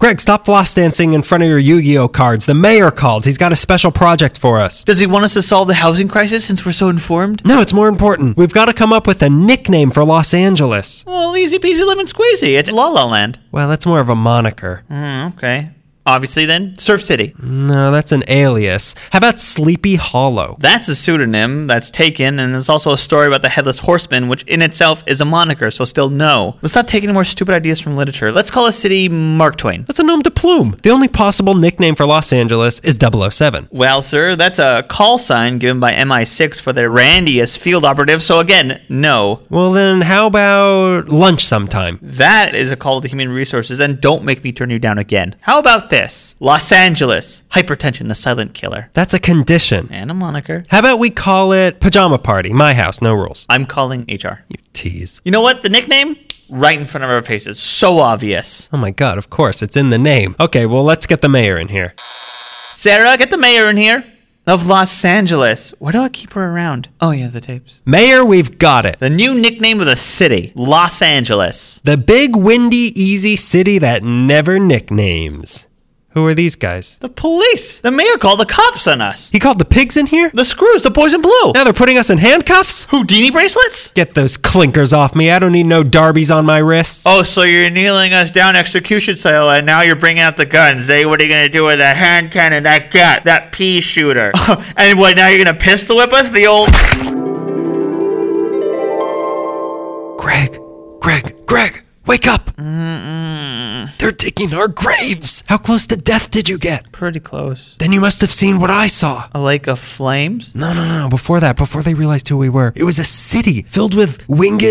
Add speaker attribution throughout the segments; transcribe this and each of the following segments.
Speaker 1: Greg, stop floss dancing in front of your Yu Gi Oh cards. The mayor called. He's got a special project for us.
Speaker 2: Does he want us to solve the housing crisis since we're so informed?
Speaker 1: No, it's more important. We've got to come up with a nickname for Los Angeles.
Speaker 2: Well, easy peasy lemon squeezy. It's La La Land.
Speaker 1: Well, that's more of a moniker.
Speaker 2: Mm, okay. Obviously, then, Surf City.
Speaker 1: No, that's an alias. How about Sleepy Hollow?
Speaker 2: That's a pseudonym that's taken, and there's also a story about the Headless Horseman, which in itself is a moniker, so still no. Let's not take any more stupid ideas from literature. Let's call a city Mark Twain.
Speaker 1: That's a nom de plume. The only possible nickname for Los Angeles is 007.
Speaker 2: Well, sir, that's a call sign given by MI6 for their randiest field operative, so again, no.
Speaker 1: Well, then, how about lunch sometime?
Speaker 2: That is a call to human resources, and don't make me turn you down again. How about this? Los Angeles, hypertension, the silent killer,
Speaker 1: That's a condition.
Speaker 2: and a moniker.
Speaker 1: How about we call it Pajama Party? My house, no rules.
Speaker 2: I'm calling HR.
Speaker 1: You tease.
Speaker 2: You know what? The nickname? Right in front of our faces. So obvious.
Speaker 1: Oh my god, of course, it's in the name. Okay, well, let's get the mayor in here.
Speaker 2: Sarah, get the mayor in here. Of Los Angeles. Why do I keep her around? Oh, yeah, the tapes.
Speaker 1: Mayor, we've got it.
Speaker 2: The new nickname of the city, Los Angeles.
Speaker 1: The big, windy, easy city that never nicknames. Who are these guys?
Speaker 2: The police. The mayor called the cops on us.
Speaker 1: He called the pigs in here?
Speaker 2: The screws, the poison blue.
Speaker 1: Now they're putting us in handcuffs?
Speaker 2: Houdini bracelets?
Speaker 1: Get those clinkers off me. I don't need no darbies on my wrists.
Speaker 2: Oh, so you're kneeling us down execution style, and now you're bringing out the guns. Hey, what are you gonna do with that hand cannon, that gun, that pea shooter? and what? Now you're gonna pistol whip us? The old.
Speaker 1: Oh, Greg, Greg, Greg, wake up! They're digging our graves! How close to death did you get?
Speaker 2: Pretty close.
Speaker 1: Then you must have seen what I saw.
Speaker 2: A lake of flames.
Speaker 1: No, no, no, no. Before that, before they realized who we were, it was a city filled with winged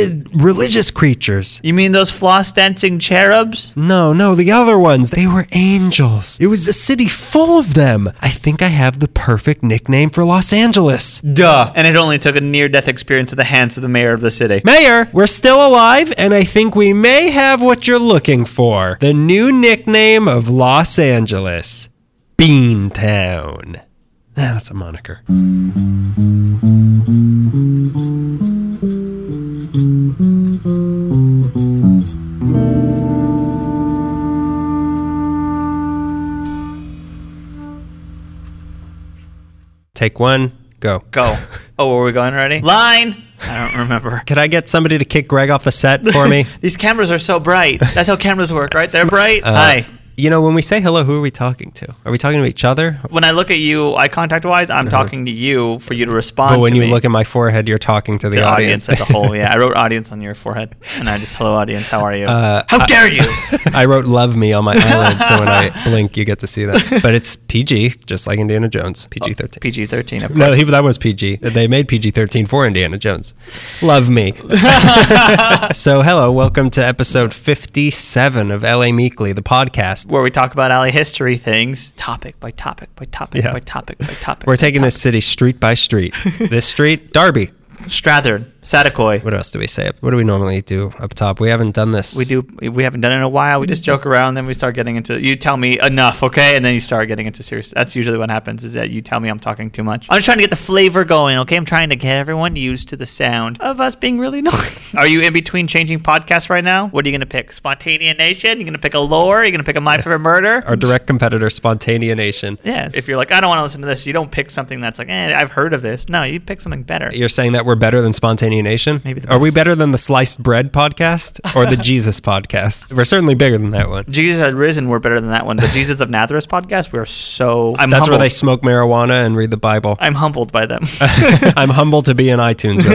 Speaker 1: religious creatures.
Speaker 2: You mean those floss dancing cherubs?
Speaker 1: No, no, the other ones. They were angels. It was a city full of them. I think I have the perfect nickname for Los Angeles.
Speaker 2: Duh. And it only took a near-death experience at the hands of the mayor of the city.
Speaker 1: Mayor, we're still alive, and I think we may have what you're looking for the new nickname of Los Angeles Beantown. Nah, that's a moniker. Take one, go.
Speaker 2: Go. Oh, are we going already? Line. I don't remember.
Speaker 1: Could I get somebody to kick Greg off the set for me?
Speaker 2: These cameras are so bright. That's how cameras work, right? They're bright.
Speaker 1: uh,
Speaker 2: Hi.
Speaker 1: You know, when we say hello, who are we talking to? Are we talking to each other?
Speaker 2: when I look at you, eye contact wise, I'm talking to you for you to respond.
Speaker 1: Uh-huh. But when
Speaker 2: to
Speaker 1: you
Speaker 2: me.
Speaker 1: look at my forehead, you're talking to the,
Speaker 2: the
Speaker 1: audience.
Speaker 2: audience as a whole, yeah, I wrote audience on your forehead, and I just hello audience, how are you? how dare you?
Speaker 1: Uh, I wrote "love me" on my eyelids, so when I blink, you get to see that. But it's PG, just like Indiana Jones,
Speaker 2: Oh,
Speaker 1: PG thirteen.
Speaker 2: PG thirteen.
Speaker 1: no, he, that was PG. They made PG thirteen for Indiana Jones. Love me. so, hello, welcome to episode fifty-seven of LA Meekly, the podcast.
Speaker 2: Where we talk about alley history things, topic by topic by topic
Speaker 1: Yeah.
Speaker 2: by topic by topic.
Speaker 1: We're taking this city street by street. This street, Darby.
Speaker 2: Strathern, Satakoy.
Speaker 1: What else do we say? What do we normally do up top? We haven't done this.
Speaker 2: We do. We haven't done it in a while. We just joke around, then we start getting into. You tell me enough, okay? And then you start getting into serious. That's usually what happens. Is that you tell me I'm talking too much. I'm just trying to get the flavor going, okay? I'm trying to get everyone used to the sound of us being really annoying. are you in between changing podcasts right now? What are you gonna pick? Spontaneous Nation? You gonna pick a lore? Are you gonna pick a My Favorite Murder?
Speaker 1: Our direct competitor, Spontanea Nation.
Speaker 2: yeah. If you're like, I don't want to listen to this, you don't pick something that's like, eh, I've heard of this. No, you pick something better.
Speaker 1: You're saying that we're better than Spontanea Nation?
Speaker 2: Maybe the
Speaker 1: Are we
Speaker 2: best.
Speaker 1: better than the Sliced Bread podcast or the Jesus podcast? We're certainly bigger than that one.
Speaker 2: Jesus had risen. We're better than that one. The Jesus of Nazareth podcast. We're so. I'm
Speaker 1: That's where they
Speaker 2: humbled.
Speaker 1: smoke marijuana and read the Bible.
Speaker 2: I'm humbled by them.
Speaker 1: I'm humbled to be in iTunes with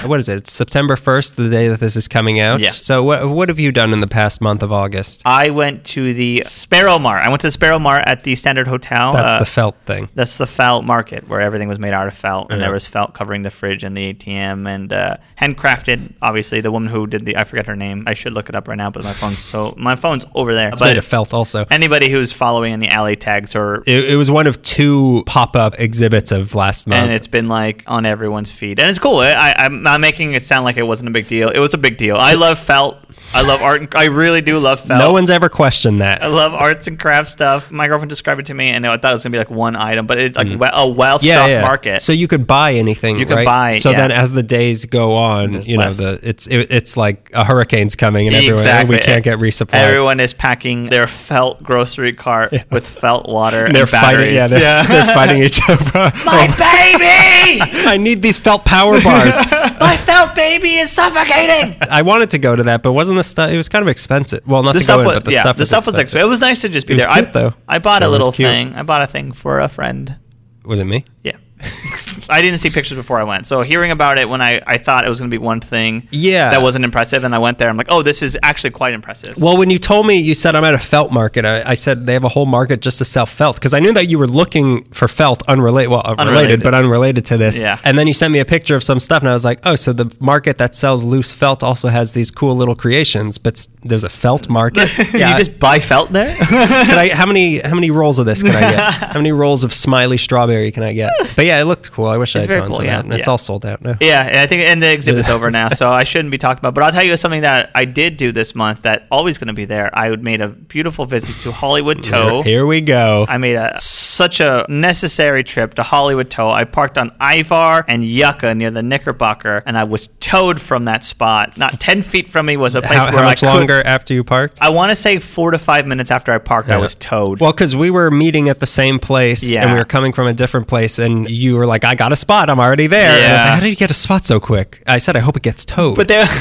Speaker 1: them. what is it? It's September 1st, the day that this is coming out.
Speaker 2: Yeah.
Speaker 1: So, what, what have you done in the past month of August?
Speaker 2: I went to the Sparrow Mart. I went to the Sparrow Mart at the Standard Hotel.
Speaker 1: That's
Speaker 2: Uh,
Speaker 1: the felt thing.
Speaker 2: that's the felt market where everything was made out of felt, and
Speaker 1: Yeah.
Speaker 2: there was felt covering the fridge and the ATM and uh, handcrafted. Obviously, the woman who did the I forget her name. I should look it up right now, but my phone's so my phone's over there.
Speaker 1: It's made
Speaker 2: but
Speaker 1: of felt also.
Speaker 2: anybody who's following in the alley tags or
Speaker 1: It, it was one of two pop up exhibits of last month.
Speaker 2: and it's been like on everyone's feed, and it's cool. I, I, I'm not making it sound like it wasn't a big deal. It was a big deal. I love felt. I love art. And, I really do love felt.
Speaker 1: No one's ever questioned
Speaker 2: I
Speaker 1: that.
Speaker 2: love arts and craft stuff. My girlfriend described it to me, and I thought it was gonna be like one item, but it's like we- a
Speaker 1: Mm-hmm.
Speaker 2: well-stocked
Speaker 1: Yeah, yeah.
Speaker 2: market.
Speaker 1: So you could buy anything.
Speaker 2: You could
Speaker 1: right?
Speaker 2: buy,
Speaker 1: So
Speaker 2: yeah.
Speaker 1: then, as the days go on,
Speaker 2: There's
Speaker 1: you know,
Speaker 2: less.
Speaker 1: the it's it, it's like a hurricane's coming and everyone
Speaker 2: Exactly.
Speaker 1: we can't get resupplied.
Speaker 2: Everyone is packing their felt grocery cart with felt water.
Speaker 1: they're
Speaker 2: and
Speaker 1: fighting.
Speaker 2: batteries.
Speaker 1: Yeah, they're, they're fighting each other.
Speaker 2: My
Speaker 1: Oh,
Speaker 2: baby,
Speaker 1: I need these felt power bars.
Speaker 2: my felt baby is suffocating.
Speaker 1: I wanted to go to that, but wasn't the stuff? It was kind of expensive. Well, not
Speaker 2: The
Speaker 1: to
Speaker 2: stuff
Speaker 1: go in,
Speaker 2: was
Speaker 1: but the
Speaker 2: yeah,
Speaker 1: stuff
Speaker 2: the
Speaker 1: was
Speaker 2: stuff was
Speaker 1: expensive.
Speaker 2: expensive. It was nice to just be
Speaker 1: It was
Speaker 2: there. I,
Speaker 1: cute, though.
Speaker 2: I bought
Speaker 1: It
Speaker 2: a
Speaker 1: was
Speaker 2: little
Speaker 1: cute.
Speaker 2: thing. I bought a thing for a friend.
Speaker 1: Was it me?
Speaker 2: Yeah. I didn't see pictures before I went. So hearing about it when I, I thought it was going to be one thing
Speaker 1: Yeah.
Speaker 2: that wasn't impressive. And I went there. I'm like, oh, this is actually quite impressive.
Speaker 1: Well, when you told me you said I'm at a felt market, I, I said they have a whole market just to sell felt because I knew that you were looking for felt unrelated, well, uh, related,
Speaker 2: Unrelated.
Speaker 1: but unrelated to this.
Speaker 2: Yeah.
Speaker 1: And then you sent me a picture of some stuff, and I was like, oh, so the market that sells loose felt also has these cool little creations, but s- there's a felt market.
Speaker 2: Can you just buy felt there?
Speaker 1: Can I, how many how many rolls of this can I get? How many rolls of smiley strawberry can I get? But yeah, it looked cool. I wish I had
Speaker 2: very
Speaker 1: gone
Speaker 2: cool,
Speaker 1: to
Speaker 2: yeah,
Speaker 1: that. And It's
Speaker 2: yeah.
Speaker 1: all sold out now.
Speaker 2: yeah. And I think, and the exhibit's over now. So I shouldn't be talking about, but I'll tell you something that I did do this month that always going to be there. I made a beautiful visit to Hollywood Toe.
Speaker 1: Here we go.
Speaker 2: I made a such a necessary trip to Hollywood Toe. I parked on Ivar and Yucca near the Knickerbocker, and I was towed from that spot. Not ten feet from me was a place
Speaker 1: How, how
Speaker 2: where
Speaker 1: much
Speaker 2: I could,
Speaker 1: longer after you parked?
Speaker 2: I want to say four to five minutes after I parked, I was towed.
Speaker 1: Well, because we were meeting at the same place and
Speaker 2: Yeah.
Speaker 1: we were coming from a different place, and you were like, I got a spot. I'm already there. And I was
Speaker 2: Yeah.
Speaker 1: like, How did you get a spot so quick? I said, I hope it gets towed.
Speaker 2: but there, and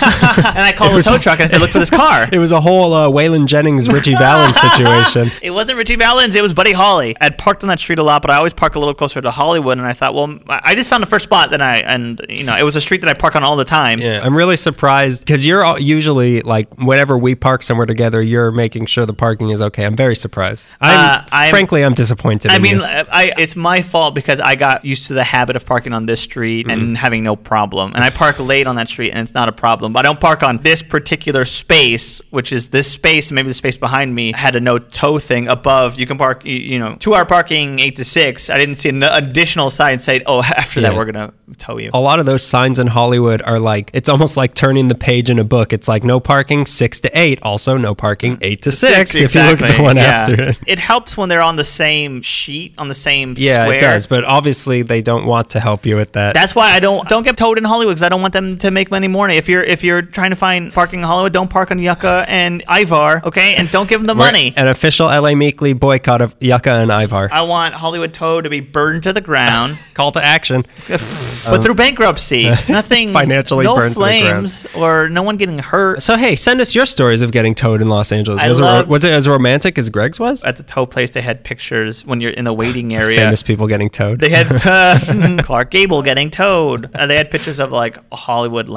Speaker 2: I called the tow truck. and I said, "Look for this car."
Speaker 1: it was a whole uh, Waylon Jennings, Richie Valens situation.
Speaker 2: It wasn't Richie Valens. It was Buddy Holly. I'd parked on that street a lot, but I always park a little closer to Hollywood. And I thought, well, I I just found the first spot that I, and you know, it was a street that I park on all the time.
Speaker 1: Yeah, I'm really surprised because you're all, usually like whenever we park somewhere together, you're making sure the parking is okay. I'm very surprised. I'm,
Speaker 2: Uh, I'm-
Speaker 1: frankly, I'm disappointed.
Speaker 2: I
Speaker 1: in
Speaker 2: mean,
Speaker 1: you.
Speaker 2: uh, I, it's my fault because I got used to the habit of parking on this street
Speaker 1: Mm-hmm.
Speaker 2: and having no problem. And I park late on that street and it's not a problem. But I don't park on this particular space, which is this space. Maybe the space behind me had a no tow thing above. You can park, y- you know, two hour parking, eight to six. I didn't see an additional sign saying, oh, after that,
Speaker 1: Yeah.
Speaker 2: we're going to tow you.
Speaker 1: a lot of those signs in Hollywood are like it's almost like turning the page in a book. It's like no parking six to eight, also no parking eight to six. If you look at the
Speaker 2: exactly.
Speaker 1: one
Speaker 2: Yeah.
Speaker 1: after it.
Speaker 2: It helps when they're on the same sheet, on the same
Speaker 1: Yeah,
Speaker 2: square.
Speaker 1: it does. But obviously, they don't want to help you with that.
Speaker 2: That's why I don't don't get towed in Hollywood because I don't want them to make money more. If you're if you're trying to find parking in Hollywood, don't park on Yucca and Ivar, okay? And don't give them the
Speaker 1: We're-
Speaker 2: money.
Speaker 1: An official LA Meekly boycott of Yucca and Ivar.
Speaker 2: I want Hollywood Tow to be burned to the ground,
Speaker 1: Call to action.
Speaker 2: but through bankruptcy, nothing
Speaker 1: Uh, Financially
Speaker 2: no
Speaker 1: burned to the ground.
Speaker 2: flames or no one getting hurt.
Speaker 1: So hey, send us your stories of getting towed in Los Angeles.
Speaker 2: I
Speaker 1: Was, it ro-
Speaker 2: love-
Speaker 1: was it as romantic as Greg's was?
Speaker 2: At the tow place, they had pictures when you're in the waiting area.
Speaker 1: Famous people getting towed.
Speaker 2: They had uh, Clark Gable getting towed. Uh, they had pictures of like Hollywood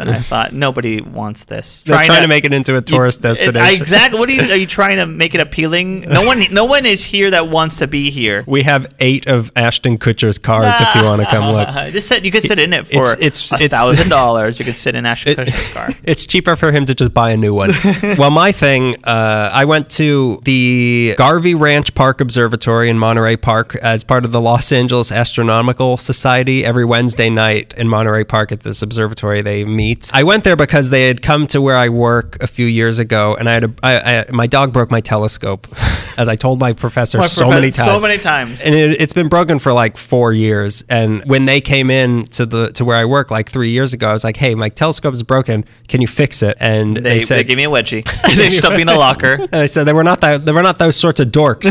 Speaker 2: and I thought nobody wants this.
Speaker 1: They're trying to make it into a tourist
Speaker 2: It-
Speaker 1: destination.
Speaker 2: exactly. What are you, are you trying to make it appealing? No one, no one is here that wants to be here.
Speaker 1: We have eight of Ashton Kutcher's cars if you want to come look.
Speaker 2: Just sit. You could sit in it for
Speaker 1: It's- it's-
Speaker 2: a
Speaker 1: it's-
Speaker 2: thousand dollars. You could sit in Ashton
Speaker 1: It-
Speaker 2: Kutcher's car.
Speaker 1: It's cheaper for him to just buy a new one. well, my thing, uh, I went to the Garvey Ranch Park Observatory in Monterey Park as part of the Los Angeles Astronomical Society. Every Wednesday night in Monterey Park at this observatory, they meet. I went there because they had come to where I work a few years ago, and I had a, I, I, my dog broke my telescope, as I told my professor so many times.
Speaker 2: So many times.
Speaker 1: And it, it's been broken for like four years. And when they came in to the to where I work like three years ago, I was like, "Hey, my telescope's broken. Can you fix it?" And they,
Speaker 2: They, they,
Speaker 1: said.
Speaker 2: gave me a wedgie. they stuffed me in the locker.
Speaker 1: and I said they were not that they were not those sorts of dorks.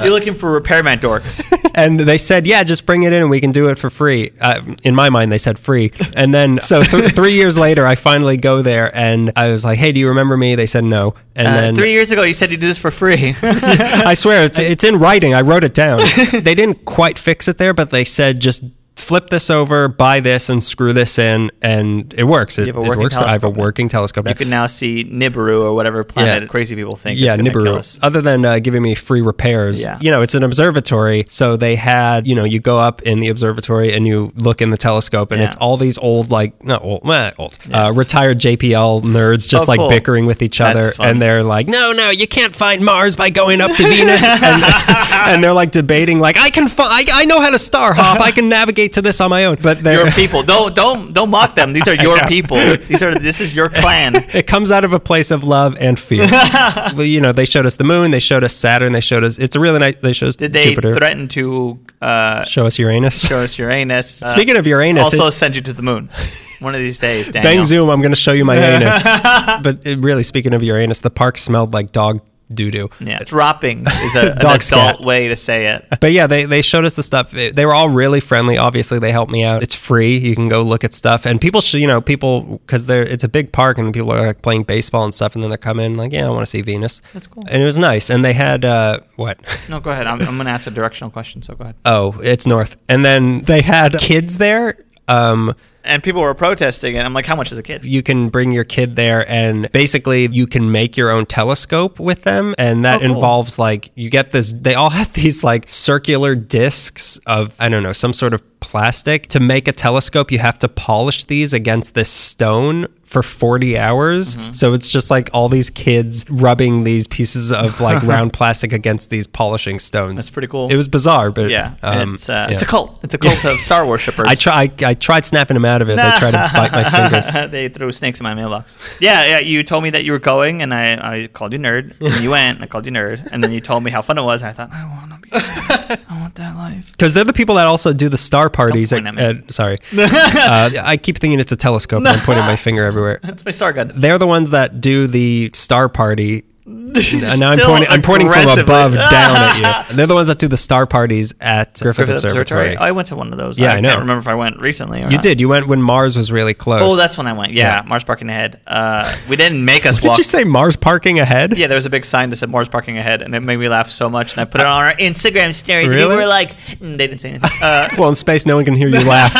Speaker 2: You're looking for repairman dorks.
Speaker 1: and they said, "Yeah, just bring it in and we can do it for free." Uh, in my mind, they said free. And then so th- three years later, I finally go there and I was like, "Hey, do you remember me?" They said no. And
Speaker 2: Uh,
Speaker 1: then
Speaker 2: three years ago, you said you do this for free.
Speaker 1: I swear it's it's in writing. I wrote it down. they didn't quite fix it there, but they said just flip this over, buy this, and screw this in, and it works. It,
Speaker 2: have a
Speaker 1: it
Speaker 2: working
Speaker 1: works. I have a
Speaker 2: telescope now.
Speaker 1: working telescope.
Speaker 2: you
Speaker 1: now.
Speaker 2: can now see Nibiru or whatever planet crazy people think.
Speaker 1: yeah,
Speaker 2: is gonna kill
Speaker 1: Nibiru.
Speaker 2: us.
Speaker 1: Other than uh, giving me free repairs,
Speaker 2: Yeah.
Speaker 1: you know, it's an observatory. So they had, you know, you go up in the observatory and you look in the telescope, and
Speaker 2: Yeah.
Speaker 1: it's all these old, like, not old, meh, old, uh, retired JPL nerds just
Speaker 2: Oh,
Speaker 1: like
Speaker 2: cool.
Speaker 1: bickering with each
Speaker 2: That's
Speaker 1: other.
Speaker 2: fun.
Speaker 1: And they're like, no, no, you can't find Mars by going up to Venus. and, and they're like debating, like, I can, fi- I, I know how to star hop. I can navigate to this on my own, but they're
Speaker 2: Your people. Don't don't don't mock them. These are your people. These are this is your clan.
Speaker 1: It comes out of a place of love and fear. well, you know, they showed us the moon, they showed us Saturn, they showed us. It's a really nice. They showed us
Speaker 2: Did they
Speaker 1: Jupiter.
Speaker 2: threaten to uh,
Speaker 1: show us Uranus.
Speaker 2: show us Uranus? Uh,
Speaker 1: Speaking of Uranus,
Speaker 2: also
Speaker 1: it-
Speaker 2: send you to the moon. One of these days, Daniel.
Speaker 1: Bang zoom! I'm going to show you my anus. But it, really, speaking of Uranus, the park smelled like dog doo doo.
Speaker 2: Yeah, dropping is a, an
Speaker 1: Dog
Speaker 2: adult
Speaker 1: scat.
Speaker 2: way to say it.
Speaker 1: But yeah, they, they showed us the stuff. It- They were all really friendly. Obviously, they helped me out. It's free. You can go look at stuff. And people should, you know, people, because they're it's a big park and people are like playing baseball and stuff. And then they come in like, yeah, I want to see Venus.
Speaker 2: That's cool.
Speaker 1: And it was nice. And they had, uh, what?
Speaker 2: No, go ahead. I'm, I'm going to ask a directional question, so go ahead.
Speaker 1: Oh, it's north. And then they had kids there. Um,
Speaker 2: And people were protesting, and I'm like, how much is a kid?
Speaker 1: you can bring your kid there and basically you can make your own telescope with them and that
Speaker 2: Oh, cool.
Speaker 1: involves like you get this they all have these like circular discs of i don't know some sort of plastic to make a telescope you have to polish these against this stone for 40 hours
Speaker 2: Mm-hmm.
Speaker 1: so it's just like all these kids rubbing these pieces of like round plastic against these polishing stones that's
Speaker 2: pretty cool.
Speaker 1: it was bizarre but
Speaker 2: Yeah,
Speaker 1: um,
Speaker 2: it's, uh,
Speaker 1: yeah.
Speaker 2: it's a cult. It's a cult of Star worshippers.
Speaker 1: I, try, I, I tried snapping them out of it they tried to bite my fingers
Speaker 2: they threw snakes in my mailbox. Yeah, yeah. You told me that you were going, and I, I called you nerd, and you went. and I called you nerd, and then you told me how fun it was. And I thought, I want to be. I want that life.
Speaker 1: Because they're the people that also do the star parties.
Speaker 2: Don't
Speaker 1: At,
Speaker 2: point at
Speaker 1: at- sorry, uh, I keep thinking it's a telescope. and I'm pointing my finger everywhere.
Speaker 2: That's my star gun.
Speaker 1: They're the ones that do the star party. And I'm
Speaker 2: Still
Speaker 1: pointing, I'm pointing from
Speaker 2: aggressively.
Speaker 1: above down at you. They're the ones that do the star parties at Griffith,
Speaker 2: Griffith
Speaker 1: Observatory.
Speaker 2: Observatory. Oh, I went to one of those.
Speaker 1: Yeah, I
Speaker 2: I,
Speaker 1: know.
Speaker 2: can't remember if I went recently. Or
Speaker 1: You did. You went when Mars was really close.
Speaker 2: Oh, that's when I went. Yeah,
Speaker 1: Yeah.
Speaker 2: Mars parking ahead. Uh, we didn't make us
Speaker 1: Did
Speaker 2: walk.
Speaker 1: you say Mars parking ahead?
Speaker 2: Yeah, there was a big sign that said Mars parking ahead, and it made me laugh so much. And I put it on our Instagram stories. and
Speaker 1: Really?
Speaker 2: People were like, mm, they didn't say anything. Uh,
Speaker 1: Well, in space, no one can hear you laugh.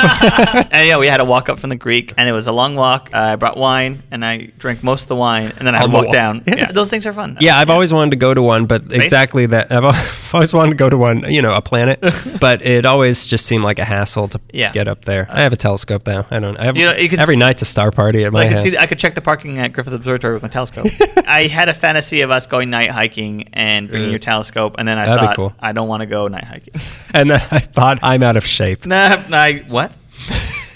Speaker 2: and yeah, we had a walk up from the Greek, and it was a long walk. Uh, I brought wine, and I drank most of the wine, and then I
Speaker 1: On
Speaker 2: had
Speaker 1: the
Speaker 2: walked
Speaker 1: walk.
Speaker 2: down. Yeah, those things are fun.
Speaker 1: yeah, I've always wanted to go to one, but exactly that. I've al- always wanted to go to one, you know, a planet, but it always just seemed like a hassle to
Speaker 2: Yeah. Uh,
Speaker 1: get up there. I have a telescope though. I don't. I have,
Speaker 2: You know, you could-
Speaker 1: every night's a star party at my
Speaker 2: I could,
Speaker 1: house.
Speaker 2: see, I could check the parking at Griffith Observatory with my telescope. I had a fantasy of us going night hiking and bringing
Speaker 1: Mm.
Speaker 2: your telescope, and then I
Speaker 1: That'd be
Speaker 2: thought,
Speaker 1: cool.
Speaker 2: I don't want to go night hiking.
Speaker 1: and then I thought I'm out of shape.
Speaker 2: nah, I, what?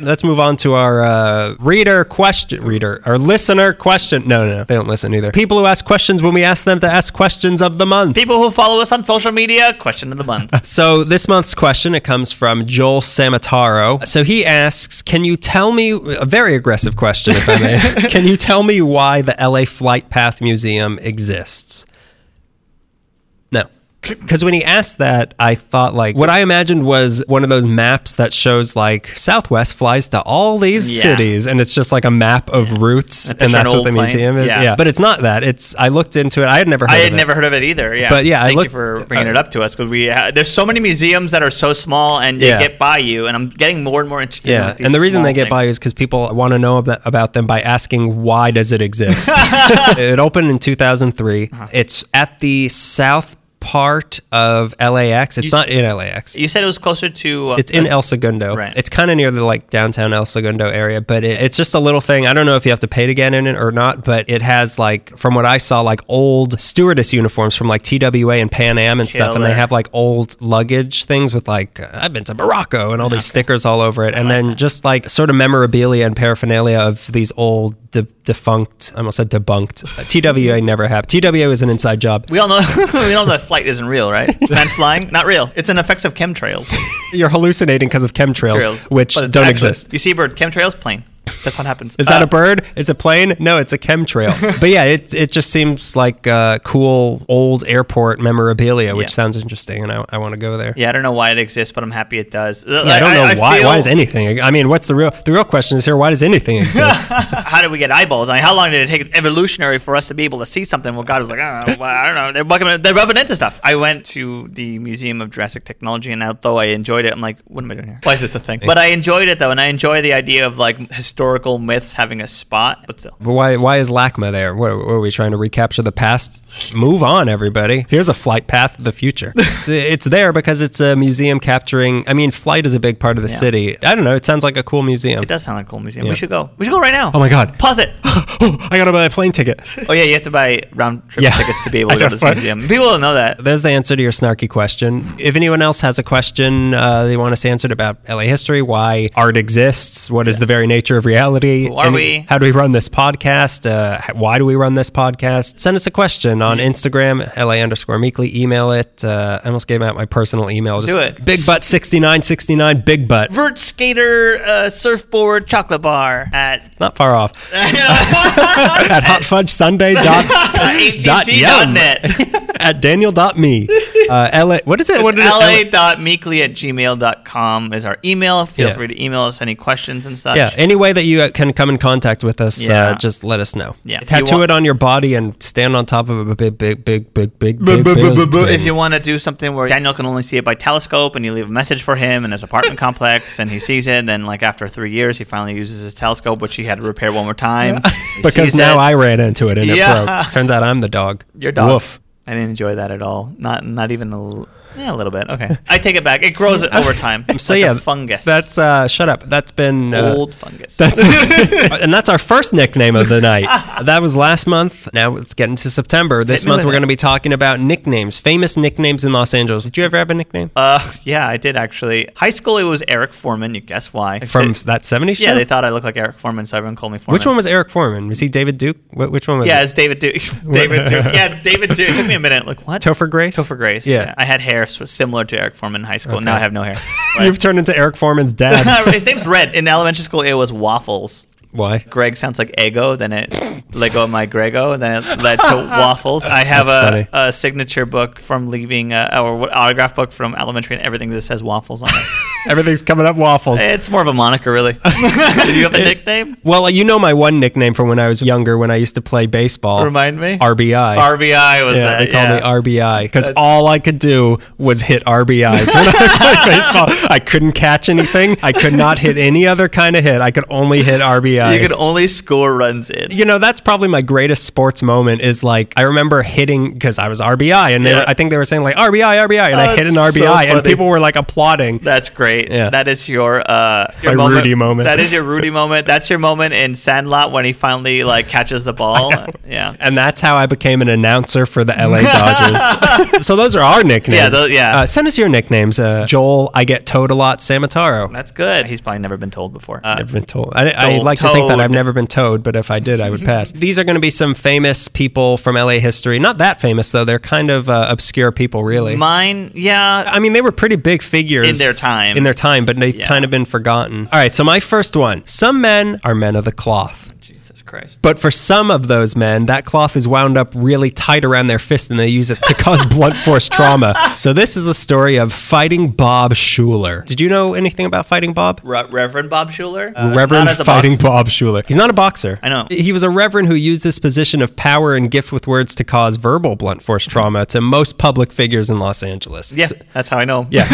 Speaker 1: Let's move on to our uh, reader question, reader or listener question. No, no, no, they don't listen either. People who ask questions when we ask them to ask questions of the month.
Speaker 2: People who follow us on social media, question of the month.
Speaker 1: So this month's question it comes from Joel Samataro. So he asks, "Can you tell me a very aggressive question, if I may? can you tell me why the LA Flight Path Museum exists?" No. Because when he asked that, I thought like what I imagined was one of those maps that shows like Southwest flies to all these
Speaker 2: Yeah.
Speaker 1: cities, and it's just like a map of routes,
Speaker 2: picture
Speaker 1: and that's
Speaker 2: an
Speaker 1: what the
Speaker 2: old plane.
Speaker 1: museum is.
Speaker 2: Yeah.
Speaker 1: Yeah. but it's not that. It's I looked into it. I had never. Heard
Speaker 2: I
Speaker 1: of
Speaker 2: had
Speaker 1: it.
Speaker 2: never heard of it either. Yeah,
Speaker 1: But yeah, I
Speaker 2: thank
Speaker 1: looked-
Speaker 2: you for bringing
Speaker 1: uh,
Speaker 2: it up to us because we ha- there's so many museums that are so small and they
Speaker 1: Yeah.
Speaker 2: get by you, and I'm getting more and more interested. in
Speaker 1: Yeah,
Speaker 2: like, these
Speaker 1: and the reason
Speaker 2: small
Speaker 1: they get
Speaker 2: things.
Speaker 1: by is because people want to know ab- about them by asking why does it exist. it opened in 2003.
Speaker 2: Uh-huh.
Speaker 1: It's at the south part of LAX. It's
Speaker 2: You-
Speaker 1: not in LAX.
Speaker 2: you said it was closer to uh,
Speaker 1: it's in El Segundo.
Speaker 2: Right.
Speaker 1: It's kind of near the like downtown El Segundo area, but it, it's just a little thing. I don't know if you have to pay to get in it or not, but it has like, from what I saw, like old stewardess uniforms from like TWA and Pan Am and stuff, and they
Speaker 2: Killer.
Speaker 1: have like old luggage things with like uh, I've been to Morocco and all these stickers all over it, and then just like sort of memorabilia and paraphernalia of these old de- defunct, I almost said debunked. TWA never happened. TWA was an inside job.
Speaker 2: we all know we all know that flight isn't real, right? Man flying, not real. It's an effects of chemtrails.
Speaker 1: You're hallucinating because of chemtrails,
Speaker 2: Trails,
Speaker 1: which
Speaker 2: but it's
Speaker 1: don't
Speaker 2: actually-
Speaker 1: exist.
Speaker 2: You see a bird, chemtrails, plane. That's what happens. Uh,
Speaker 1: Is that a bird? It's a plane? No, it's a chemtrail. but yeah, it it just seems like uh, cool old airport memorabilia, which
Speaker 2: Yeah.
Speaker 1: sounds interesting, and I, I want to go there.
Speaker 2: Yeah, I don't know why it exists, but I'm happy it does.
Speaker 1: Yeah, I don't know why. why is anything? I mean, what's the real the real question is here? Why does anything exist?
Speaker 2: how did we get eyeballs? I mean, how long did it take evolutionary for us to be able to see something? Well, God was like, oh, well, I don't know. They're, bucking, they're rubbing into stuff. I went to the Museum of Jurassic Technology, and although I enjoyed it, I'm like, what am I doing here? Why is this a thing? But I enjoyed it, though, and I enjoy the idea of like his- historical myths having a spot, but still.
Speaker 1: But why why is LACMA there? What, what are we trying to recapture the past? Move on, everybody. Here's a flight path of the future. it's, it's there because it's a museum capturing. I mean, flight is a big part of the
Speaker 2: Yeah.
Speaker 1: city. I don't know. It sounds like a cool museum.
Speaker 2: It does sound like a cool museum.
Speaker 1: Yeah.
Speaker 2: We should go. We should go right now.
Speaker 1: Oh my God.
Speaker 2: Pause it.
Speaker 1: I gotta buy a plane ticket.
Speaker 2: oh yeah, you have to buy round trip
Speaker 1: Yeah.
Speaker 2: tickets to be able to
Speaker 1: I
Speaker 2: go to
Speaker 1: know,
Speaker 2: this
Speaker 1: right?
Speaker 2: museum. People don't know that.
Speaker 1: There's the answer to your snarky question. If anyone else has a question uh, they want us answered about LA history, why art exists, what is the very nature of reality,
Speaker 2: Who are
Speaker 1: and
Speaker 2: we?
Speaker 1: how do we run this podcast, uh, h- why do we run this podcast, send us a question on Instagram, LA underscore meekly, email it. Uh, I almost gave out my personal email. Just
Speaker 2: Do it.
Speaker 1: Big butt 6969, big butt.
Speaker 2: Vert skater, uh, surfboard, chocolate bar at uh,
Speaker 1: Not far off. At hotfudgesunday.net.
Speaker 2: att.net.
Speaker 1: At daniel.me. Uh, LA, what is it? What is it?
Speaker 2: la.meekly at gmail.com is our email. Feel
Speaker 1: Yeah.
Speaker 2: free to email us any questions and such.
Speaker 1: Yeah, any way that you uh, can come in contact with us, uh,
Speaker 2: Yeah.
Speaker 1: just let us know.
Speaker 2: Yeah. If you
Speaker 1: Tattoo
Speaker 2: want-
Speaker 1: it on your body and stand on top of a big, big, big, big, big,
Speaker 2: Bu-
Speaker 1: big,
Speaker 2: bu- bu- bu-
Speaker 1: big
Speaker 2: bu- If
Speaker 1: thing.
Speaker 2: you want to do something where Daniel can only see it by telescope and you leave a message for him in his apartment complex and he sees it, then like after three years he finally uses his telescope, which he had to repair one more time. He
Speaker 1: Because
Speaker 2: sees
Speaker 1: now
Speaker 2: it.
Speaker 1: I ran into it and
Speaker 2: Yeah.
Speaker 1: it broke. Turns out I'm the dog.
Speaker 2: your dog.
Speaker 1: Woof.
Speaker 2: I didn't enjoy that at all. Not not even a l- yeah, a little bit. Okay. I take it back. It grows over time.
Speaker 1: So
Speaker 2: Like a
Speaker 1: yeah,
Speaker 2: fungus.
Speaker 1: That's uh, shut up. That's been uh,
Speaker 2: old fungus.
Speaker 1: That's and that's our first nickname of the night. That was last month. Now it's getting to September. This
Speaker 2: me
Speaker 1: month
Speaker 2: with
Speaker 1: we're
Speaker 2: it.
Speaker 1: going to be talking about nicknames, famous nicknames in Los Angeles. Did you ever have a nickname
Speaker 2: uh, yeah, I did actually. High school, it was Eric Foreman. You guess why?
Speaker 1: from
Speaker 2: They-
Speaker 1: that '70s show?
Speaker 2: yeah, they thought I looked like Eric Foreman, so everyone called me Foreman.
Speaker 1: Which one was Eric Foreman? Was he David Duke? Wh- Which one was?
Speaker 2: Yeah,
Speaker 1: it?
Speaker 2: it's David Duke. David Duke. Yeah, it's David Duke. It took me a minute. Like what?
Speaker 1: Topher Grace.
Speaker 2: Topher Grace.
Speaker 1: Yeah.
Speaker 2: I had hair s- similar to Eric Foreman in high school. Now I
Speaker 1: Okay.
Speaker 2: have no hair.
Speaker 1: You've turned into Eric Foreman's dad.
Speaker 2: But- His name's Red. In elementary school, it was Waffles.
Speaker 1: Why?
Speaker 2: Greg sounds like Ego, then it let go of my Grego, and then it led to waffles. I have
Speaker 1: That's
Speaker 2: a,
Speaker 1: funny.
Speaker 2: a signature book from leaving, uh, or what- autograph book from elementary, and everything that says waffles on it.
Speaker 1: Everything's coming up waffles.
Speaker 2: it's more of a moniker, really. Do you have a nickname?
Speaker 1: Well, you know my one nickname from when I was younger, when I used to play baseball.
Speaker 2: Remind me.
Speaker 1: RBI.
Speaker 2: RBI was
Speaker 1: yeah,
Speaker 2: that.
Speaker 1: they called
Speaker 2: yeah.
Speaker 1: me RBI because
Speaker 2: That's-
Speaker 1: all I could do was hit RBIs when I played baseball. I couldn't catch anything. I could not hit any other kind of hit. I could only hit RBIs.
Speaker 2: You could only score runs in.
Speaker 1: you know that's probably my greatest sports moment is like I remember hitting because I was RBI and they
Speaker 2: Yeah.
Speaker 1: were, I think they were saying like RBI RBI and
Speaker 2: Oh,
Speaker 1: I hit an
Speaker 2: that's
Speaker 1: RBI
Speaker 2: so
Speaker 1: and
Speaker 2: funny.
Speaker 1: people were like applauding.
Speaker 2: That's great.
Speaker 1: Yeah.
Speaker 2: That is your uh your
Speaker 1: My Rudy moment.
Speaker 2: That is your Rudy moment. That's your moment in Sandlot when he finally like catches the ball. Yeah.
Speaker 1: And that's how I became an announcer for the LA Dodgers. so those are our nicknames.
Speaker 2: Yeah, tho- yeah.
Speaker 1: Uh, send us your nicknames. Uh, Joel, I get towed a lot. Samataro.
Speaker 2: That's good. He's probably never been told before. Uh,
Speaker 1: I've been told. I, I
Speaker 2: Told,
Speaker 1: like to think that I've
Speaker 2: toad.
Speaker 1: never been towed, but if I did, I would pass. These are going to be some famous people from LA history. Not that famous though. They're kind of uh, obscure people, really.
Speaker 2: Mine, yeah.
Speaker 1: I mean, they were pretty big figures
Speaker 2: In their time.
Speaker 1: In their time, but they've
Speaker 2: Yeah.
Speaker 1: kind of been forgotten. All right. So my first one: some men are men of the cloth.
Speaker 2: Jesus Christ.
Speaker 1: But for some of those men, that cloth is wound up really tight around their fist and they use it to cause blunt force trauma. So this is a story of Fighting Bob Schuler. Did you know anything about Fighting Bob?
Speaker 2: Re- Reverend Bob Schuler? Uh,
Speaker 1: Reverend Fighting
Speaker 2: Bob.
Speaker 1: Bob Schuler. He's not a boxer.
Speaker 2: I know.
Speaker 1: He was a reverend who used his position of power and gift with words to cause verbal blunt force trauma to most public figures in Los Angeles.
Speaker 2: Yeah, that's how I know him.
Speaker 1: Yeah.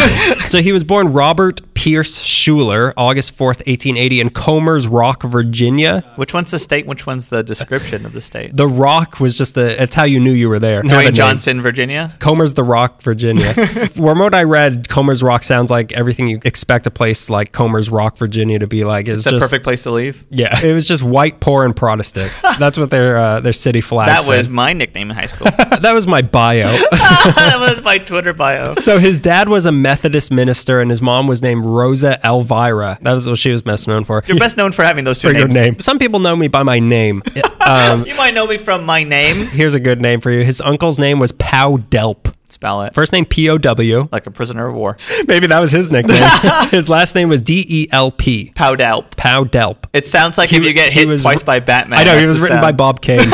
Speaker 1: so he was born Robert Pierce Schuler, August 4th, 1880, in Comer's Rock, Virginia.
Speaker 2: Which one's the state? Which one's the description of the state?
Speaker 1: The Rock was just the, that's how you knew you were there. Not a
Speaker 2: Dwayne
Speaker 1: name.
Speaker 2: Johnson, Virginia?
Speaker 1: Comer's the Rock, Virginia. From what I read, Comer's Rock sounds like everything you expect a place like Comer's Rock, Virginia to be like. It's
Speaker 2: It's a
Speaker 1: just,
Speaker 2: perfect place to leave.
Speaker 1: Yeah, it was just white, poor, and Protestant. That's what their uh, their city flag
Speaker 2: That was
Speaker 1: said.
Speaker 2: my nickname in high school.
Speaker 1: that was my bio.
Speaker 2: that was my Twitter bio.
Speaker 1: so his dad was a Methodist minister, and his mom was named Rosa Elvira. That was what she was best known for.
Speaker 2: You're best known for having those two
Speaker 1: For
Speaker 2: names.
Speaker 1: your name. Some people know me by my name. um,
Speaker 2: You might know me from my name.
Speaker 1: here's a good name for you. His uncle's name was Pow Delp.
Speaker 2: Spell it.
Speaker 1: First name P O W.
Speaker 2: like a prisoner of war.
Speaker 1: Maybe that was his nickname. his last name was D E L P.
Speaker 2: Powdelp.
Speaker 1: Pow Delp.
Speaker 2: It sounds like if
Speaker 1: wa-
Speaker 2: you get
Speaker 1: he
Speaker 2: hit
Speaker 1: was-
Speaker 2: twice by Batman.
Speaker 1: I know he
Speaker 2: that's
Speaker 1: was
Speaker 2: the
Speaker 1: written by
Speaker 2: sound.
Speaker 1: Bob Kane.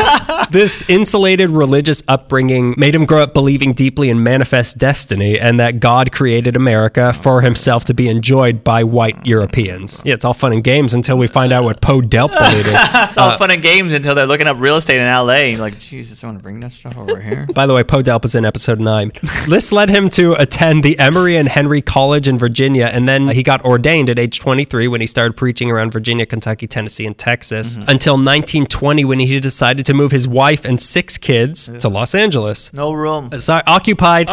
Speaker 1: this insulated religious upbringing made him grow up believing deeply in manifest destiny and that God created America for himself to be enjoyed by white Europeans. Yeah, it's all fun and games until we find out what Poe Delp believed.
Speaker 2: It's all fun and games until they're looking up real estate in LA. You're like, Jesus, I want to bring that stuff over here.
Speaker 1: By the way, Poe Delp is in episode time. This led him to attend the Emory and Henry College in Virginia, and then he got ordained at age 23 when he started preaching around Virginia, Kentucky, Tennessee, and Texas until 1920 when he decided to move his wife and six kids to Los Angeles.
Speaker 2: No room.
Speaker 1: Sorry, occupied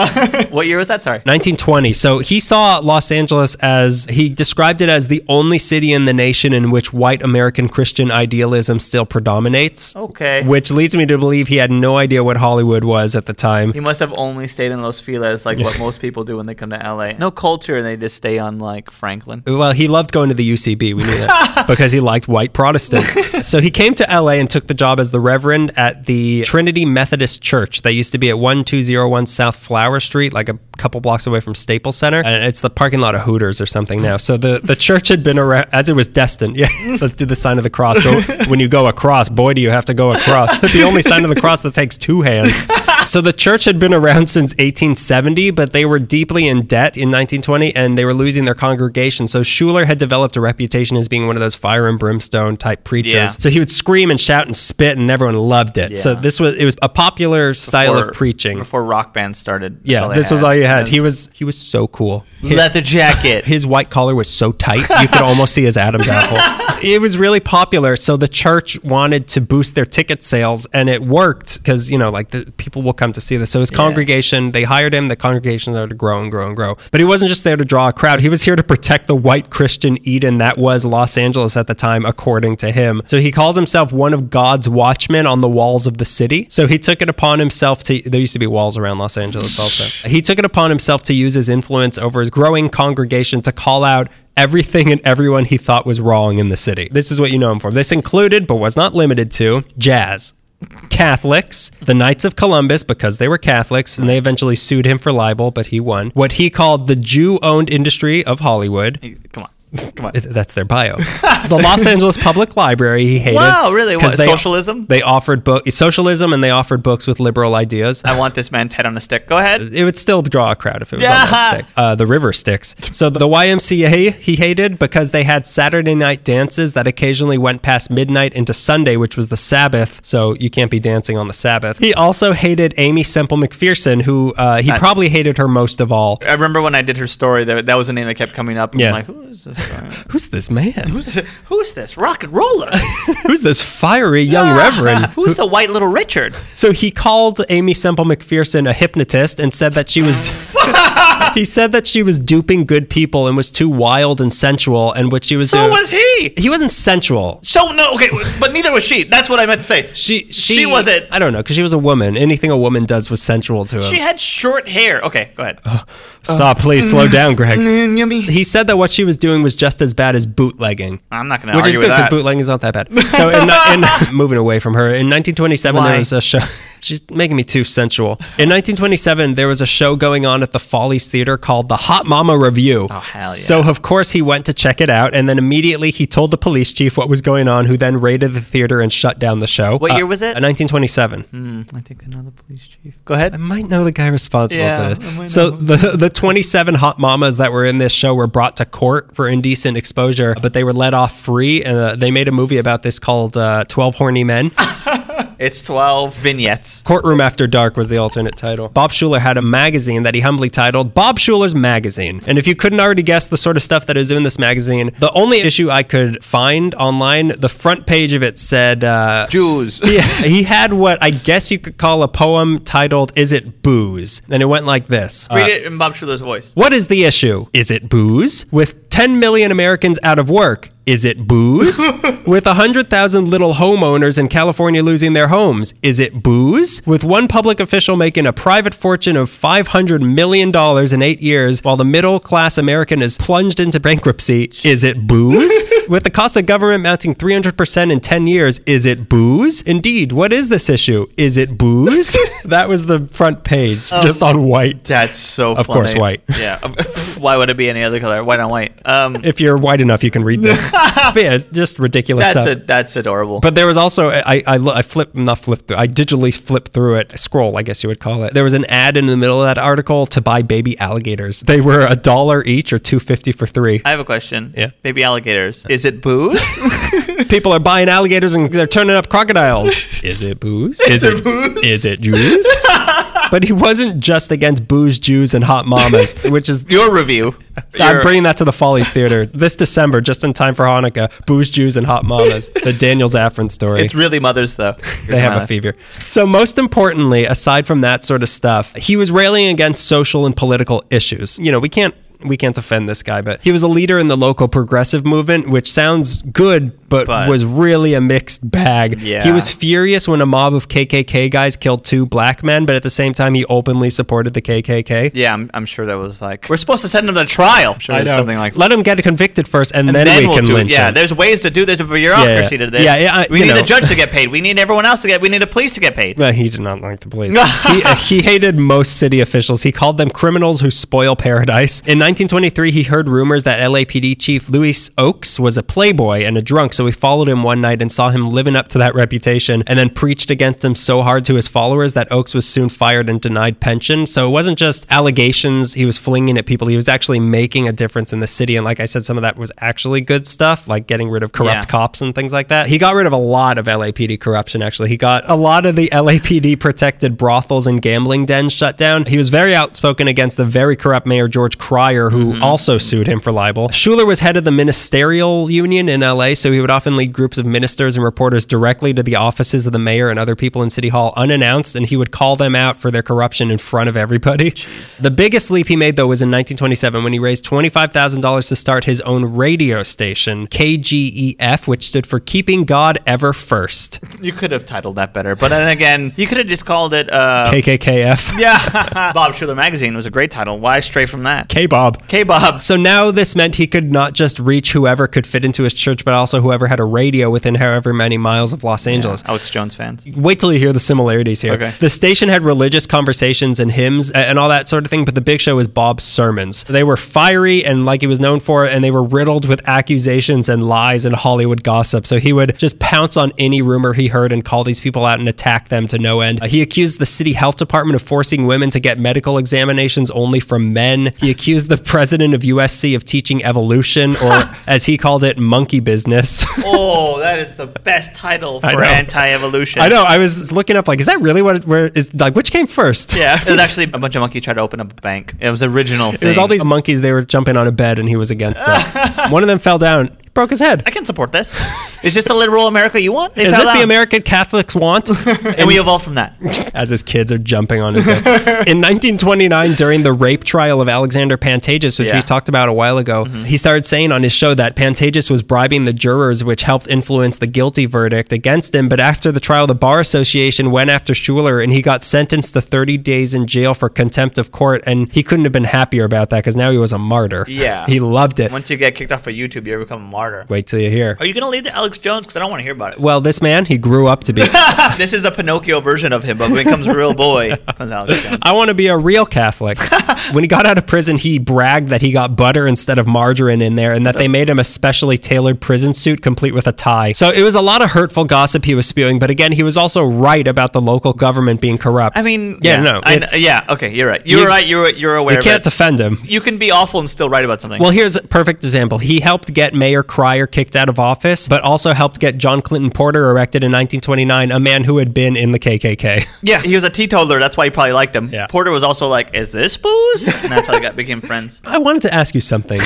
Speaker 2: what year was that? Sorry.
Speaker 1: 1920. So he saw Los Angeles as he described it as the only city in the nation in which white American Christian idealism still predominates.
Speaker 2: Okay.
Speaker 1: Which leads me to believe he had no idea what Hollywood was at the time.
Speaker 2: He must have only stayed in Los Feliz, like what most people do when they come to LA. No culture, and they just stay on like Franklin.
Speaker 1: Well, he loved going to the UCB. We knew that because he liked white Protestants. so he came to LA and took the job as the Reverend at the Trinity Methodist Church. That used to be at 1201 South Flower Street, like a couple blocks away from Staples Center. And it's the parking lot of Hooters or something now. So the, the church had been around as it was destined. Yeah, let's do the sign of the cross. Go, when you go across, boy, do you have to go across. the only sign of the cross that takes two hands. So the church had been around since 1870, but they were deeply in debt in 1920 and they were losing their congregation. So Schuler had developed a reputation as being one of those fire and brimstone type preachers.
Speaker 2: Yeah.
Speaker 1: So he would scream and shout and spit and everyone loved it. So
Speaker 2: Yeah.
Speaker 1: this was it was a popular style
Speaker 2: Or-
Speaker 1: of preaching.
Speaker 2: before rock bands started. that's
Speaker 1: yeah,
Speaker 2: all they Mm-hmm.
Speaker 1: this was all you had.
Speaker 2: And
Speaker 1: He was he was so cool.
Speaker 2: then leather jacket.
Speaker 1: His white collar was so tight, you could almost see his Adam's apple. It was really popular, so the church wanted to boost their ticket sales, and it worked because you know, like the people will come to see this. So his congregation, they hired him. The congregation started to grow and grow and grow. But he wasn't just there to draw a crowd; he was here to protect the white Christian Eden that was Los Angeles at the time, according to him. So he called himself one of God's watchmen on the walls of the city. So he took it upon himself to. There used to be walls around Los Angeles, also. He took it upon himself to use his influence over his growing congregation to call out everything and everyone he thought was wrong in the city. This is what you know him for. This included, but was not limited to, jazz. Catholics, the Knights of Columbus, because they were Catholics, and they eventually sued him for libel, but he won. What he called the Jew owned industry of Hollywood.
Speaker 2: Come on. Come on.
Speaker 1: That's their bio. the Los Angeles Public Library he hated.
Speaker 2: Wow, really?
Speaker 1: 'cause
Speaker 2: What,
Speaker 1: they-
Speaker 2: socialism?
Speaker 1: They offered book socialism and they offered books with liberal ideas.
Speaker 2: I want this man's head on a stick. Go ahead.
Speaker 1: It would still draw a crowd if it was on that
Speaker 2: Yeah.
Speaker 1: stick. Uh, the river sticks. So the YMCA he hated because they had Saturday night dances that occasionally went past midnight into Sunday, which was the Sabbath. So you can't be dancing on the Sabbath. He also hated Amy Semple McPherson, who uh, he probably hated her most of all.
Speaker 2: I remember when I did her story, that, that was the name that kept coming up.
Speaker 1: Yeah.
Speaker 2: I'm like, who is this? guy?
Speaker 1: Who's this man? Who's,
Speaker 2: Who's this- Who's this rock and roller? Ah,
Speaker 1: who's this fiery young reverend?
Speaker 2: Who's the white little Richard?
Speaker 1: So he called Amy Semple McPherson a hypnotist and said that she was. he said that she was duping good people and was too wild and sensual, and what she was
Speaker 2: So
Speaker 1: doing.
Speaker 2: was he.
Speaker 1: he wasn't sensual.
Speaker 2: So no, okay, but neither was she. That's what I meant to say.
Speaker 1: She she,
Speaker 2: She wasn't.
Speaker 1: I don't know because she was a woman. Anything a woman does was sensual to him.
Speaker 2: She had short hair. Okay, go ahead.
Speaker 1: Uh. Stop, please slow down, Greg.
Speaker 2: yummy.
Speaker 1: He said that what she was doing was just as bad as bootlegging.
Speaker 2: I'm not gonna
Speaker 1: Which
Speaker 2: argue
Speaker 1: is good
Speaker 2: with
Speaker 1: because
Speaker 2: that.
Speaker 1: bootlegging is not that bad. So, in, in moving away from her, in 1927
Speaker 2: Why?
Speaker 1: there was a show. She's making me too sensual. In 1927, there was a show going on at the Follies Theater called the Hot Mama Review. Oh
Speaker 2: hell yeah.
Speaker 1: So of course he went to check it out, and then immediately he told the police chief what was going on, who then raided the theater and shut down the show. Uh,
Speaker 2: What year was it?
Speaker 1: 1927.
Speaker 2: I think another police chief. Go ahead.
Speaker 1: I might know the guy responsible
Speaker 2: Yeah,
Speaker 1: for
Speaker 2: I might
Speaker 1: this. So the the 27 hot mamas that were in this show were brought to court for indecent exposure, but they were let off free. And uh, they made a movie about this called uh, 12 Horny Men.
Speaker 2: It's 12 vignettes.
Speaker 1: Courtroom After Dark was the alternate title. Bob Schuler had a magazine that he humbly titled Bob Schuler's Magazine. And if you couldn't already guess the sort of stuff that is in this magazine, the only issue I could find online, the front page of it said. Uh,
Speaker 2: Jews.
Speaker 1: yeah, he had what I guess you could call a poem titled "Is It Booze?" and it went like this: Uh,
Speaker 2: Read it in Bob Schuler's voice.
Speaker 1: what is the issue? Is it booze? With 10 million Americans out of work, is it booze? With 100,000 little homeowners in California losing their homes, is it booze? With one public official making a private fortune of $500 million in eight years while the middle class American is plunged into bankruptcy, is it booze? With the cost of government mounting 300% in 10 years, is it booze? Indeed, what is this issue? Is it booze? that was the front page, just on white.
Speaker 2: That's so funny.
Speaker 1: Of course, white.
Speaker 2: Yeah. Why would it be any other color? White on white. Um,
Speaker 1: if you're wide enough, you can read this. but yeah, just ridiculous
Speaker 2: that's a,
Speaker 1: stuff.
Speaker 2: that's adorable.
Speaker 1: but there was also I I, lo- I flip not flip through I digitally flipped through it scroll I guess you would call it. There was an ad in the middle of that article to buy baby alligators. They were a dollar each or two fifty for three.
Speaker 2: I have a question.
Speaker 1: Yeah.
Speaker 2: Baby alligators. Is it booze?
Speaker 1: People are buying alligators and they're turning up crocodiles. Is it booze? Is, it, booze? Is it juice? but he wasn't just against booze, Jews, and hot mamas, which is.
Speaker 2: Your review.
Speaker 1: So I'm
Speaker 2: Your-
Speaker 1: bringing that to the Follies Theater this December, just in time for Hanukkah. Booze, Jews, and hot mamas. The Daniel Zaffron story.
Speaker 2: It's really mothers though.
Speaker 1: they have a fever. So, most importantly, aside from that sort of stuff, he was railing against social and political issues. You know, we can't we can't offend this guy, but he was a leader in the local progressive movement, which sounds good, but,
Speaker 2: But-
Speaker 1: was really a mixed bag.
Speaker 2: Yeah.
Speaker 1: He was furious when a mob of KKK guys killed two black men, but at the same time, he openly supported the KKK.
Speaker 2: Yeah, I'm, I'm sure that was like we're supposed to send them to trial. I'm sure
Speaker 1: I
Speaker 2: there's
Speaker 1: know.
Speaker 2: something like
Speaker 1: Let him get convicted first, and, then, we
Speaker 2: we'll
Speaker 1: can
Speaker 2: do it.
Speaker 1: lynch
Speaker 2: Yeah,
Speaker 1: him.
Speaker 2: there's ways to do. There's a bureaucracy
Speaker 1: Yeah, yeah.
Speaker 2: to this.
Speaker 1: Yeah, yeah, I-
Speaker 2: we
Speaker 1: you
Speaker 2: need
Speaker 1: know.
Speaker 2: the judge to get paid. We need everyone else to get. We need the police to get paid.
Speaker 1: Well, he did not like the police. he, uh, he hated most city officials. He called them criminals who spoil paradise. In 1923, he heard rumors that LAPD chief Louis Oakes was a playboy and a drunk, so he followed him one night and saw him living up to that reputation and then preached against him so hard to his followers that Oakes was soon fired and denied pension. So it wasn't just allegations he was flinging at people, he was actually making a difference in the city. And like I said, some of that was actually good stuff, like getting rid of corrupt cops
Speaker 2: Yeah.
Speaker 1: cops and things like that. He got rid of a lot of LAPD corruption, actually. He got a lot of the LAPD protected brothels and gambling dens shut down. He was very outspoken against the very corrupt mayor, George Cryer, who also sued him for libel. Schuler was head of the ministerial union in LA, so he would often lead groups of ministers and reporters directly to the offices of the mayor and other people in City Hall unannounced, and he would call them out for their corruption in front of everybody. The biggest leap he made, though, was in 1927 when he raised $25,000 to start his own radio station, KGEF, which stood for Keeping God Ever First,
Speaker 2: You could have titled that better, but then again, you could have just called it. Uh,
Speaker 1: KKKF.
Speaker 2: yeah, Bob Schuler magazine was a great title. Why stray from that?
Speaker 1: K Bob.
Speaker 2: K Bob.
Speaker 1: So now this meant he could not just reach whoever could fit into his church, but also whoever had a radio within however many miles of Los Angeles.
Speaker 2: Alex Jones fans.
Speaker 1: Wait till you hear the similarities here.
Speaker 2: Okay.
Speaker 1: The station had religious conversations and hymns a- and all that sort of thing, but the big show was Bob's sermons. They were fiery and like he was known for, and they were riddled with accusations and lies and Hollywood gossip. So he would just pounce on any rumor he heard and call these people out and attack them to no end. Uh, He accused the city health department of forcing women to get medical examinations only from men. He accused the president of USC of teaching evolution, or as he called it, monkey business.
Speaker 2: oh, that is the best title
Speaker 1: I know.
Speaker 2: for anti-evolution.
Speaker 1: I know. I was looking up like, is that really what? It, where is like which came first?
Speaker 2: Yeah, it was actually a bunch of monkeys tried to open up a bank. It was the original. Thing.
Speaker 1: It was all these monkeys. They were jumping on a bed, and he was against them. One of them fell down, broke his head.
Speaker 2: I can support this. Is this the literal America you want? They
Speaker 1: Is
Speaker 2: fell
Speaker 1: this the
Speaker 2: out.
Speaker 1: American Catholics want?
Speaker 2: And we evolved from that.
Speaker 1: as his kids are jumping on his bed. In 1929, during the rape trial of Alexander Pantages, which we
Speaker 2: Yeah. Mm-hmm.
Speaker 1: talked about a while ago, he started saying on his show that Pantages was bribing the jurors, which helped influence the guilty verdict against him. But after the trial, the Bar Association went after Schuler and he got sentenced to 30 days in jail for contempt of court. And he couldn't have been happier about that because now he was a martyr.
Speaker 2: Yeah.
Speaker 1: He loved it.
Speaker 2: Once you get kicked off of YouTube, you become a martyr.
Speaker 1: Wait till you hear.
Speaker 2: Are you gonna lead to Alex Jones? Because I don't want to hear about it.
Speaker 1: Well, this man, he grew up to be.
Speaker 2: this is the Pinocchio version of him, but when he becomes a real boy, becomes Alex Jones.
Speaker 1: I want to be a real Catholic. when he got out of prison, he bragged that he got butter instead of margarine in there and that they made him a specially tailored prison suit complete with a tie. So it was a lot of hurtful gossip he was spewing, but again, he was also right about the local government being corrupt.
Speaker 2: I mean,
Speaker 1: yeah, no.
Speaker 2: I,
Speaker 1: it's-
Speaker 2: yeah. Okay, you're right. You're
Speaker 1: You-
Speaker 2: right. You're you're aware.
Speaker 1: you can't
Speaker 2: Of it.
Speaker 1: defend him.
Speaker 2: you can be awful and still right about something.
Speaker 1: Well, here's a perfect example. He helped get Mayor Cryer kicked out of office, but also helped get John Clinton Porter erected in 1929, a man who had been in the KKK.
Speaker 2: yeah, he was a teetotaler. That's why you probably liked him.
Speaker 1: Yeah.
Speaker 2: Porter was also like, "Is this booze?" And that's how they got became friends.
Speaker 1: I wanted to ask you something.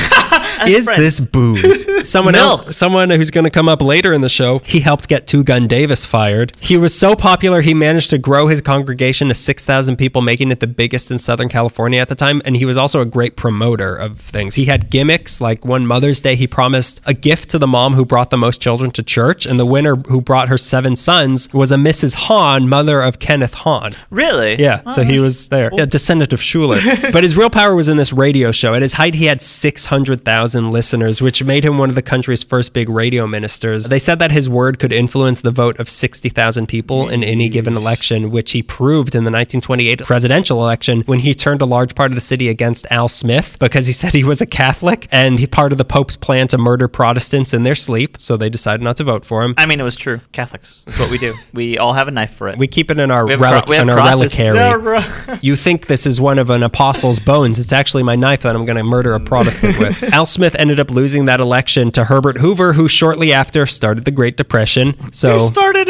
Speaker 1: Is
Speaker 2: friends.
Speaker 1: this booze? Someone
Speaker 2: Milk.
Speaker 1: else, someone who's going to come up later in the show. He helped get Two Gun Davis fired. He was so popular, he managed to grow his congregation to six thousand people, making it the biggest in Southern California at the time. And he was also a great promoter of things. He had gimmicks like one Mother's Day, he promised a gift to the mom who brought the most children to church, and the winner who brought her seven sons was a Mrs. Hahn, mother of Kenneth Hahn.
Speaker 2: Really?
Speaker 1: Yeah, so he was there. Yeah, descendant of Schuler. but his real power was in this radio show. At his height, he had 600,000 listeners, which made him one of the country's first big radio ministers. They said that his word could influence the vote of 60,000 people in any given election, which he proved in the 1928 presidential election when he turned a large part of the city against Al Smith because he said he was a Catholic and he part of the Pope's plan to murder Protestants in their sleep, so they decided not to vote for him.
Speaker 2: I mean, it was true. Catholics. That's what we do. we all have a knife for it.
Speaker 1: We keep it in our
Speaker 2: We have
Speaker 1: relic,
Speaker 2: cro- we have
Speaker 1: in our
Speaker 2: crosses.
Speaker 1: reliquary.
Speaker 2: Yeah, ro-
Speaker 1: You think this is one of an apostle's bones. It's actually my knife that I'm going to murder a Protestant with. Al Smith ended up losing that election to Herbert Hoover, who shortly after started the Great Depression. So
Speaker 2: started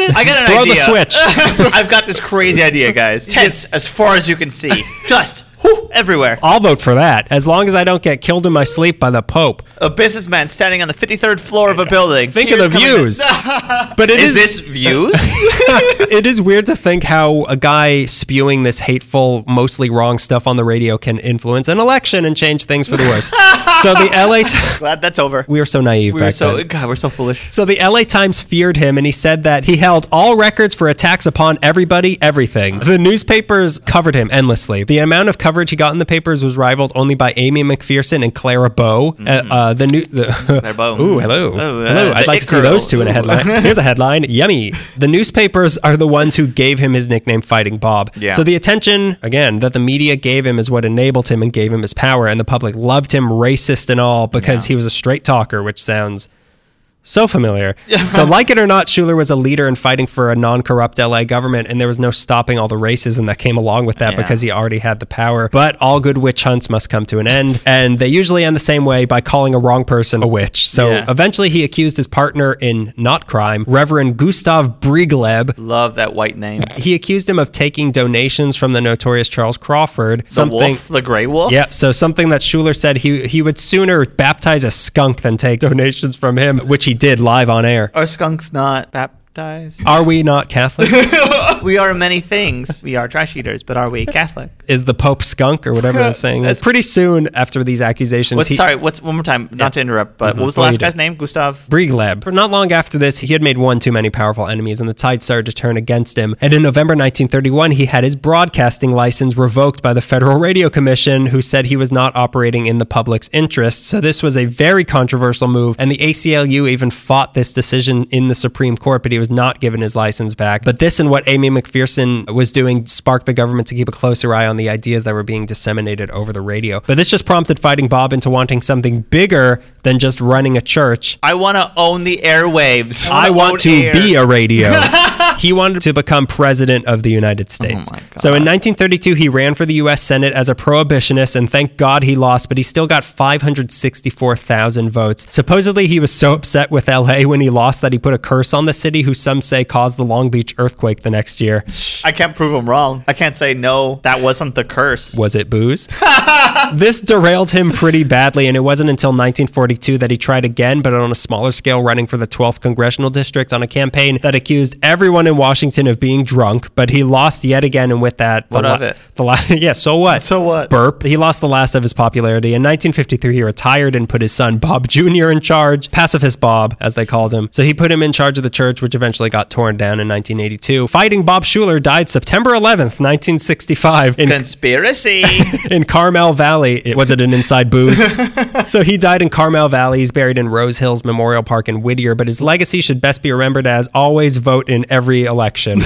Speaker 2: it. I got an
Speaker 1: Throw the
Speaker 2: idea.
Speaker 1: switch.
Speaker 2: I've got this crazy idea, guys. Tents as far as you can see. Dust whoo, everywhere.
Speaker 1: I'll vote for that as long as I don't get killed in my sleep by the Pope.
Speaker 2: A businessman standing on the 53rd floor of a building.
Speaker 1: Think of
Speaker 2: Tears
Speaker 1: the
Speaker 2: coming down.
Speaker 1: views. But it is,
Speaker 2: Is this views?
Speaker 1: it is weird to think how a guy spewing this hateful, mostly wrong stuff on the radio can influence an election and change things for the worse. so the LA T-
Speaker 2: Glad that's over.
Speaker 1: we were so naive
Speaker 2: We
Speaker 1: back
Speaker 2: were so
Speaker 1: then.
Speaker 2: God, we're so foolish.
Speaker 1: So the LA Times feared him and he said that he held all records for attacks upon everybody, everything. The newspapers covered him endlessly. The amount of coverage he got in the papers was rivaled only by Amy McPherson and Clara Bow. Uh, uh, the new the,
Speaker 2: Claire Mm-hmm. Bow.
Speaker 1: Ooh, hello.
Speaker 2: Oh, uh,
Speaker 1: hello.
Speaker 2: the
Speaker 1: I'd like
Speaker 2: it
Speaker 1: to see those
Speaker 2: girl.
Speaker 1: two in a
Speaker 2: Ooh.
Speaker 1: headline. Here's a headline. Yummy. The newspapers are the ones who gave him his nickname Fighting Bob.
Speaker 2: Yeah.
Speaker 1: So the attention again that the media gave him is what enabled him and gave him his power and the public loved him racist and all because he was a straight talker, which sounds so familiar. so, like it or not, Schuler was a leader in fighting for a non corrupt LA government, and there was no stopping all the racism that came along with that
Speaker 2: Yeah.
Speaker 1: because he already had the power. But all good witch hunts must come to an end, and they usually end the same way by calling a wrong person a witch. So,
Speaker 2: Yeah.
Speaker 1: eventually, he accused his partner in not crime, Reverend Gustav Brigleb.
Speaker 2: Love that white name.
Speaker 1: He accused him of taking donations from the notorious Charles Crawford.
Speaker 2: The wolf, the gray wolf.
Speaker 1: Yeah, so something that Schuler said he he would sooner baptize a skunk than take donations from him, which he did live on air.
Speaker 2: Are skunks not baptized?
Speaker 1: Are we not Catholic?
Speaker 2: we are many things. We are trash eaters, but are we Catholic?
Speaker 1: Is the Pope skunk or whatever that saying is?
Speaker 2: That's-
Speaker 1: Pretty soon after these accusations,
Speaker 2: What's,
Speaker 1: he, Mm-hmm.
Speaker 2: sorry, what's one more time? Not to interrupt, but what was the
Speaker 1: What do
Speaker 2: last
Speaker 1: you do?
Speaker 2: guy's name? Gustav.
Speaker 1: Brigleb. Not long after this, he had made one too many powerful enemies, and the tide started to turn against him. And in November 1931, he had his broadcasting license revoked by the Federal Radio Commission, who said he was not operating in the public's interest. So this was a very controversial move, and the ACLU even fought this decision in the Supreme Court, but he was not given his license back. But this and what Amy McPherson was doing sparked the government to keep a closer eye on the ideas that were being disseminated over the radio. But this just prompted Fighting Bob into wanting something bigger than just running a church.
Speaker 2: I want to own the airwaves.
Speaker 1: I
Speaker 2: wanna
Speaker 1: want
Speaker 2: own
Speaker 1: to
Speaker 2: air.
Speaker 1: be a radio. he wanted to become president of the United States.
Speaker 2: Oh my God.
Speaker 1: so in 1932, he ran for the U.S. Senate as a prohibitionist, and thank God he lost, but he still got 564,000 votes. Supposedly, he was so upset with L.A. when he lost that he put a curse on the city, who some say caused the Long Beach earthquake the next year.
Speaker 2: I can't prove him wrong. I can't say no. That wasn't the curse.
Speaker 1: Was it booze? this derailed him pretty badly, and it wasn't until 1942 that he tried again, but on a smaller scale, running for the 12th congressional district on a campaign that accused everyone in Washington of being drunk. But he lost yet again, and with that, the
Speaker 2: What of
Speaker 1: la-
Speaker 2: it?
Speaker 1: The la- yeah, so what?
Speaker 2: So what?
Speaker 1: Burp. He lost the last of his popularity. In 1953, he retired and put his son Bob Jr. in charge, pacifist Bob, as they called him. So he put him in charge of the church, which eventually got torn down in 1982. Fighting Bob Schuler died September 11th, 1965, in
Speaker 2: Conspiracy.
Speaker 1: in Carmel Valley. It, was it an inside booze? so he died in Carmel Valley. He's buried in Rose Hills Memorial Park in Whittier, but his legacy should best be remembered as always vote in every election.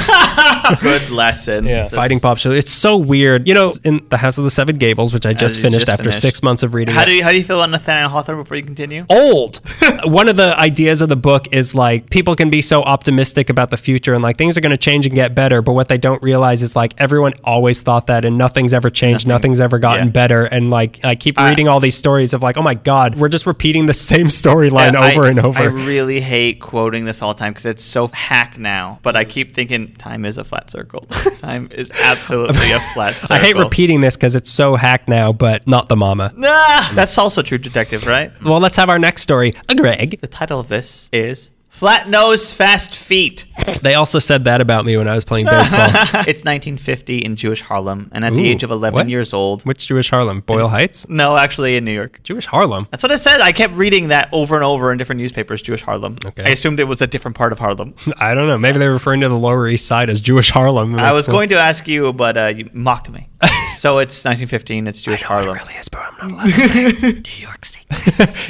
Speaker 2: Good lesson. This-
Speaker 1: Fighting Pop Schuler. It's so weird. You know, in The House of the Seven Gables, which I just
Speaker 2: you
Speaker 1: finished
Speaker 2: just
Speaker 1: after
Speaker 2: finished.
Speaker 1: six months of reading
Speaker 2: How
Speaker 1: it,
Speaker 2: do you how do you feel on Nathaniel Hawthorne before you continue?
Speaker 1: old. One of the ideas of the book is like people can be so optimistic about the future and like things are going to change and get better, but what they don't realize is like everyone always thought that and nothing's ever changed, nothing's ever gotten
Speaker 2: Yeah.
Speaker 1: better. And like I keep
Speaker 2: I-
Speaker 1: reading all these stories of like, oh my God, we're just repeating the same storyline
Speaker 2: Yeah,
Speaker 1: over
Speaker 2: I,
Speaker 1: and over.
Speaker 2: I really hate quoting this all the time because it's so hack now. But I keep thinking time is a flat circle. time is absolutely a flat circle.
Speaker 1: I hate repeating this because it's so hacked now, but not the mama.
Speaker 2: Ah, that's also true, detective, right?
Speaker 1: Well, let's have our next story. A Greg.
Speaker 2: The title of this is Flat Nosed Fast Feet.
Speaker 1: They also said that about me when I was playing baseball.
Speaker 2: it's 1950 in Jewish Harlem, and at
Speaker 1: Ooh,
Speaker 2: the age of 11
Speaker 1: what?
Speaker 2: years old.
Speaker 1: Which Jewish Harlem? Boyle Heights?
Speaker 2: No, actually in New York.
Speaker 1: Jewish Harlem.
Speaker 2: That's what I said. I kept reading that over and over in different newspapers, Jewish Harlem.
Speaker 1: Okay.
Speaker 2: I assumed it was a different part of Harlem.
Speaker 1: I don't know. Maybe they're referring to the Lower East Side as Jewish Harlem.
Speaker 2: I was going to ask you, but uh, you mocked me. So it's 1915. It's Jewish Harlem.
Speaker 1: It really is, but I'm not allowed to say.
Speaker 2: New York City.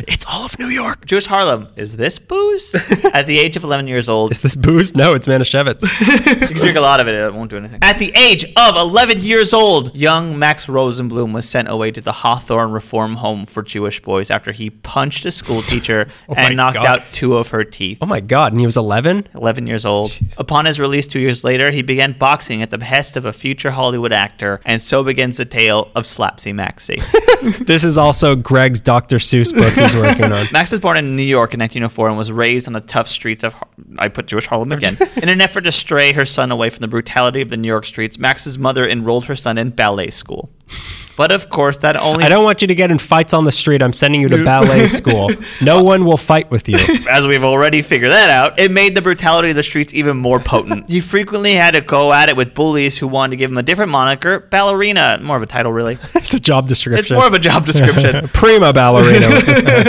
Speaker 1: it's all of New York.
Speaker 2: Jewish Harlem. Is this booze? At the age of 11 years old,
Speaker 1: Is this booze? No, it's Manischewitz.
Speaker 2: you can drink a lot of it. It won't do anything. At the age of 11 years old, young Max Rosenblum was sent away to the Hawthorne Reform Home for Jewish boys after he punched a school teacher
Speaker 1: Oh my
Speaker 2: and knocked
Speaker 1: God.
Speaker 2: out two of her teeth.
Speaker 1: oh my God. And he was 11?
Speaker 2: 11 years old. Upon his release two years later, he began boxing at the behest of a future Hollywood actor, and so begins the tale of Slapsy Maxie.
Speaker 1: This is also Greg's Dr. Seuss book he's working on.
Speaker 2: Max was born in New York in 1904 and was raised on the tough streets of. Har- I put Jewish Harlem again. in an effort to stray her son away from the brutality of the New York streets, Max's mother enrolled her son in ballet school. But of course, that only.
Speaker 1: I don't want you to get in fights on the street. I'm sending you to ballet school. No one will fight with you.
Speaker 2: as we've already figured that out, it made the brutality of the streets even more potent. he frequently had to go at it with bullies who wanted to give him a different moniker, ballerina, more of a title really.
Speaker 1: It's a job description.
Speaker 2: It's more of a job description.
Speaker 1: prima ballerina.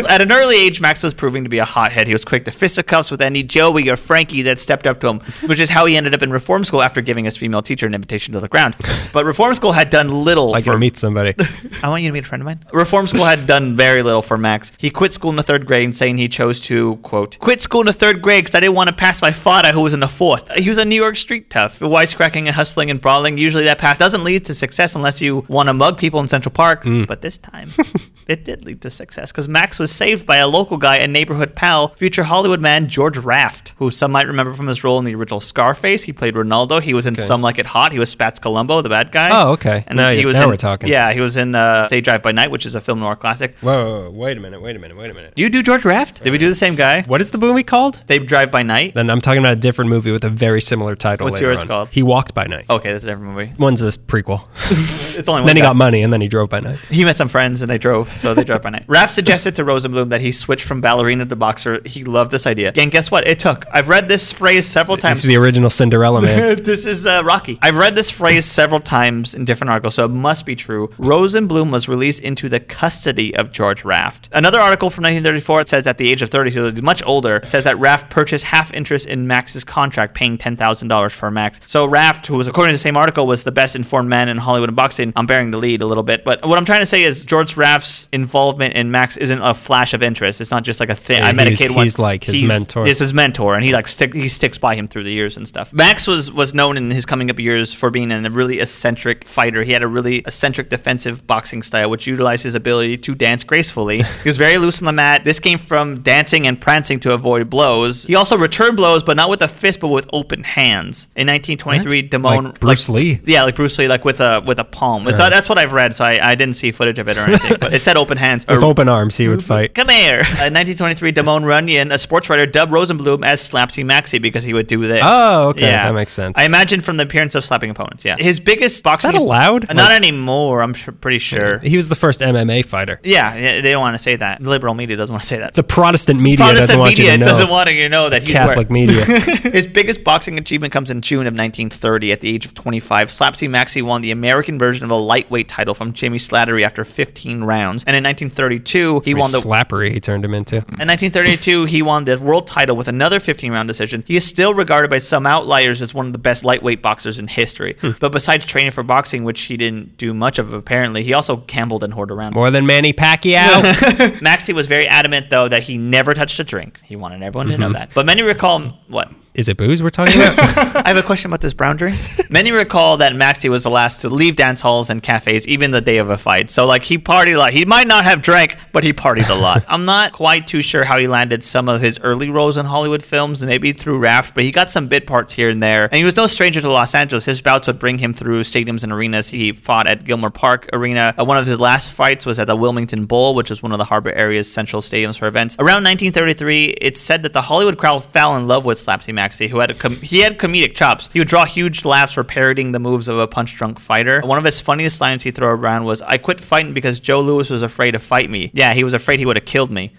Speaker 2: At an early age, Max was proving to be a hothead. He was quick to fisticuffs with any Joey or Frankie that stepped up to him, which is how he ended up in reform school after giving his female teacher an invitation to the ground. But reform school had done little
Speaker 1: I
Speaker 2: for
Speaker 1: gotta meet somebody.
Speaker 2: I want you to meet a friend of mine. Reform school had done very little for Max. He quit school in the third grade, saying he chose to, quote, quit school in the third grade because I didn't want to pass my father who was in the fourth. He was a New York street tough, wisecracking and hustling and brawling. Usually that path doesn't lead to success unless you want to mug people in Central Park.
Speaker 1: Mm.
Speaker 2: But this time, it did lead to success because Max was saved by a local guy and neighborhood pal, future Hollywood man George Raft, who some might remember from his role in the original Scarface. He played Ronaldo. He was in Some Like It Hot. He was Spats Colombo, the bad guy.
Speaker 1: Oh, okay.
Speaker 2: And
Speaker 1: Now
Speaker 2: he
Speaker 1: you-
Speaker 2: was
Speaker 1: now
Speaker 2: in-
Speaker 1: we're talking.
Speaker 2: Yeah, he was in uh, They Drive by Night, which is a film noir classic.
Speaker 1: Whoa, wait a minute, wait a minute, wait a minute.
Speaker 2: Do you do George Raft? Did we do the same guy?
Speaker 1: What is the movie called?
Speaker 2: They Drive by Night.
Speaker 1: Then I'm talking about a different movie with a very similar title.
Speaker 2: What's
Speaker 1: later
Speaker 2: yours
Speaker 1: on.
Speaker 2: called?
Speaker 1: He walked by night.
Speaker 2: Okay, that's a different movie.
Speaker 1: One's a prequel.
Speaker 2: It's only one.
Speaker 1: then he
Speaker 2: guy.
Speaker 1: got money, and then he drove by night.
Speaker 2: He met some friends and they drove, so they drove by night. Raph suggested to Rosenblum that he switch from ballerina to boxer. He loved this idea. And guess what? It took. I've read this phrase several
Speaker 1: This
Speaker 2: times.
Speaker 1: is the original Cinderella man.
Speaker 2: this is uh, Rocky. I've read this phrase several times in different articles, so it must be true. Rosenblum was released into the custody of George Raft. Another article from 1934 says at the age of 30, so he's much older, says that Raft purchased half interest in Max's contract, paying $10,000 for Max. So Raft, who was, according to the same article, was the best informed man in Hollywood and boxing. I'm bearing the lead a little bit, but what I'm trying to say is George Raft's involvement in Max isn't a flash of interest. It's not just like a thing.
Speaker 1: Yeah,
Speaker 2: I met a
Speaker 1: he's-
Speaker 2: kid once.
Speaker 1: he's like his mentor.
Speaker 2: It's his mentor, and he like stick, he sticks by him through the years and stuff. Max was was known in his coming up years for being an- a really eccentric fighter. He had a really eccentric defensive boxing style, which utilized his ability to dance gracefully. he was very loose on the mat. This came from dancing and prancing to avoid blows. He also returned blows, but not with a fist, but with open hands. In 1923, Damone
Speaker 1: Like Bruce Lee?
Speaker 2: yeah, like Bruce Lee, like with a with a palm. It's, uh,
Speaker 1: Yeah.
Speaker 2: that's what I've read, so I, I didn't see footage of it or anything. but it said open hands.
Speaker 1: With
Speaker 2: or-
Speaker 1: open arms, he would fight.
Speaker 2: Come here. In 1923, Damone Runyon, a sports writer, dubbed Rosenblum as Slapsy Maxi because he would do this.
Speaker 1: Oh, okay, that makes sense.
Speaker 2: I imagine from the appearance of slapping opponents. Yeah, his biggest
Speaker 1: Is
Speaker 2: boxing.
Speaker 1: that allowed?
Speaker 2: Not
Speaker 1: Like,
Speaker 2: anymore. I'm su- pretty sure.
Speaker 1: He was the first MMA fighter.
Speaker 2: Yeah, yeah, they don't want to say that. Liberal media doesn't want to say that.
Speaker 1: The Protestant media
Speaker 2: Protestant
Speaker 1: doesn't want
Speaker 2: media
Speaker 1: you to know.
Speaker 2: doesn't want you to know that he's where-
Speaker 1: Catholic media.
Speaker 2: His biggest boxing achievement comes in June of 1930 at the age of 25. Slapsy Maxi won the American version of a lightweight title from Jimmy Slattery after 15 rounds. And in 1932, he won the
Speaker 1: Slappery, he turned him into.
Speaker 2: in 1932, he won the world title with another 15 round decision. He is still regarded by some outliers as one of the best lightweight boxers in history. But besides training for boxing, which he didn't do much of apparently, he also gambled and hoarded around.
Speaker 1: More than Manny Pacquiao.
Speaker 2: Maxie was very adamant, though, that he never touched a drink. He wanted everyone to know that. But many recall what?
Speaker 1: Is it booze we're talking about?
Speaker 2: I have a question about this brown drink. Many recall that Maxie was the last to leave dance halls and cafes, even the day of a fight. So, like, he partied a lot. He might not have drank, but he partied a lot. I'm not quite too sure how he landed some of his early roles in Hollywood films, maybe through Raft, but he got some bit parts here and there. And he was no stranger to Los Angeles. His bouts would bring him through stadiums and arenas. He fought at Gilmer Park Arena. Uh, One of his last fights was at the Wilmington Bowl, which was one of the harbor area's central stadiums for events. Around 1933, it's said that the Hollywood crowd fell in love with Slapsy Maxie, who had a com- he had comedic chops. He would draw huge laughs for parodying the moves of a punch-drunk fighter. One of his funniest lines he threw around was, "I quit fighting because Joe Louis was afraid to fight me. Yeah, he was afraid he would have killed me."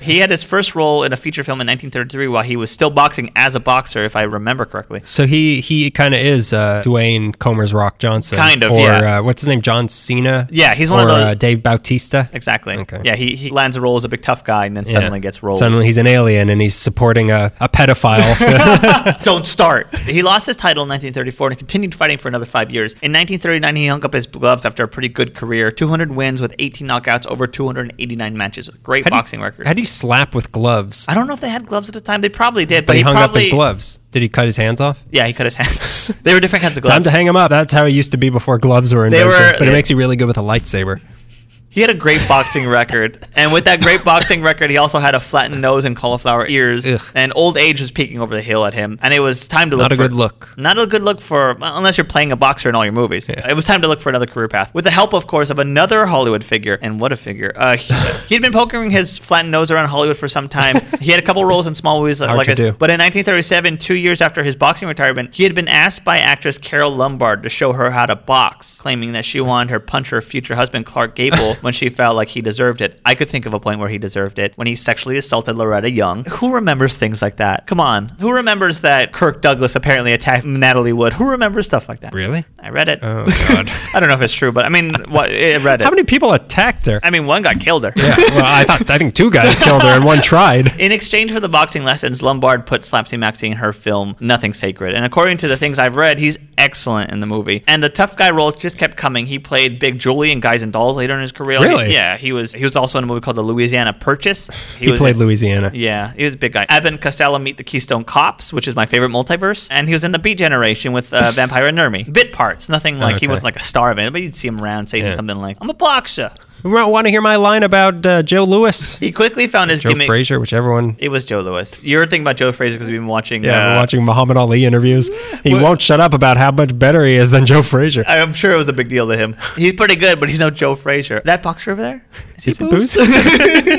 Speaker 2: He had his first role in a feature film in 1933 while he was still boxing as a boxer, if I remember correctly.
Speaker 1: So he he kind of is uh, Dwayne Comer's Rock Johnson,
Speaker 2: Kind of,
Speaker 1: or
Speaker 2: yeah.
Speaker 1: uh, what's his name, John Cena.
Speaker 2: Yeah, he's
Speaker 1: or
Speaker 2: one of those-
Speaker 1: uh, Dave Bautista.
Speaker 2: Exactly.
Speaker 1: Okay.
Speaker 2: Yeah, he, he lands a role as a big tough guy and then
Speaker 1: Yeah.
Speaker 2: suddenly gets roles.
Speaker 1: Suddenly he's an alien and he's supporting a, a pedophile.
Speaker 2: Don't start. He lost his title in 1934 and continued fighting for another five years. In 1939, he hung up his gloves after a pretty good career 200 wins with 18 knockouts over 289 matches. Great
Speaker 1: How do you-
Speaker 2: boxing record.
Speaker 1: How do you slap with gloves?
Speaker 2: I don't know if they had gloves at the time. They probably did, but,
Speaker 1: But he, hung
Speaker 2: probably,
Speaker 1: up his gloves. Did he cut his hands off?
Speaker 2: Yeah, he cut his hands. they were different kinds of gloves.
Speaker 1: Time to hang him up. That's how it used to be before gloves were invented.
Speaker 2: were-
Speaker 1: but it
Speaker 2: yeah.
Speaker 1: makes you really good with a lightsaber.
Speaker 2: He had a great boxing record, and with that great boxing record, he also had a flattened nose and cauliflower ears,
Speaker 1: Ugh.
Speaker 2: and old age was peeking over the hill at him. And it was time to look
Speaker 1: Not a
Speaker 2: for-
Speaker 1: good look.
Speaker 2: Not a good look for well, unless you're playing a boxer in all your movies. It was time to look for another career path. With the help, of course, of another Hollywood figure, and what a figure! Uh, he, he'd been pokering his flattened nose around Hollywood for some time. he had a couple roles in small movies,
Speaker 1: Hard
Speaker 2: like
Speaker 1: to
Speaker 2: I s-
Speaker 1: do.
Speaker 2: but in 1937, two years after his boxing retirement, he had been asked by actress Carol Lombard to show her how to box, claiming that she wanted her punch her future husband Clark Gable when she felt like he deserved it. I could think of a point where he deserved it when he sexually assaulted Loretta Young. Who remembers things like that? Come on. Who remembers that Kirk Douglas apparently attacked Natalie Wood? Who remembers stuff like that?
Speaker 1: Really?
Speaker 2: I read it.
Speaker 1: Oh, God.
Speaker 2: I don't know if it's true, but I mean, what, I read it.
Speaker 1: How many people attacked her?
Speaker 2: I mean, one guy killed her.
Speaker 1: yeah, well, I thought I think two guys killed her and one tried.
Speaker 2: In exchange for the boxing lessons, Lombard put Slapsy Maxie in her film Nothing Sacred. And according to the things I've read, he's excellent in the movie. And the tough guy roles just kept coming. He played Big Julie in Guys and Dolls later in his career. Like,
Speaker 1: Really?
Speaker 2: yeah, he was he was also in a movie called The Louisiana Purchase.
Speaker 1: He
Speaker 2: was
Speaker 1: played
Speaker 2: in-
Speaker 1: Louisiana.
Speaker 2: Yeah, he was a big guy. Eben Costello meet the Keystone Cops, which is my favorite multiverse, and he was in the Beat Generation with uh, Vampire and Nermi. Bit parts, nothing like he
Speaker 1: Okay.
Speaker 2: wasn't like a star of it, but you'd see him around saying
Speaker 1: Yeah.
Speaker 2: something like, "I'm a boxer."
Speaker 1: You want to hear my line about uh, Joe Lewis,
Speaker 2: He quickly found his
Speaker 1: Joe
Speaker 2: gimmick.
Speaker 1: Frazier, whichever one.
Speaker 2: It was Joe Lewis. You're thinking about Joe Fraser because we've been watching.
Speaker 1: Yeah,
Speaker 2: uh,
Speaker 1: we're watching Muhammad Ali interviews. He
Speaker 2: What-
Speaker 1: won't shut up about how much better he is than Joe Frazier.
Speaker 2: I'm sure it was a big deal to him. He's pretty good, but he's no Joe Frazier. That boxer over there? Is
Speaker 1: Is it Booz?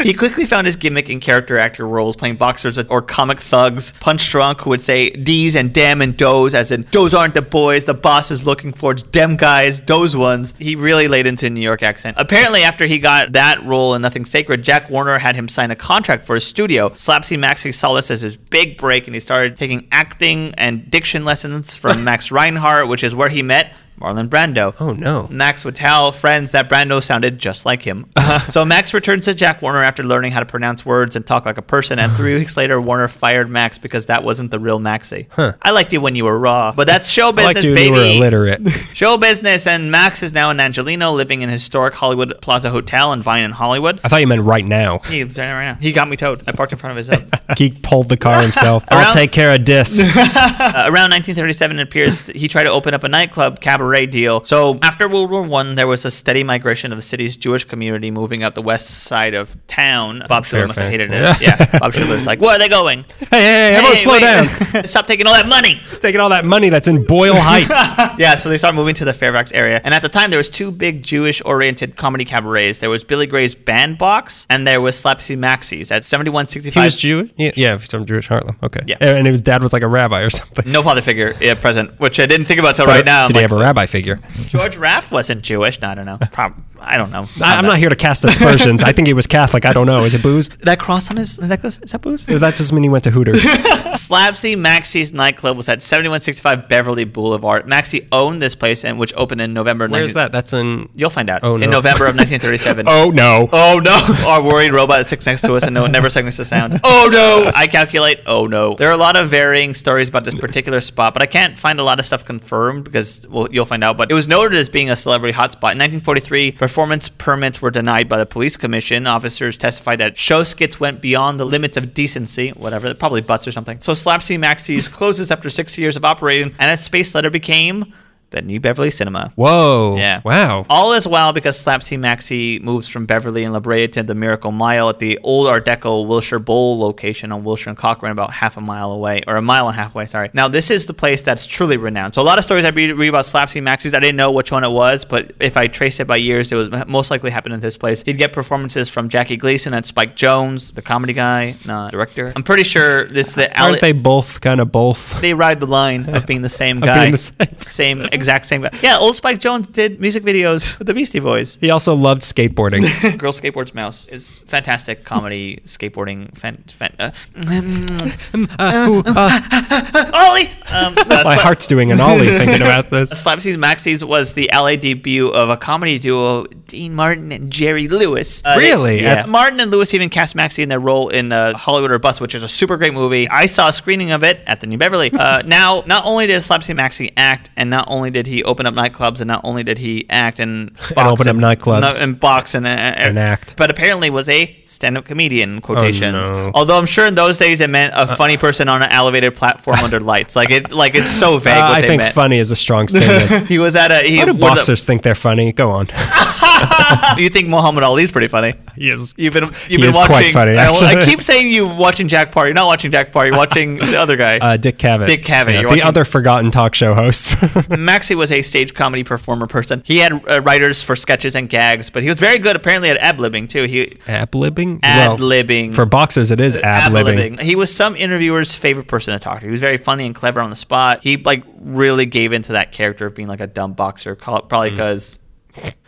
Speaker 2: he quickly found his gimmick in character actor roles, playing boxers or comic thugs. Punch Drunk, who would say these and damn and does, as in those aren't the boys the boss is looking for. It's them guys, those ones. He really laid into a New York accent. Apparently, after he got that role in Nothing Sacred, Jack Warner had him sign a contract for his studio. Slapsy Maxie saw this as his big break, and he started taking acting and diction lessons from Max Reinhardt, which is where he met Marlon Brando.
Speaker 1: Oh, no.
Speaker 2: Max would tell friends that Brando sounded just like him. so Max returns to Jack Warner after learning how to pronounce words and talk like a person. And three weeks later, Warner fired Max because that wasn't the real Maxie. I liked you when you were raw, but that's show
Speaker 1: I
Speaker 2: business,
Speaker 1: liked you when
Speaker 2: baby.
Speaker 1: you were illiterate.
Speaker 2: Show business, and Max is now in Angelino, living in historic Hollywood Plaza Hotel in Vine in Hollywood.
Speaker 1: I thought you meant right now.
Speaker 2: He's there right now. He got me towed. I parked in front of his home.
Speaker 1: He pulled the car himself. I'll
Speaker 2: Around-
Speaker 1: take care of this.
Speaker 2: Uh, around 1937, it appears that he tried to open up a nightclub cabaret deal. So after World War One, there was a steady migration of the city's Jewish community moving up the west side of town. Bob Schiller must have hated
Speaker 1: Fairfax,
Speaker 2: it.
Speaker 1: yeah.
Speaker 2: Yeah, Bob Schiller's like, where are they going?
Speaker 1: Hey, hey, hey everyone,
Speaker 2: Hey,
Speaker 1: slow
Speaker 2: wait.
Speaker 1: down.
Speaker 2: Stop taking all that money.
Speaker 1: Taking all that money that's in Boyle Heights.
Speaker 2: yeah, so they started moving to the Fairfax area, and at the time there was two big Jewish-oriented comedy cabarets. There was Billy Gray's Bandbox, and there was Slapsy Maxie's at 7165.
Speaker 1: he was Jewish? Yeah, yeah, from Jewish Harlem. Okay.
Speaker 2: Yeah.
Speaker 1: And his dad was like a rabbi or something.
Speaker 2: no father figure yeah, present, which I didn't think about till
Speaker 1: But
Speaker 2: right now. I'm
Speaker 1: Did
Speaker 2: like,
Speaker 1: he have a rabbi figure?
Speaker 2: George Raff wasn't Jewish. No, I don't know. Prob- I don't know.
Speaker 1: I, I'm not here to cast aspersions. I think he was Catholic. I don't know. Is it booze?
Speaker 2: That cross on his necklace is that booze?
Speaker 1: That just means he went to Hooters.
Speaker 2: Slapsy Maxie's nightclub was at 7165 Beverly Boulevard. Maxie owned this place and which opened in November. 19-
Speaker 1: That's in.
Speaker 2: You'll find out.
Speaker 1: Oh, no.
Speaker 2: In November of 1937.
Speaker 1: Oh no.
Speaker 2: Oh no! Our worried robot sits next to us and no one never segments the sound. Oh no! I calculate. Oh no! There are a lot of varying stories about this particular spot, but I can't find a lot of stuff confirmed because well, you'll find out. But it was noted as being a celebrity hotspot. In 1943, performance permits were denied by the police commission. Officers testified that show skits went beyond the limits of decency, whatever, probably butts or something. So Slapsy Maxie's closes after six years of operating, and its space letter became the New Beverly Cinema.
Speaker 1: Whoa.
Speaker 2: Yeah.
Speaker 1: Wow.
Speaker 2: All is well because Slapsy Maxi moves from Beverly and La Brea to the Miracle Mile at the old Art Deco Wilshire Bowl location on Wilshire and Cochrane, about half a mile away, or a mile and a half away, sorry. Now, this is the place that's truly renowned. So, a lot of stories I read, read about Slapsy Maxis, I didn't know which one it was, but if I trace it by years, it was most likely happened in this place. He'd get performances from Jackie Gleason and Spike Jones, the comedy guy, not director. I'm pretty sure this is the
Speaker 1: Aren't
Speaker 2: alley.
Speaker 1: they both kind of both?
Speaker 2: They ride the line of being the same guy,
Speaker 1: being the same
Speaker 2: same
Speaker 1: person.
Speaker 2: exact same guy. Yeah, old Spike Jones did music videos with the Beastie Boys.
Speaker 1: He also loved skateboarding.
Speaker 2: Girl Skateboards Mouse is fantastic comedy skateboarding. Fan, fan, uh,
Speaker 1: Uh, ooh, uh,
Speaker 2: Ollie! Um, uh,
Speaker 1: my
Speaker 2: Sla-
Speaker 1: heart's doing an ollie thinking about this.
Speaker 2: Slapsies Maxies was the LA debut of a comedy duo, Dean Martin and Jerry Lewis. Uh,
Speaker 1: Really?
Speaker 2: they- yeah.
Speaker 1: At-
Speaker 2: Martin and Lewis even cast Maxie in their role in uh, Hollywood or Bust, which is a super great movie. I saw a screening of it at the New Beverly. Uh, now, not only did Slapsy Maxie act, and not only did he open up nightclubs, and not only did he act and, box
Speaker 1: open up nightclubs.
Speaker 2: no, and box and, uh, and
Speaker 1: act. Oh,
Speaker 2: but apparently was a stand-up comedian in quotations.
Speaker 1: no. Uh,
Speaker 2: Although I'm sure in those days it meant a funny person on an elevated platform under lights. Like it, like it's so vague.
Speaker 1: Uh,
Speaker 2: what
Speaker 1: I
Speaker 2: they
Speaker 1: think
Speaker 2: meant.
Speaker 1: funny is a strong statement.
Speaker 2: He was at a. He
Speaker 1: Why do
Speaker 2: was a-
Speaker 1: uh, boxers think they're funny? Go on.
Speaker 2: you think Muhammad Ali's pretty funny?
Speaker 1: Yes.
Speaker 2: You've been you've
Speaker 1: is
Speaker 2: been
Speaker 1: quite
Speaker 2: watching.
Speaker 1: funny,
Speaker 2: I, I
Speaker 1: actually.
Speaker 2: keep saying you watching Jack Parr. You're not watching Jack Parr. You're watching the other guy.
Speaker 1: Uh, Dick Cavett.
Speaker 2: Dick Cavett,
Speaker 1: Yeah,
Speaker 2: you're
Speaker 1: the
Speaker 2: watching-
Speaker 1: other forgotten talk show host.
Speaker 2: Maxie was a stage comedy performer person. He had uh, writers for sketches and gags, but he was very good apparently at ad libbing too. He
Speaker 1: Ad libbing?
Speaker 2: ad libbing
Speaker 1: for boxers, it is ad libbing.
Speaker 2: He was some interviewer's favorite person to talk to. He was very funny and clever on the spot. He like really gave into that character of being like a dumb boxer, co- probably because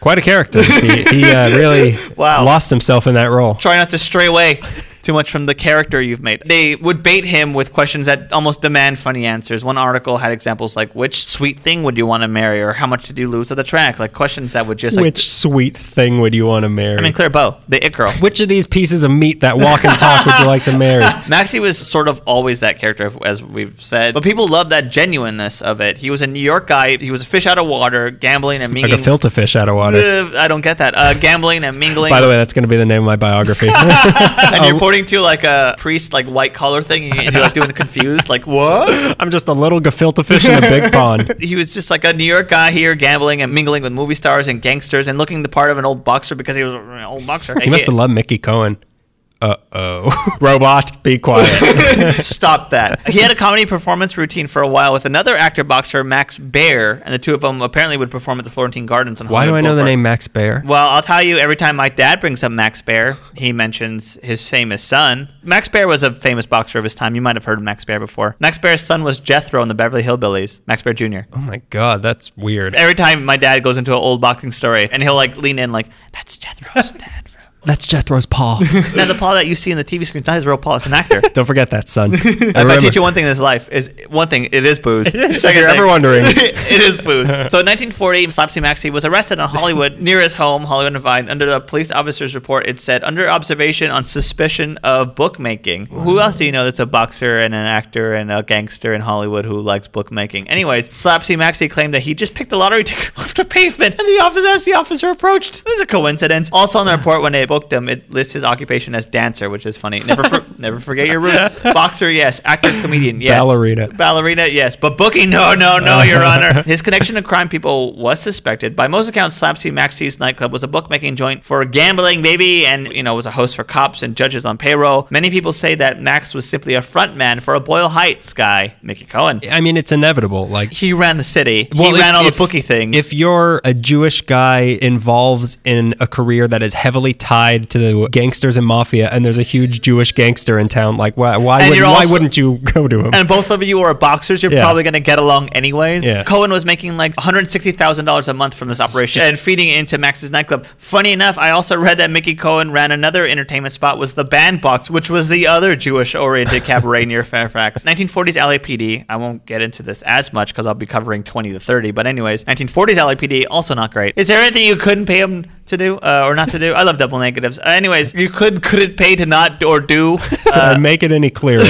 Speaker 1: Quite a character. he he uh, really
Speaker 2: Wow.
Speaker 1: lost himself in that role.
Speaker 2: try not to stray away too much from the character you've made. They would bait him with questions that almost demand funny answers. One article had examples like which sweet thing would you want to marry or how much did you lose at the track? Like questions that would just like
Speaker 1: Which sweet thing would you want to marry?
Speaker 2: I mean Claire Bow, the it girl.
Speaker 1: Which of these pieces of meat that walk and talk would you like to marry?
Speaker 2: Maxie was sort of always that character, as we've said, but people love that genuineness of it. He was a New York guy. He was a fish out of water, gambling and
Speaker 1: Like a
Speaker 2: mingling.
Speaker 1: filter fish out of water.
Speaker 2: Uh, I don't get that. Uh, gambling and mingling.
Speaker 1: By the uh, way, that's going to be the name of my biography.
Speaker 2: and you're pointing to like a priest, like white collar thing, and you're like doing confused, like what?
Speaker 1: I'm just a little gefilte fish in a big pond.
Speaker 2: He was just like a New York guy here, gambling and mingling with movie stars and gangsters, and looking the part of an old boxer because he was an old boxer.
Speaker 1: You must have loved Mickey Cohen. Uh oh. Robot, be quiet.
Speaker 2: Stop that. He had a comedy performance routine for a while with another actor boxer, Max Baer, and the two of them apparently would perform at the Florentine Gardens. On
Speaker 1: Why do
Speaker 2: Hollywood
Speaker 1: I know the
Speaker 2: Boulevard.
Speaker 1: name Max Baer?
Speaker 2: Well, I'll tell you, every time my dad brings up Max Baer, he mentions his famous son. Max Baer was a famous boxer of his time. You might have heard of Max Baer before. Max Baer's son was Jethro in the Beverly Hillbillies, Max Baer Jr.
Speaker 1: Oh my god, that's weird.
Speaker 2: Every time my dad goes into an old boxing story and he'll like lean in like, that's Jethro's dad.
Speaker 1: That's Jethro's paw.
Speaker 2: now, the Paul that you see in the TV screen is not his real Paul, it's an actor.
Speaker 1: Don't forget that, son.
Speaker 2: If I teach you one thing in this life, is one thing, it is booze.
Speaker 1: If
Speaker 2: Second
Speaker 1: you're ever
Speaker 2: thing-
Speaker 1: wondering.
Speaker 2: it is booze. So in 1940, Slapsy Maxie was arrested in Hollywood near his home, Hollywood and Vine. Under the police officer's report, it said, under observation on suspicion of bookmaking. Who else do you know that's a boxer and an actor and a gangster in Hollywood who likes bookmaking? Anyways, Slapsy Maxie claimed that he just picked the lottery ticket off the pavement and the office as the officer approached. This is a coincidence. Also on the report, when they booked him, it lists his occupation as dancer, which is funny. Never, for- never forget your roots. Boxer, yes. Actor, comedian, yes.
Speaker 1: Ballerina.
Speaker 2: Ballerina, yes, but booking, no, no, no, Your Honor. His connection to crime people was suspected. By most accounts, Slapsy Maxie's nightclub was a bookmaking joint for gambling, maybe, and you know was a host for cops and judges on payroll. Many people say that Max was simply a front man for a Boyle Heights guy, Mickey Cohen.
Speaker 1: I mean, it's inevitable. Like
Speaker 2: He ran the city.
Speaker 1: Well,
Speaker 2: he
Speaker 1: if-
Speaker 2: ran all
Speaker 1: if-
Speaker 2: the bookie things.
Speaker 1: If you're a Jewish guy involved in a career that is heavily tied to gangsters and mafia, and there's a huge Jewish gangster in town, like why why,
Speaker 2: And
Speaker 1: would,
Speaker 2: you're
Speaker 1: why
Speaker 2: also-
Speaker 1: wouldn't you go to him?
Speaker 2: and both of you are boxers, you're
Speaker 1: Um, Yeah.
Speaker 2: probably going to get along anyways.
Speaker 1: Yeah.
Speaker 2: Cohen was making like $160,000 a month from this operation and feeding it into Max's nightclub. Funny enough, I also read that Mickey Cohen ran another entertainment spot was the Bandbox, which was the other Jewish-oriented cabaret near Fairfax. 1940s LAPD, I won't get into this as much because I'll be covering 20 to 30, but anyways, 1940s LAPD, also not great. Is there anything you couldn't pay him to do uh, or not to do? I love double negatives. Uh, anyways, you could, couldn't pay to not or do.
Speaker 1: Could
Speaker 2: Uh,
Speaker 1: I make it any clearer?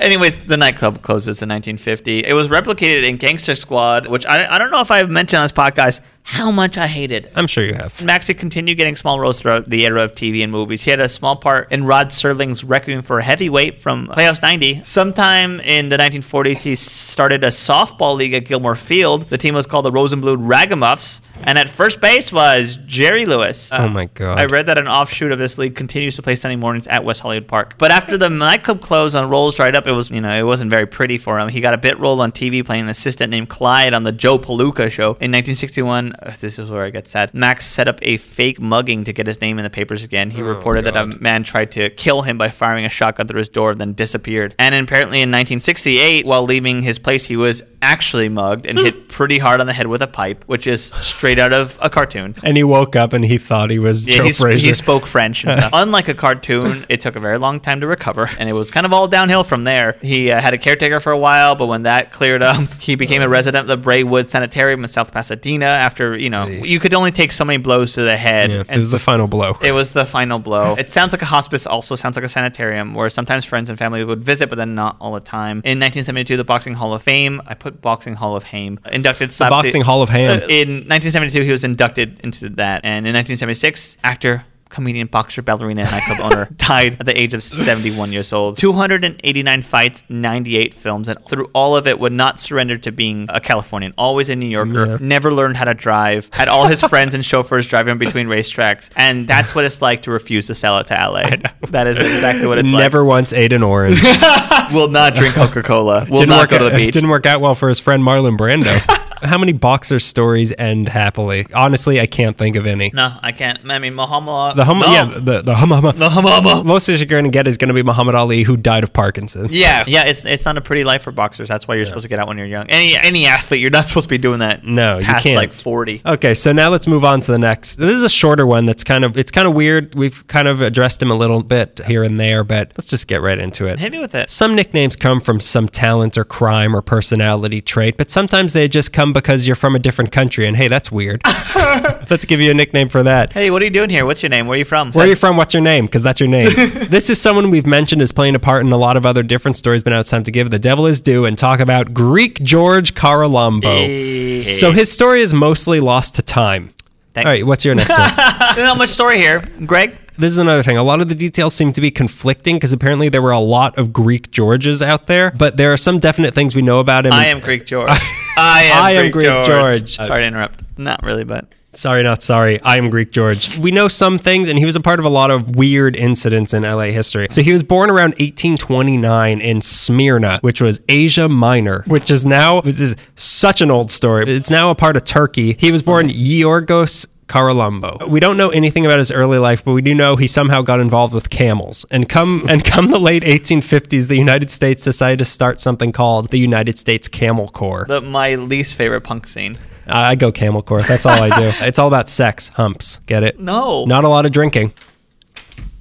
Speaker 2: Anyways, the nightclub closes in 1950. It was replicated in Gangster Squad, which I, I don't know if I've mentioned on this podcast how much I hated.
Speaker 1: I'm sure you have.
Speaker 2: Maxie continued getting small roles throughout the era of TV and movies. He had a small part in Rod Serling's Requiem for a Heavyweight from Playhouse 90. Sometime in the 1940s, he started a softball league at Gilmore Field. The team was called the Rosenblue Ragamuffs, and at first base was Jerry Lewis.
Speaker 1: Oh my God.
Speaker 2: I read that an offshoot of this league continues to play Sunday mornings at West Hollywood Park. But after the nightclub closed and roles dried up, it was you know it wasn't very pretty for him. He got a bit role on TV playing an assistant named Clyde on the Joe Palooka show in 1961. uh, This is where I get sad. Max set up a fake mugging to get his name in the papers again. He reported that a
Speaker 1: God.
Speaker 2: man tried to kill him by firing a shotgun through his door, then disappeared. And apparently in 1968, while leaving his place, he was actually mugged and hit pretty hard on the head with a pipe, which is straight out of a cartoon.
Speaker 1: And he woke up and he thought he was
Speaker 2: Yeah,
Speaker 1: Joe
Speaker 2: he, sp-
Speaker 1: Frazier.
Speaker 2: he spoke French and stuff. Unlike a cartoon, it took a very long time to recover, and it was kind of all downhill from there. He uh, had a caretaker for a while, but when that cleared up, he became a resident of the Braywood Sanitarium in South Pasadena. After you know, you could only take so many blows to the head.
Speaker 1: yeah, it
Speaker 2: and
Speaker 1: was the final blow.
Speaker 2: it was the final blow. It sounds like a hospice, also sounds like a sanitarium where sometimes friends and family would visit, but then not all the time. In 1972, the Boxing Hall of Fame, I put Boxing Hall of Fame, inducted Slapstick-
Speaker 1: Boxing Hall of Ham.
Speaker 2: Uh, In 1972, he was inducted into that. And in 1976, actor. Comedian, boxer, ballerina, and nightclub owner died at the age of 71 years old. 289 fights, 98 films, and through all of it, would not surrender to being a Californian. Always a New Yorker,
Speaker 1: Yeah.
Speaker 2: never learned how to drive, had all his friends and chauffeurs drive him between racetracks. And that's what it's like to refuse to sell it to LA. That is exactly what it's
Speaker 1: Never once ate an orange.
Speaker 2: like. Will not drink Coca Cola. Will
Speaker 1: didn't
Speaker 2: not
Speaker 1: work
Speaker 2: go to
Speaker 1: out,
Speaker 2: the beach.
Speaker 1: Didn't work out well for his friend Marlon Brando. How many boxer stories end happily? Honestly, I can't think of any.
Speaker 2: No, I can't. I mean, Muhammad.
Speaker 1: The hum,
Speaker 2: no.
Speaker 1: yeah, the the hum, hum, hum.
Speaker 2: The Muhammad.
Speaker 1: Closest you're going to get is going to be Muhammad Ali, who died of Parkinson's.
Speaker 2: Yeah, yeah. It's it's not a pretty life for boxers. That's why you're supposed to get out when you're young. Any any athlete, you're not supposed to be doing that.
Speaker 1: No, you
Speaker 2: past
Speaker 1: can't.
Speaker 2: like forty.
Speaker 1: Okay, so now let's move on to the next. This is a shorter one. That's kind of it's kind of weird. We've kind of addressed him a little bit here and there, but let's just get right into it.
Speaker 2: Hit me with it.
Speaker 1: Some nicknames come from some talent or crime or personality trait, but sometimes they just come because you're from a different country. And hey, that's weird. let's give you a nickname for that.
Speaker 2: Hey, what are you doing here? What's your name? Where are you from?
Speaker 1: Where are you from? What's your name? Because that's your name. this is someone we've mentioned as playing a part in a lot of other different stories, but now it's time to give the devil his due and talk about Greek George Karolombo.
Speaker 2: Hey.
Speaker 1: So his story is mostly lost to time.
Speaker 2: Thanks.
Speaker 1: All right, what's your next one?
Speaker 2: not much story here, Greg.
Speaker 1: This is another thing. A lot of the details seem to be conflicting because apparently there were a lot of Greek Georges out there, but there are some definite things we know about him.
Speaker 2: I am Greek George. I am,
Speaker 1: I am
Speaker 2: Greek,
Speaker 1: Greek
Speaker 2: George.
Speaker 1: George.
Speaker 2: Sorry to interrupt. Not really, but
Speaker 1: Sorry, not sorry. I am Greek George. We know some things, and he was a part of a lot of weird incidents in LA history. So he was born around 1829 in Smyrna, which was Asia Minor, which is now this is such an old story. It's now a part of Turkey. He was born Yorgos. Karolombo. We don't know anything about his early life, but we do know he somehow got involved with camels. And come and come the late 1850s, the United States decided to start something called the United States Camel Corps.
Speaker 2: the, my least favorite punk scene.
Speaker 1: I I go camel corps. That's all I do. it's all about sex, humps. Get it?
Speaker 2: No.
Speaker 1: Not a lot of drinking.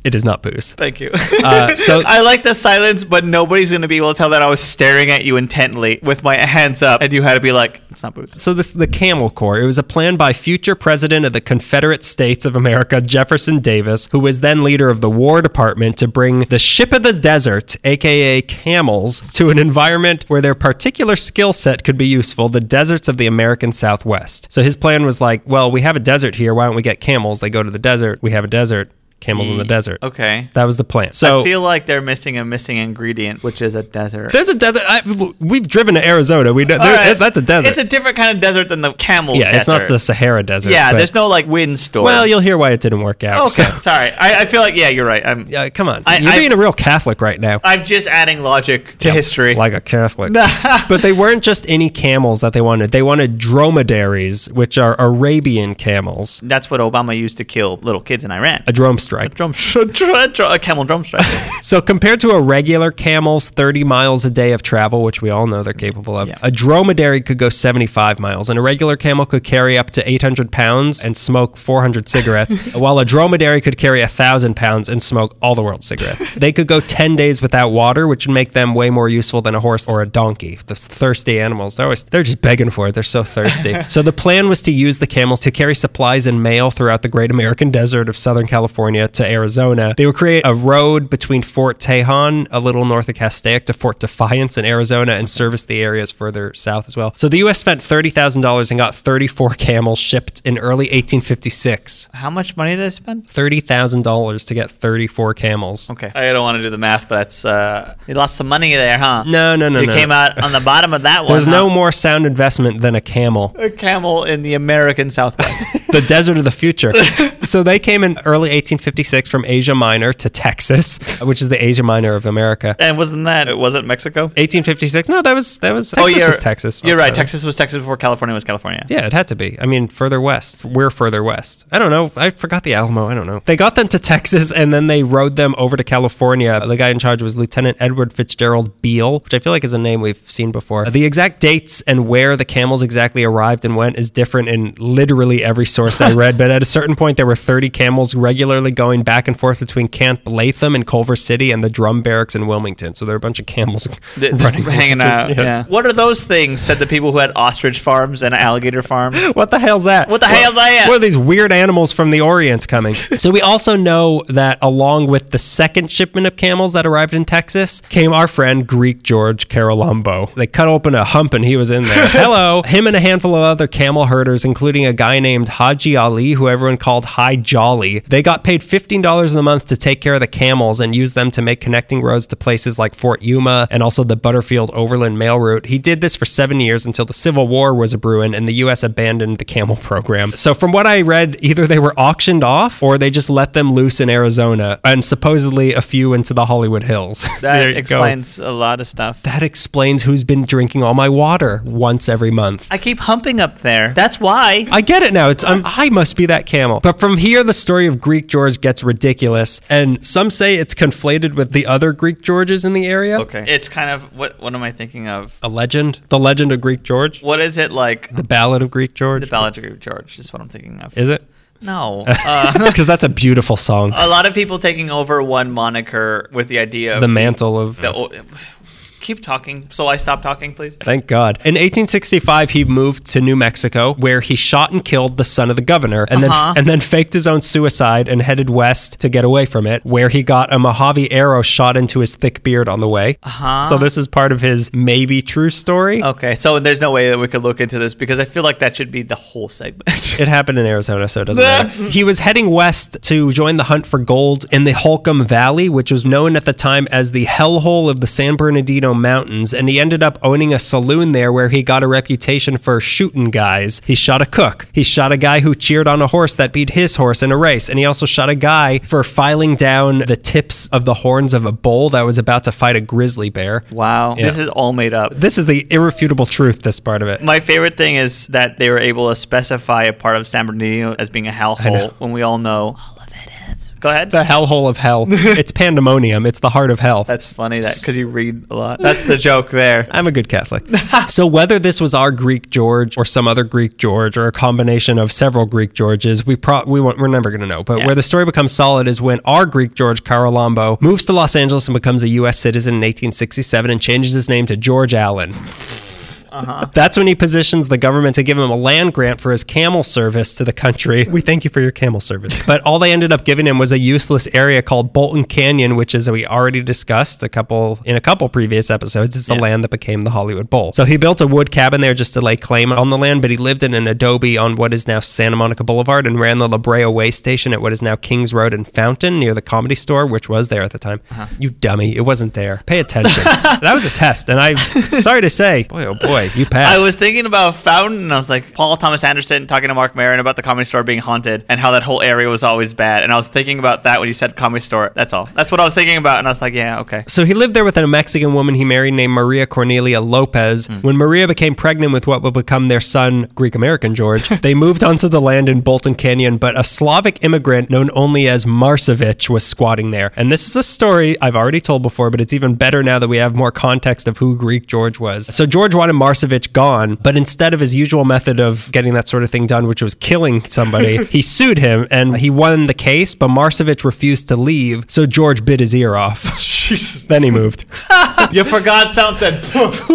Speaker 1: It is not booze.
Speaker 2: Thank you.
Speaker 1: Uh, so-
Speaker 2: I like the silence, but nobody's gonna be able to tell that I was staring at you intently with my hands up, and you had to be like, "It's not booze."
Speaker 1: So this the Camel Corps. It was a plan by future president of the Confederate States of America, Jefferson Davis, who was then leader of the War Department, to bring the ship of the desert, aka camels, to an environment where their particular skill set could be useful, the deserts of the American Southwest. So his plan was like, well, we have a desert here. Why don't we get camels? They go to the desert. We have a desert. Camels in the desert.
Speaker 2: Mm. Okay.
Speaker 1: That was the plan. So
Speaker 2: I feel like they're missing a missing ingredient, which is a desert.
Speaker 1: There's a desert. I, look, we've driven to Arizona. We know,
Speaker 2: All
Speaker 1: there,
Speaker 2: right.
Speaker 1: that's a desert.
Speaker 2: It's a different kind of desert than the camel.
Speaker 1: yeah, it's not
Speaker 2: desert.
Speaker 1: the Sahara Desert.
Speaker 2: Yeah,
Speaker 1: but-
Speaker 2: there's no like wind storm.
Speaker 1: Well, you'll hear why it didn't work out.
Speaker 2: Okay,
Speaker 1: so-
Speaker 2: sorry. I, I feel like yeah, you're right. I'm
Speaker 1: Yeah, come on,
Speaker 2: I-
Speaker 1: you're
Speaker 2: I-
Speaker 1: being a real Catholic right now.
Speaker 2: I'm just adding logic to history.
Speaker 1: like a Catholic. but they weren't just any camels that they wanted. They wanted dromedaries, which are Arabian camels.
Speaker 2: That's what Obama used to kill little kids in Iran.
Speaker 1: A drum strike.
Speaker 2: drum, drum, a camel drum strike.
Speaker 1: So compared to a regular camel's 30 miles a day of travel, which we all know they're capable of,
Speaker 2: Yeah.
Speaker 1: a dromedary could go 75 miles, and a regular camel could carry up to 800 pounds and smoke 400 cigarettes, while a dromedary could carry 1,000 pounds and smoke all the world's cigarettes. They could go 10 days without water, which would make them way more useful than a horse or a donkey. Those thirsty animals, they're always they're just begging for it. They're so thirsty. so the plan was to use the camels to carry supplies and mail throughout the great American desert of Southern California to Arizona. They would create a road between Fort Tejon, a little north of Castaic, to Fort Defiance in Arizona and service the areas further south as well. So the U.S. spent $30,000 and got 34 camels shipped in early 1856.
Speaker 2: How much money did they spend?
Speaker 1: $30,000 to get 34 camels.
Speaker 2: Okay, I don't want to do the math, but that's uh, you lost some money there, huh?
Speaker 1: No, no, no,
Speaker 2: you
Speaker 1: no.
Speaker 2: came out on the bottom of that one.
Speaker 1: There's no
Speaker 2: huh?
Speaker 1: more sound investment than a camel.
Speaker 2: a camel in the American Southwest.
Speaker 1: the desert of the future. so they came in early 1856 from Asia Minor to Texas, which is the Asia Minor of America.
Speaker 2: And wasn't that it wasn't Mexico?
Speaker 1: 1856. No, that was that was Texas
Speaker 2: Oh, you're-
Speaker 1: was Texas.
Speaker 2: You're right.
Speaker 1: Texas.
Speaker 2: Texas was Texas before California was California.
Speaker 1: Yeah, it had to be. I mean, further west. We're further west. I don't know. I forgot the Alamo. I don't know. They got them to Texas and then they rode them over to California. The guy in charge was Lieutenant Edward Fitzgerald Beale, which I feel like is a name we've seen before. The exact dates and where the camels exactly arrived and went is different in literally every source I read. But at a certain point, there were 30 camels regularly going back and forth between Camp Latham and Culver City and the drum barracks in Wilmington. So there are a bunch of camels
Speaker 2: Th- just
Speaker 1: running
Speaker 2: hanging out.
Speaker 1: Yes.
Speaker 2: yeah. What are those things? Said the people who had ostrich farms and alligator farms.
Speaker 1: What the hell's that?
Speaker 2: What the hell's that?
Speaker 1: What are these weird animals from the Orient coming? so we also know that along with the second shipment of camels that arrived in Texas came our friend Greek George Carolombo. They cut open a hump and he was in there. Hello, him and a handful of other camel herders, including a guy named Haji Ali, who everyone called High Jolly. They got paid fifteen dollars a month to take care of the camels and use them to make connecting roads to places like Fort Yuma and also the Butterfield Overland Mail Route. He did this for seven years until the Civil War was a brewing and the U.S. abandoned the camel program. So, from what I read, either they were auctioned off or they just let them loose in Arizona and supposedly a few into the Hollywood Hills. There you
Speaker 2: That
Speaker 1: go.
Speaker 2: explains a lot of stuff.
Speaker 1: That explains who's been drinking all my water once every month.
Speaker 2: I keep humping up there. That's why.
Speaker 1: I get it now. It's I'm, I must be that camel. But from here, the story of Greek George gets ridiculous, and some say it's conflated with the other Greek Georges in the area.
Speaker 2: Okay. It's kind of what what am I thinking of?
Speaker 1: A legend, the legend of Greek George,
Speaker 2: What is it like?
Speaker 1: the ballad of Greek
Speaker 2: The
Speaker 1: George.
Speaker 2: Ballad of George is what I'm thinking of.
Speaker 1: Is it?
Speaker 2: no. Uh,
Speaker 1: Because that's a beautiful song.
Speaker 2: a lot of people taking over one moniker with the idea of
Speaker 1: the mantle of
Speaker 2: the o- keep talking. So I stop talking, please.
Speaker 1: Thank God. In 1865, he moved to New Mexico, where he shot and killed the son of the governor, and
Speaker 2: Uh-huh.
Speaker 1: then and then faked his own suicide and headed west to get away from it, where he got a Mojave arrow shot into his thick beard on the way. Uh-huh. So this is part of his maybe true story.
Speaker 2: Okay, so there's no way that we could look into this because I feel like that should be the whole segment.
Speaker 1: It happened in Arizona, so it doesn't
Speaker 2: Yeah.
Speaker 1: matter. He was heading west to join the hunt for gold in the Holcomb Valley, which was known at the time as the hellhole of the San Bernardino Mountains. And he ended up owning a saloon there where he got a reputation for shooting guys. He shot a cook. He shot a guy who cheered on a horse that beat his horse in a race. And he also shot a guy for filing down the tips of the horns of a bull that was about to fight a grizzly bear.
Speaker 2: wow,
Speaker 1: Yeah.
Speaker 2: this is all made up.
Speaker 1: This is the irrefutable truth, this part of it.
Speaker 2: My favorite thing is that they were able to specify a part of San Bernardino as being a
Speaker 1: know.
Speaker 2: hellhole when we all know all of it is. Go ahead.
Speaker 1: the hellhole of hell. it's pandemonium. It's the heart of hell.
Speaker 2: That's funny that because you read a lot. That's the joke there.
Speaker 1: I'm a good Catholic. so whether this was our Greek George or some other Greek George or a combination of several Greek Georges, we pro- we won't, we're never going to know. But
Speaker 2: Yeah.
Speaker 1: where the story becomes solid is when our Greek George Carolombo moves to Los Angeles and becomes a U.S. citizen in 1867 and changes his name to George Allen. That's when he positions the government to give him a land grant for his camel service to the country. We thank you for your camel service. But all they ended up giving him was a useless area called Bolton Canyon, which is we already discussed a couple in a couple previous episodes. It's the
Speaker 2: Yeah.
Speaker 1: land that became the Hollywood Bowl. So he built a wood cabin there just to lay claim on the land, but he lived in an adobe on what is now Santa Monica Boulevard and ran the La Brea Way station at what is now Kings Road and Fountain near the comedy store, which was there at the time. You dummy, it wasn't there. Pay attention. that was a test, and I'm sorry to say, boy, oh boy, you passed.
Speaker 2: I was thinking about Fountain, and I was like Paul Thomas Anderson talking to Mark Maron about the Comedy Store being haunted and how that whole area was always bad. And I was thinking about that when you said Comedy Store. That's all. That's what I was thinking about, and I was like, yeah, okay.
Speaker 1: So he lived there with a Mexican woman he married named Maria Cornelia Lopez. When Maria became pregnant with what would become their son, Greek American George, they moved onto the land in Bolton Canyon, but a Slavic immigrant known only as Marcevich was squatting there. And this is a story I've already told before, but it's even better now that we have more context of who Greek George was. So George wanted Marcevich gone, but instead of his usual method of getting that sort of thing done, which was killing somebody, he sued him and he won the case, but Marcevich refused to leave, so George bit his ear off. Then he moved.
Speaker 2: you forgot something.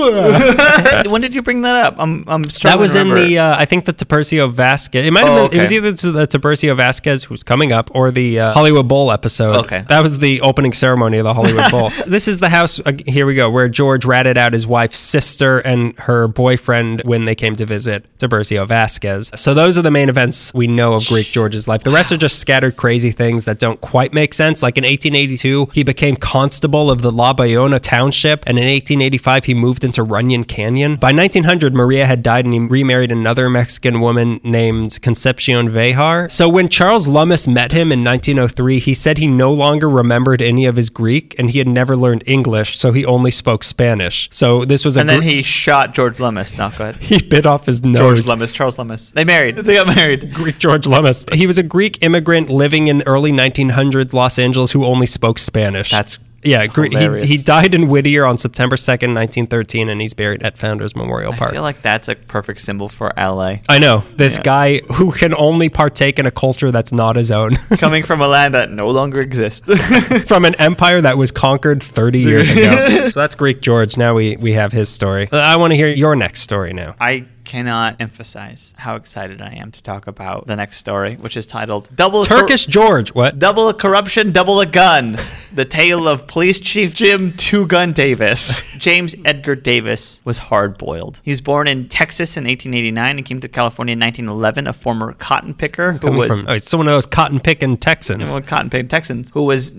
Speaker 2: when did you bring that up? I'm I'm
Speaker 1: That
Speaker 2: struggling.
Speaker 1: was
Speaker 2: to
Speaker 1: in
Speaker 2: remember.
Speaker 1: the, uh, I think the Tapercio Vasquez. It might have
Speaker 2: Oh,
Speaker 1: been,
Speaker 2: okay.
Speaker 1: it was either to the Tapercio Vasquez, who's coming up, or the uh, Hollywood Bowl episode.
Speaker 2: Okay.
Speaker 1: That was the opening ceremony of the Hollywood Bowl. This is the house, uh, here we go, where George ratted out his wife's sister and her boyfriend when they came to visit Tapercio Vasquez. So those are the main events we know of Greek George's life. The rest are just scattered crazy things that don't quite make sense. Like in 1882, he became consul constable of the La Bayona township, and in 1885 he moved into Runyon Canyon. By 1900, Maria had died and he remarried another Mexican woman named Concepcion Vejar. So when Charles Lummis met him in 1903, he said he no longer remembered any of his Greek and he had never learned English, so he only spoke Spanish. So this was a
Speaker 2: And then
Speaker 1: uh, gr-
Speaker 2: he shot George Lemus. No, go ahead.
Speaker 1: he bit off his
Speaker 2: George
Speaker 1: nose.
Speaker 2: Lemus, Charles Lemus. They married. They got married.
Speaker 1: Greek George Lummis. He was a Greek immigrant living in early 1900s Los Angeles who only spoke Spanish.
Speaker 2: That's
Speaker 1: yeah. Gre- he,
Speaker 2: hilarious.
Speaker 1: he died in Whittier on September 2nd, 1913, and he's buried at Founders Memorial
Speaker 2: I
Speaker 1: Park.
Speaker 2: feel like that's a perfect symbol for LA.
Speaker 1: I know this
Speaker 2: Yeah.
Speaker 1: guy who can only partake in a culture that's not his own
Speaker 2: Coming from a land that no longer exists.
Speaker 1: from an empire that was conquered 30 years ago. so that's Greek George. Now we, we have his story. Uh, I want to hear your next story now.
Speaker 2: I cannot emphasize how excited I am to talk about the next story, which is titled Double Cor-
Speaker 1: Turkish George. What?
Speaker 2: Double a corruption, double a gun. The tale of police chief Jim Two Gun Davis. James Edgar Davis was hard boiled. He was born in Texas in 1889 and came to California in 1911, a former cotton picker who
Speaker 1: Coming
Speaker 2: was.
Speaker 1: from, oh, it's one of those cotton picking Texans.
Speaker 2: well, cotton picking Texans, who was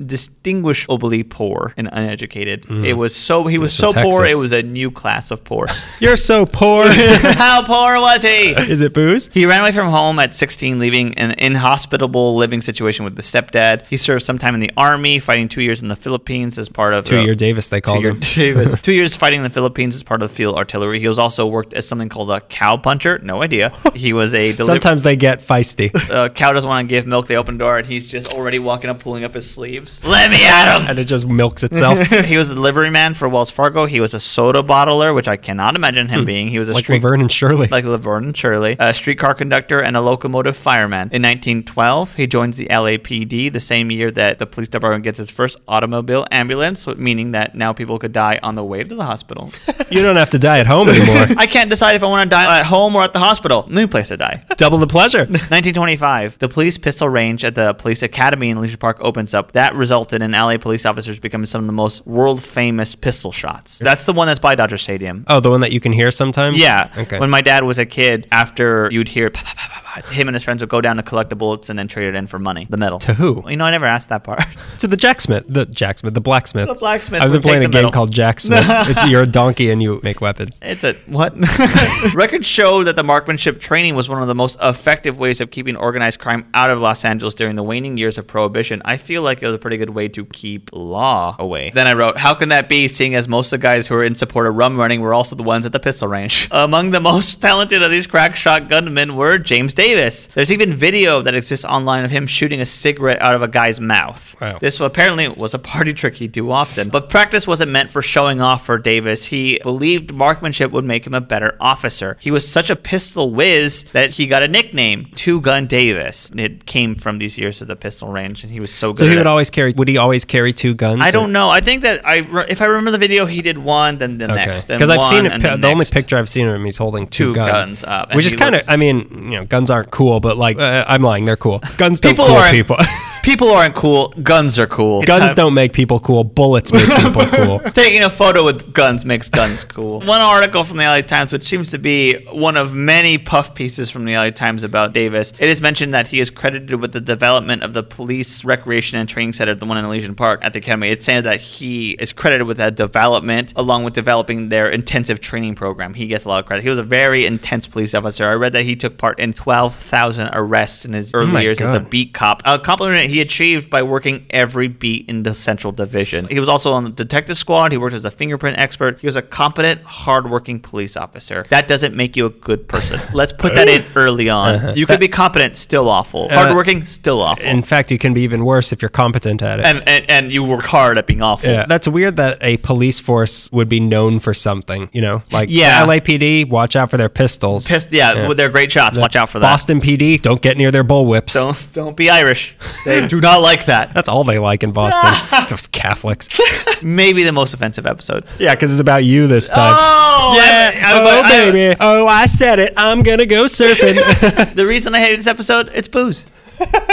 Speaker 2: distinguishably poor and uneducated. It was so he was
Speaker 1: So
Speaker 2: so poor.
Speaker 1: Mm. Texas.
Speaker 2: It was a new class of poor.
Speaker 1: You're so poor.
Speaker 2: How poor was he?
Speaker 1: Is it booze?
Speaker 2: He ran away from home at 16, leaving an inhospitable living situation with the stepdad. He served some time in the army, fighting two years in the Philippines as part of
Speaker 1: Two
Speaker 2: the-
Speaker 1: year Davis, they
Speaker 2: Two
Speaker 1: called
Speaker 2: year
Speaker 1: him.
Speaker 2: Davis. two years fighting in the Philippines as part of the field artillery. He was also worked as something called a cow puncher. No idea. He was a deliver-
Speaker 1: Sometimes they get feisty.
Speaker 2: a cow doesn't want to give milk. They open the door and he's just already walking up, pulling up his sleeves. Let me at him
Speaker 1: and it just milks itself.
Speaker 2: he was a delivery man for Wells Fargo. He was a soda bottler, which I cannot imagine him being. He was a
Speaker 1: Hmm. like
Speaker 2: street
Speaker 1: Laverne and Shirley.
Speaker 2: like Laverne and Shirley, a streetcar conductor and a locomotive fireman. In 1912, he joins the LAPD, the same year that the police department gets its first automobile ambulance, meaning that now people could die on the way to the hospital.
Speaker 1: you don't have to die at home anymore.
Speaker 2: I can't decide if I want to die at home or at the hospital. New place to die.
Speaker 1: Double the pleasure.
Speaker 2: 1925, the police pistol range at the police academy in Leisure Park opens up. That resulted in LA police officers becoming some of the most world famous pistol shots. That's the one that's by Dodger Stadium.
Speaker 1: Oh, the one that you can hear sometimes?
Speaker 2: Yeah.
Speaker 1: Okay.
Speaker 2: When my dad was a kid, after you'd hear pa, pa, pa, pa, pa, him and his friends would go down to collect the bullets and then trade it in for money, the metal. To
Speaker 1: who?
Speaker 2: You know, I never asked that part.
Speaker 1: to the jacksmith, the jacksmith, the blacksmith.
Speaker 2: The blacksmith
Speaker 1: I've been
Speaker 2: would take
Speaker 1: playing a
Speaker 2: the
Speaker 1: game
Speaker 2: metal.
Speaker 1: called Jacksmith. it's, you're a donkey and you make weapons.
Speaker 2: It's a what? Records show that the marksmanship training was one of the most effective ways of keeping organized crime out of Los Angeles during the waning years of prohibition. I feel like it was a pretty good way to keep law away. Then I wrote, "How can that be? Seeing as most of the guys who were in support of rum running were also the ones at the pistol range." Among the most talented of these crack shot gunmen were James Davis. There's even video that exists online of him shooting a cigarette out of a guy's mouth.
Speaker 1: Wow.
Speaker 2: This apparently was a party trick he'd do often. But practice wasn't meant for showing off for Davis. He believed marksmanship would make him a better officer. He was such a pistol whiz that he got a nickname, Two Gun Davis. It came from these years at the pistol range, and he was so good.
Speaker 1: So he
Speaker 2: at
Speaker 1: would
Speaker 2: it.
Speaker 1: always carry. Would he always carry two guns?
Speaker 2: I don't know. I think that I, re- if I remember the video, he did one, then the next,
Speaker 1: Because I've seen it.
Speaker 2: it.
Speaker 1: pi- The only picture I've seen of him, he's holding two,
Speaker 2: Two
Speaker 1: guns,
Speaker 2: guns up, and
Speaker 1: which is
Speaker 2: he
Speaker 1: kind of.
Speaker 2: looks-
Speaker 1: I mean, you know, guns aren't cool, but like, uh, I'm lying. They're cool. Guns don't
Speaker 2: People
Speaker 1: cool
Speaker 2: aren't-
Speaker 1: people.
Speaker 2: People aren't cool. Guns are cool.
Speaker 1: guns
Speaker 2: Time-
Speaker 1: don't make people cool. Bullets make people cool.
Speaker 2: Taking a photo with guns makes guns cool. one article from the LA Times, which seems to be one of many puff pieces from the LA Times about Davis, it is mentioned that he is credited with the development of the police recreation and training center, the one in Elysian Park at the academy. It's saying that he is credited with that development along with developing their intensive training program. He gets a lot of credit. He was a very intense police officer. I read that he took part in 12,000 arrests in his early
Speaker 1: Oh my
Speaker 2: years as a
Speaker 1: God.
Speaker 2: beat cop, a compliment he achieved by working every beat in the Central Division. He was also on the detective squad. He worked as a fingerprint expert. He was a competent, hardworking police officer. That doesn't make you a good person. Let's put that in early on.
Speaker 1: Uh-huh.
Speaker 2: You could be competent, still awful.
Speaker 1: Uh,
Speaker 2: Hardworking, still awful.
Speaker 1: In fact, you can be even worse if you're competent at it.
Speaker 2: And, and and you work hard at being awful.
Speaker 1: Yeah, that's weird that a police force would be known for something. You know, like
Speaker 2: Yeah.
Speaker 1: LAPD, watch out for their pistols.
Speaker 2: Pissed, yeah, with their great shots. Watch out for that.
Speaker 1: Boston PD, don't get near their bullwhips.
Speaker 2: Don't don't be Irish. They do not like that.
Speaker 1: That's all they like in Boston. Those Catholics.
Speaker 2: Maybe the most offensive episode.
Speaker 1: yeah, because it's about you this time.
Speaker 2: Oh,
Speaker 1: yeah.
Speaker 2: I- I-
Speaker 1: oh,
Speaker 2: I-
Speaker 1: baby. oh, I said it. I'm gonna go surfing.
Speaker 2: The reason I hated this episode, it's booze.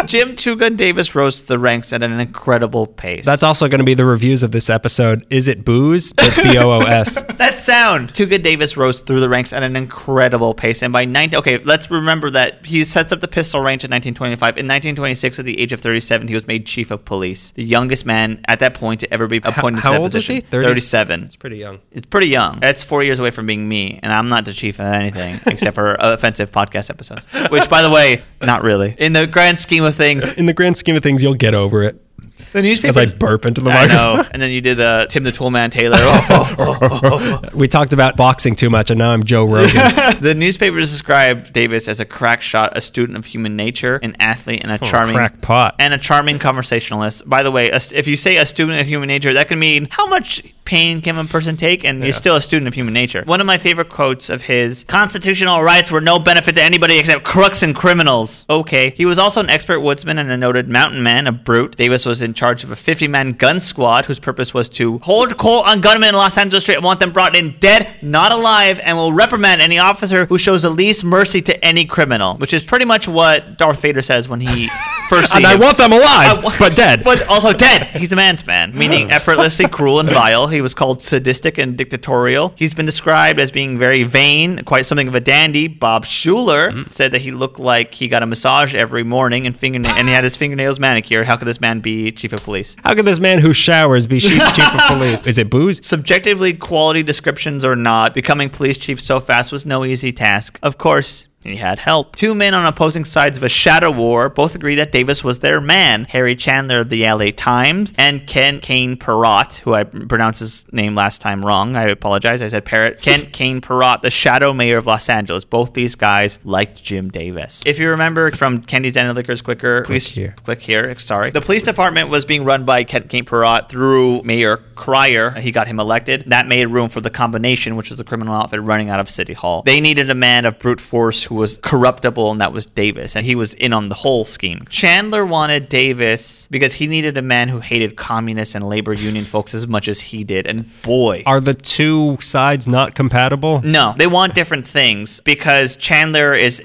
Speaker 2: Jim Two Gun Davis rose to the ranks at an incredible pace.
Speaker 1: That's also going to be the reviews of this episode. Is it booze? It's B O O S.
Speaker 2: That sound. Too Good Davis rose through the ranks at an incredible pace, and by 19 okay, let's remember that he sets up the pistol range in 1925. In 1926, at the age of 37, he was made chief of police, the youngest man at that point to ever be appointed
Speaker 1: how
Speaker 2: to that
Speaker 1: old was
Speaker 2: position.
Speaker 1: he? 30?
Speaker 2: 37.
Speaker 1: It's pretty young.
Speaker 2: It's pretty young. That's four years away from being me, and I'm not the chief of anything except for offensive podcast episodes. Which, by the way, not really. In the grand scheme of things,
Speaker 1: In the grand scheme of things, you'll get over it
Speaker 2: the newspaper.
Speaker 1: as I burp into the
Speaker 2: I
Speaker 1: microphone.
Speaker 2: know. And then you did the Tim the Toolman Taylor. Oh, oh, oh, oh,
Speaker 1: We talked about boxing too much, and now I'm Joe Rogan.
Speaker 2: oh. the newspapers described Davis as a crack shot, a student of human nature, an athlete, and a charming
Speaker 1: crackpot.
Speaker 2: and a charming conversationalist. By the way, a st- if you say a student of human nature, that can mean how much pain can a person take, and you're still a student of human nature. One of my favorite quotes of his: "Constitutional rights were no benefit to anybody except crooks and criminals." Okay, he was also an expert woodsman and a noted mountain man, a brute. Davis was in charge of a 50-man gun squad whose purpose was to hold court on gunmen in Los Angeles Street and want them brought in dead, not alive, and will reprimand any officer who shows the least mercy to any criminal, which is pretty much what Darth Vader says when he first sees
Speaker 1: and I
Speaker 2: him.
Speaker 1: want them alive,
Speaker 2: I wa-
Speaker 1: but dead.
Speaker 2: But also dead. He's a man's man, meaning effortlessly cruel and vile. He was called sadistic and dictatorial. He's been described as being very vain, quite something of a dandy. Bob Schuler
Speaker 1: Mm.
Speaker 2: said that he looked like he got a massage every morning and fingerna- and he had his fingernails manicured. How could this man be chief of police?
Speaker 1: How could this man who showers be chief, chief of police? Is it booze?
Speaker 2: Subjectively, quality descriptions or not, becoming police chief so fast was no easy task. Of course, he had help. Two men on opposing sides of a shadow war both agreed that Davis was their man. Harry Chandler of the LA Times and Ken Kane Perrott, who I pronounced his name last time wrong. I apologize. I said Parrot. Kent Kane Perrott, the shadow mayor of Los Angeles. Both these guys liked Jim Davis. If you remember from Candy's and Liquors Quicker, please
Speaker 1: here.
Speaker 2: Click here. Sorry. The police department was being run by Kent Kane Perrott through Mayor Cryer. He got him elected. That made room for the combination, which was the criminal outfit running out of City Hall. They needed a man of brute force who was corruptible, and that was Davis. And he was in on the whole scheme. Chandler wanted Davis because he needed a man who hated communists and labor union folks as much as he did. And boy,
Speaker 1: Are the two sides not compatible?
Speaker 2: no, they want different things because Chandler is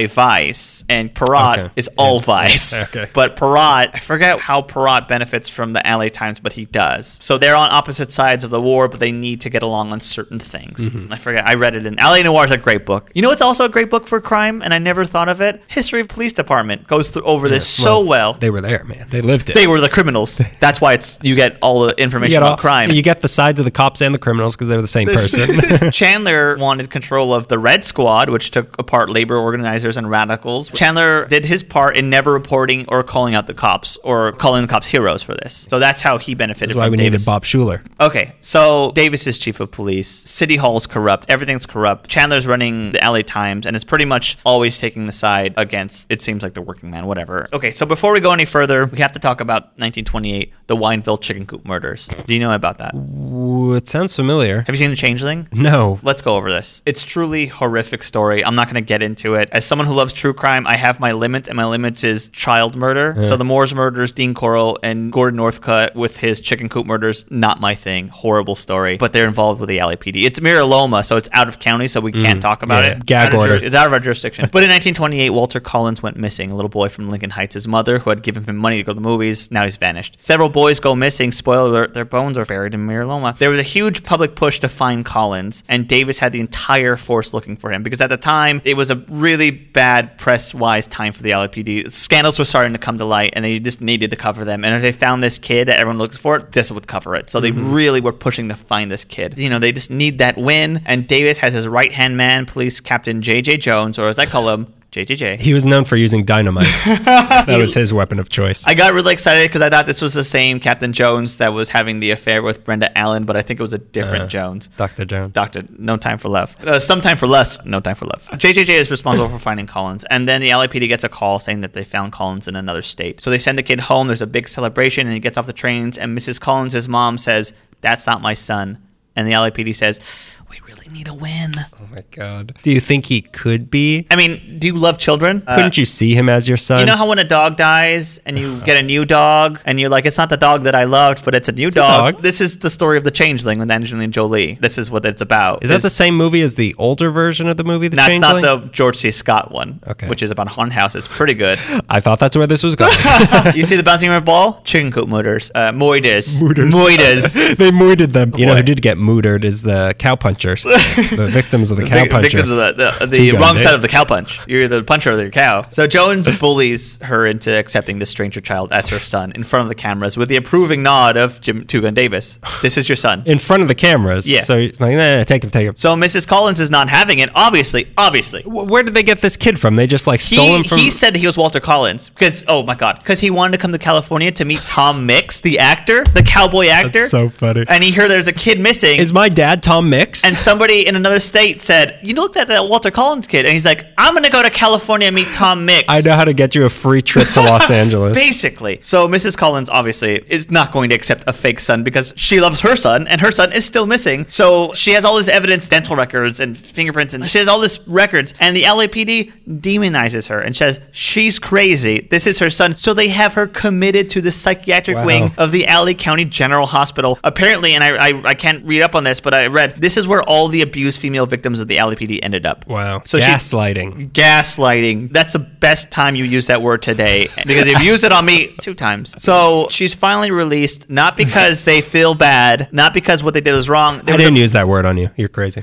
Speaker 2: anti-vice and Parrot
Speaker 1: Okay.
Speaker 2: is all
Speaker 1: Yes.
Speaker 2: vice.
Speaker 1: Okay.
Speaker 2: But Parrot, I forget how Parrot benefits from the LA Times, but he does. So they're on opposite sides of the war, but they need to get along on certain things.
Speaker 1: Mm-hmm.
Speaker 2: I forget. I read it in LA Noir is a great book. You know, it's also a great book for crime, and I never thought of it. History of Police Department goes through over this so well. They-
Speaker 1: They were there, man. They lived it.
Speaker 2: were the criminals. That's why it's you get all the
Speaker 1: you
Speaker 2: information
Speaker 1: get,
Speaker 2: about
Speaker 1: all,
Speaker 2: crime.
Speaker 1: you get the sides of the cops and the criminals because they were the same person.
Speaker 2: Chandler wanted control of the Red Squad, which took apart labor organizers and radicals. Chandler did his part in never reporting or calling out the cops or calling the cops heroes for this. So that's how he benefited
Speaker 1: That's why
Speaker 2: from
Speaker 1: we
Speaker 2: Davis.
Speaker 1: needed Bob Schuler.
Speaker 2: Okay, so Davis is chief of police. City Hall's corrupt. Everything's corrupt. Chandler's running the LA Times, and it's pretty much always taking the side against, it seems like, the working man, whatever. Okay, so before we go any further, we have to talk about 1928, the Wineville Chicken Coop murders. Do you know about that? Have
Speaker 1: Ooh, it sounds familiar.
Speaker 2: you seen The Changeling?
Speaker 1: No.
Speaker 2: Let's go over this. It's truly horrific story. I'm not going to get into it. As someone who loves true crime, I have my limits, and my limits is child murder. So the Moores murders, Dean Coral, and Gordon Northcutt with his chicken coop murders, not my thing. Horrible story, but they're involved with the LAPD. It's Miraloma, so it's out of county, so we can't talk about
Speaker 1: Mm. yeah.
Speaker 2: it.
Speaker 1: Gag
Speaker 2: Out of
Speaker 1: order.
Speaker 2: juris- it's out of our jurisdiction. But in 1928, Walter Collins went missing, a little boy from Lincoln Heights. His mother, who had given him money to go to the movies, now he's vanished. Several boys go missing. Spoiler alert, their bones are buried in Miraloma. There was a huge public push to find Collins, and Davis had the entire force looking for him because at the time, it was a really bad press wise time for the LAPD. Scandals were starting to come to light, and they just needed to cover them. And if they found this kid that everyone looked for, this would cover it. So they really were pushing to find this kid. You know, they just need that win. And Davis has his right hand man, police captain JJ Jones, or as I call him, JJJ.
Speaker 1: He was known for using dynamite. that was his weapon of choice.
Speaker 2: I got really excited because I thought this was the same Captain Jones that was having the affair with Brenda Allen, but I think it was a different Jones.
Speaker 1: Dr. Jones.
Speaker 2: Doctor, no time for love. Uh, some time for less, no time for love. JJJ is responsible for finding Collins, and then the LAPD gets a call saying that they found Collins in another state. So they send the kid home. There's a big celebration, and he gets off the trains. And Mrs. Collins' mom says, "That's not my son. and the LAPD says, "We really need a win."
Speaker 1: Oh my god. Do you think he could be?
Speaker 2: I mean, do you love children? Uh,
Speaker 1: Couldn't you see him as your son?
Speaker 2: You know how when a dog dies and you get a new dog and you're like, it's not the dog that I loved, but it's a new
Speaker 1: a
Speaker 2: dog.
Speaker 1: dog.
Speaker 2: This is the story of the Changeling with Angelina Jolie. This is what it's about.
Speaker 1: is that the
Speaker 2: This-
Speaker 1: same movie as the older version of the movie, The
Speaker 2: That's
Speaker 1: Changeling?
Speaker 2: not the George C. Scott one,
Speaker 1: Okay.
Speaker 2: which is about a haunted house. It's pretty good.
Speaker 1: I thought that's where this was going.
Speaker 2: you see the bouncing red ball? Chicken coop murders. Uh, moiders.
Speaker 1: Mooters.
Speaker 2: Moiders.
Speaker 1: they mooted them. You know who
Speaker 2: Boy.
Speaker 1: did get mooted is the cowpunchers, the victims of the
Speaker 2: Vic-
Speaker 1: cowpuncher.
Speaker 2: victims of the, the, the
Speaker 1: Two gun
Speaker 2: wrong
Speaker 1: dick.
Speaker 2: side of the cow punch. You're the puncher or the cow. So Jones bullies her into accepting this stranger child as her son in front of the cameras with the approving nod of Jim Two Gun Davis. This is your son.
Speaker 1: in front of the cameras.
Speaker 2: Yeah.
Speaker 1: So he's like, nah, nah, take him, take him.
Speaker 2: So Mrs. Collins is not having it. Obviously, obviously.
Speaker 1: Wh- Where did they get this kid from? They just like stole
Speaker 2: He,
Speaker 1: him from.
Speaker 2: he said that he was Walter Collins because oh my god because he wanted to come to California to meet Tom Mix the actor the cowboy actor
Speaker 1: That's so funny.
Speaker 2: and he heard there's a kid missing
Speaker 1: Is my dad Tom Mix?
Speaker 2: and somebody in another state said you looked at that Walter Collins kid and he's like I'm gonna go to California and meet Tom Mix
Speaker 1: I know how to get you a free trip to Los Angeles.
Speaker 2: Basically. So Mrs. Collins obviously is not going to accept a fake son because she loves her son and her son is still missing. So she has all this evidence, dental records and fingerprints and she has all this records and the LAPD demonizes her and says she's crazy. This is her son. So they have her committed to the psychiatric
Speaker 1: Wow.
Speaker 2: wing of the LA County General Hospital. Apparently, and I, I I can't read up on this, but I read this is where all the abused female victims of the LAPD ended up.
Speaker 1: Wow.
Speaker 2: So she-
Speaker 1: Gaslighting.
Speaker 2: gaslighting. That's the best time you use that word today because you've used it on me two times. So she's finally released, not because they feel bad, not because what they did was wrong. They,
Speaker 1: I didn't use that word on you. You're crazy.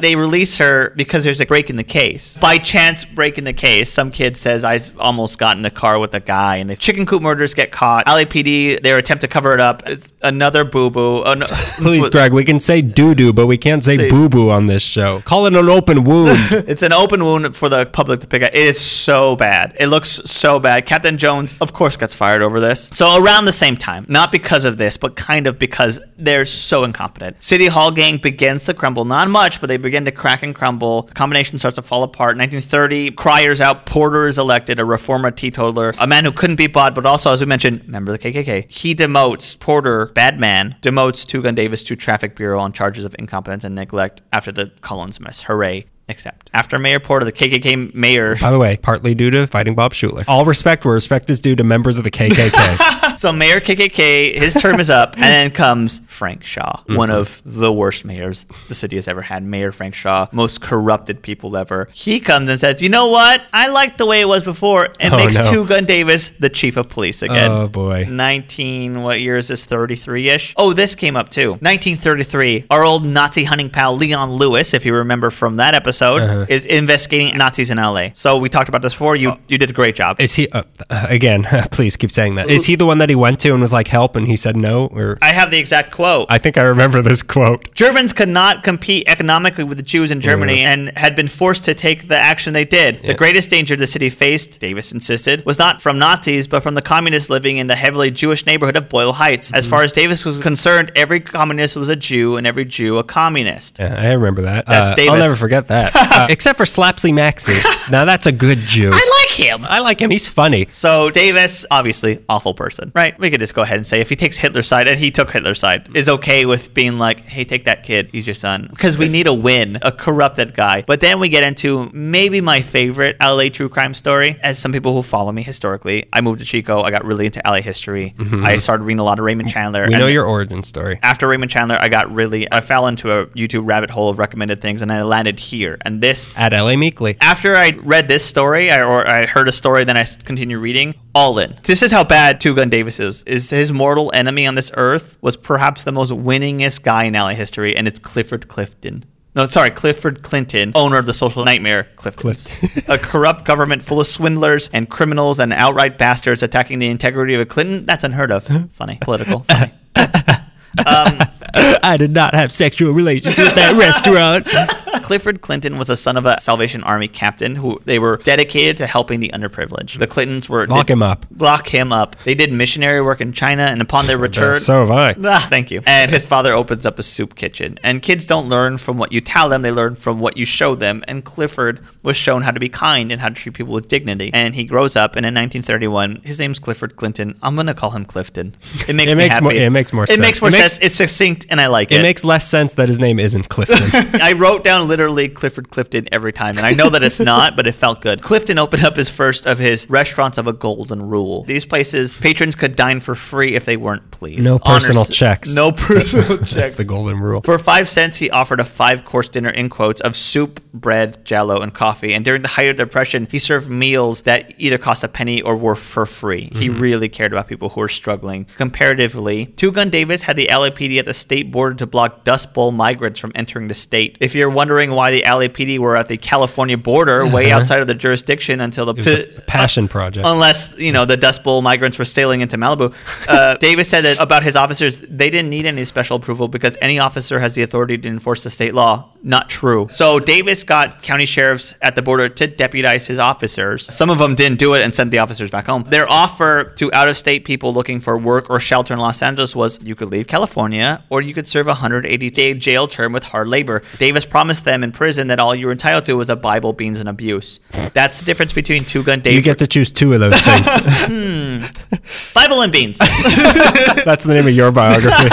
Speaker 2: they release her because there's a break in the case. By chance, break in the case. Some kid says, I almost got in a car with a guy, and the chicken coop murders get caught. LAPD, their attempt to cover it up, it's another boo boo. An-
Speaker 1: Please, Greg, we can say doo doo, but we can't say boo boo on this show. Call it an open wound.
Speaker 2: It's an open wound for the public to pick up. It's so bad. It looks so bad. Captain Jones, of course, gets fired over this. So around the same time, not because of this, but kind of because they're so incompetent. City Hall gang begins to crumble. Not much, but they begin to crack and crumble. The combination starts to fall apart. 1930, Criers out. Porter is elected, a reformer teetotaler, a man who couldn't be bought, but also, as we mentioned, member of the KKK. He demotes Porter, bad man, demotes Two Gun Davis to traffic bureau on charges of incompetence and neglect after the Collins mess. Hooray except after Mayor Porter, the KKK mayor.
Speaker 1: By the way, partly due to fighting Bob Schuler. All respect where respect is due to members of the KKK.
Speaker 2: so Mayor KKK, his term is up, and then comes Frank Shaw,
Speaker 1: Mm-hmm.
Speaker 2: one of the worst mayors the city has ever had. Mayor Frank Shaw, most corrupted people ever. He comes and says, "You know what? I like the way it was before," and
Speaker 1: Oh,
Speaker 2: makes
Speaker 1: no.
Speaker 2: Two Gun Davis the chief of police again.
Speaker 1: oh boy.
Speaker 2: 19 what year is this 33ish oh this came up too 1933 our old nazi hunting pal leon lewis if you remember from that episode
Speaker 1: Uh-huh. Oh.
Speaker 2: is investigating nazis in la so we talked about this before you you did a great job
Speaker 1: Is he uh, uh, again? Please keep saying that. Is he the one that he went to and was like help, and he said no? Or
Speaker 2: i have the exact quote
Speaker 1: I think I remember this quote.
Speaker 2: Germans could not compete economically with the Jews in
Speaker 1: Mm.
Speaker 2: Germany and had been forced to take the action they did. The greatest danger the city faced, Davis insisted, was not from Nazis, but from the communists living in the heavily Jewish neighborhood of Boyle Heights.
Speaker 1: Mm-hmm.
Speaker 2: As far as Davis was concerned, every communist was a Jew and every Jew a communist.
Speaker 1: Yeah, I remember that.
Speaker 2: That's
Speaker 1: Uh,
Speaker 2: Davis.
Speaker 1: I'll never forget that. Uh, except for Slapsy Maxie. now that's a good Jew.
Speaker 2: I like him.
Speaker 1: I like him. He's funny.
Speaker 2: So Davis, obviously, awful person, right? We could just go ahead and say if he takes Hitler's side, and he took Hitler's side, is okay with being like, "Hey, take that kid, he's your son," because we need a win, a corrupted guy. But then we get into maybe my favorite LA true crime story. As some people who follow me historically, I moved to Chico, I got really into LA history. I started reading a lot of Raymond Chandler.
Speaker 1: Mm-hmm. We
Speaker 2: and
Speaker 1: know your origin story.
Speaker 2: after Raymond Chandler, I got really, I fell into a YouTube rabbit hole of recommended things, and I landed here. And this
Speaker 1: At LA Meekly.
Speaker 2: after I read this story, I, or I heard a story, then I s- continued reading. All in. This is how bad Two Gun Davis is. Is his mortal enemy on this earth was perhaps the most winningest guy in LA history, and it's Clifford Clifton. No, sorry, Clifford Clinton, owner of the social nightmare Clifton's. a corrupt government full of swindlers and criminals and outright bastards attacking the integrity of a Clinton. That's unheard of. Funny, political, funny.
Speaker 1: I did not have sexual relations with that restaurant.
Speaker 2: Clifford Clinton was a son of a Salvation Army captain who they were dedicated to helping the underprivileged. The Clintons were
Speaker 1: Lock
Speaker 2: did-
Speaker 1: him up.
Speaker 2: Lock him up. They did missionary work in China, and upon their return,
Speaker 1: Uh, So have I.
Speaker 2: Ah, thank you. And his father opens up a soup kitchen. And kids don't learn from what you tell them, they learn from what you show them. And Clifford was shown how to be kind and how to treat people with dignity. And he grows up, and in 1931, his name's Clifford Clinton. I'm going to call him Clifton. It makes,
Speaker 1: It
Speaker 2: me
Speaker 1: makes
Speaker 2: happy.
Speaker 1: more- yeah, it makes more
Speaker 2: it
Speaker 1: sense.
Speaker 2: Makes more
Speaker 1: It makes-
Speaker 2: sense. It's succinct, and I like it.
Speaker 1: It makes less sense that his name isn't Clifton.
Speaker 2: I wrote down literally Clifford Clifton every time, and I know that it's not, but it felt good. Clifton opened up his first of his restaurants of a golden rule. These places, patrons could dine for free if they weren't pleased.
Speaker 1: No
Speaker 2: Honor
Speaker 1: personal
Speaker 2: s-
Speaker 1: checks.
Speaker 2: No personal
Speaker 1: That's
Speaker 2: checks.
Speaker 1: the golden rule.
Speaker 2: For five cents, he offered a five course dinner in quotes of soup, bread, jello, and coffee. And during the height of the Depression, he served meals that either cost a penny or were for free. He
Speaker 1: Mm-hmm.
Speaker 2: really cared about people who were struggling. Comparatively, Two Gun Davis had the LAPD at the state border to block Dust Bowl migrants from entering the state. If you're wondering why the LAPD were at the California border, way outside of the jurisdiction until the.
Speaker 1: Uh-huh. It was a passion project.
Speaker 2: Unless you know the Dust Bowl migrants were sailing into Malibu. Uh, Davis said that about his officers, they didn't need any special approval because any officer has the authority to enforce the state law. Not true. So Davis got county sheriffs at the border to deputize his officers. Some of them didn't do it and sent the officers back home. Their offer to out-of-state people looking for work or shelter in Los Angeles was: you could leave California or you could serve a 180-day jail term with hard labor. Davis promised them in prison that all you were entitled to was a Bible, beans, and abuse. That's the difference between Two Gun Davis.
Speaker 1: You get to choose two of those things.
Speaker 2: Bible and beans.
Speaker 1: That's the name of your biography.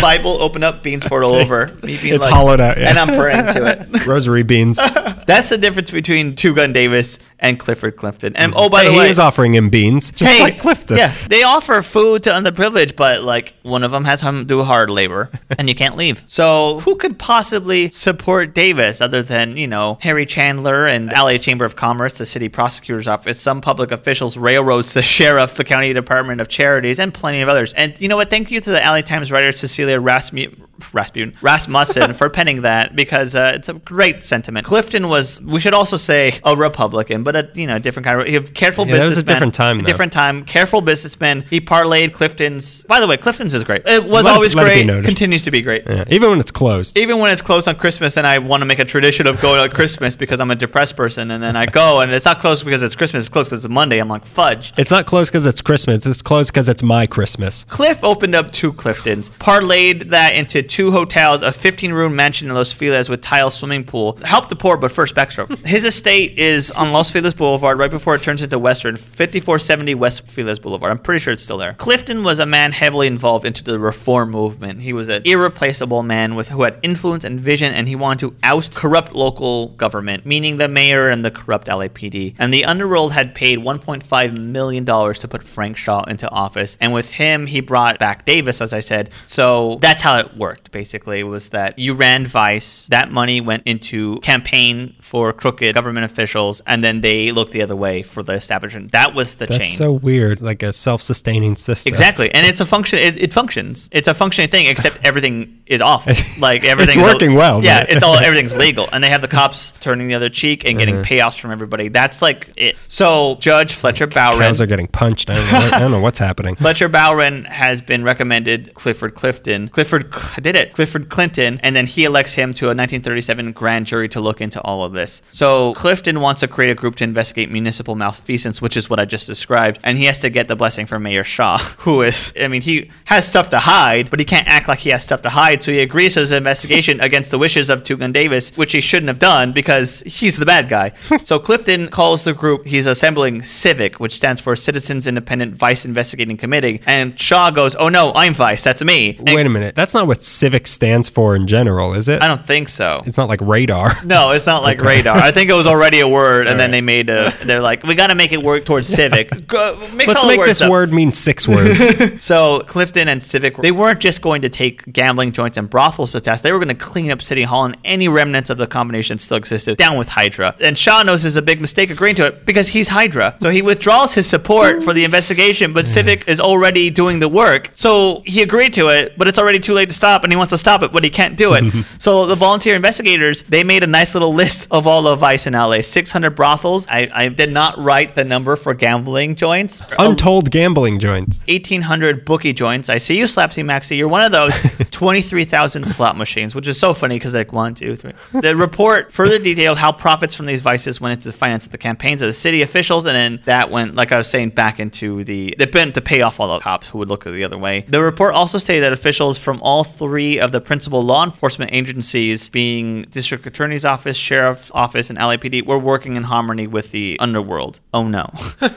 Speaker 2: Bible, open up, beans poured all over. Me being
Speaker 1: It's hollowed out, yeah.
Speaker 2: And I'm praying to it.
Speaker 1: Rosary beans.
Speaker 2: That's the difference between Two Gun Davis and Clifford Clifton. And oh, by
Speaker 1: Hey,
Speaker 2: the
Speaker 1: he
Speaker 2: way,
Speaker 1: is offering him beans, just
Speaker 2: hey,
Speaker 1: like Clifton.
Speaker 2: Yeah, they offer food to underprivileged, but like one of them has to do hard labor, and you can't leave. So who could possibly support Davis other than you know Harry Chandler and LA Chamber of Commerce, the city prosecutor's office, some public officials, railroads, the sheriff, the county department of charities, and plenty of others. And you know what? Thank you to the LA Times writer Cecilia Rasmussen. Rasputin, Rasmussen for penning that because uh, it's a great sentiment. Clifton was, we should also say, a Republican, but a you know different kind of he- careful
Speaker 1: Yeah, that was a
Speaker 2: businessman.
Speaker 1: different time, though.
Speaker 2: Different time. Careful businessman. He parlayed Clifton's. By the way, Clifton's is great. It was
Speaker 1: Let it-
Speaker 2: always
Speaker 1: let it be
Speaker 2: great.
Speaker 1: noted.
Speaker 2: Continues to be great.
Speaker 1: Yeah, Even when it's closed.
Speaker 2: Even when it's closed on Christmas, and I want to make a tradition of going on Christmas because I'm a depressed person, and then I go, and it's not closed because it's Christmas. It's closed because it's Monday. I'm like fudge.
Speaker 1: It's not closed because it's Christmas. It's closed because it's my Christmas.
Speaker 2: Cliff opened up two Cliftons, parlayed that into two hotels, a 15 room mansion in Los Feliz with tile swimming pool. Help the poor, but first backstroke. His estate is on Los Feliz Boulevard right before it turns into Western, 5470 West Feliz Boulevard. I'm pretty sure it's still there. Clifton was a man heavily involved into the reform movement. He was an irreplaceable man with who had influence and vision, and he wanted to oust corrupt local government, meaning the mayor and the corrupt LAPD. And the underworld had paid $1.5 million to put Frank Shaw into office. And with him, he brought back Davis, as I said. So that's how it worked, basically, was that you ran Vice, that money went into campaign for crooked government officials, and then they looked the other way for the establishment. That was the
Speaker 1: That's
Speaker 2: chain.
Speaker 1: so weird. Like a self sustaining system.
Speaker 2: Exactly, and it's a function. It, it functions. It's a functioning thing, except everything is off. Like everything.
Speaker 1: working well,
Speaker 2: Yeah,
Speaker 1: but-
Speaker 2: it's all everything's legal, and they have the cops turning the other cheek and getting
Speaker 1: Uh-huh.
Speaker 2: payoffs from everybody. That's like it. So Judge Fletcher Bowron.
Speaker 1: Cows are getting punched. I don't know, what- I don't know what's happening.
Speaker 2: Fletcher Bowron has been recommended Clifford Clifton. Clifford Cl- I did it. Clifford Clinton, and then he elects him to a 1937 grand jury to look into all of this. So Clifton wants to create a group to investigate municipal malfeasance, which is what I just described, and he has to get the blessing from Mayor Shaw, who is, I mean, he has stuff to hide, but he can't act like he has stuff to hide. So he agrees to his investigation against the wishes of Tugan Davis, which he shouldn't have done because he's the bad guy. so Clifton calls the group he's assembling CIVIC, which stands for Citizens Independent Vice Investigating Committee. And Shaw goes, Oh no, I'm Vice. That's me. And
Speaker 1: Wait a minute. That's not what civic stands for in general, is it?
Speaker 2: I don't think so.
Speaker 1: It's not like radar.
Speaker 2: No, it's not like radar. I think it was already a word, and then they made a. They're like, we got to make it work towards civic. Go, mix all
Speaker 1: Let's
Speaker 2: the
Speaker 1: make
Speaker 2: words
Speaker 1: this
Speaker 2: up."
Speaker 1: word mean six words.
Speaker 2: So Clifton and Civic, they weren't just going to take gambling joints and brothels to task. They were going to clean up City Hall and any remnants of the combination that still existed. Down with Hydra. And Shaw knows this is a big mistake agreeing to it because he's Hydra. So he withdraws his support for the investigation, but Civic is already doing the work. So he agreed to it, but it's already too late to stop stop and he wants to stop it, but he can't do it. so the volunteer investigators, they made a nice little list of all of vice in LA 600 brothels. I, I did not write the number for gambling joints.
Speaker 1: Oh, Untold gambling joints.
Speaker 2: 1,800 bookie joints. I see you, Slapsy Maxi. You're one of those 23,000 slot machines, which is so funny because, like, one, two, three. The report further detailed how profits from these vices went into the finance of the campaigns of the city officials, and then that went, like I was saying, back into the. They bent to pay off all the cops who would look the other way. The report also stated that officials from all three of the principal law enforcement agencies, being District Attorney's Office, Sheriff's Office, and LAPD, were working in harmony with the underworld. Oh, no.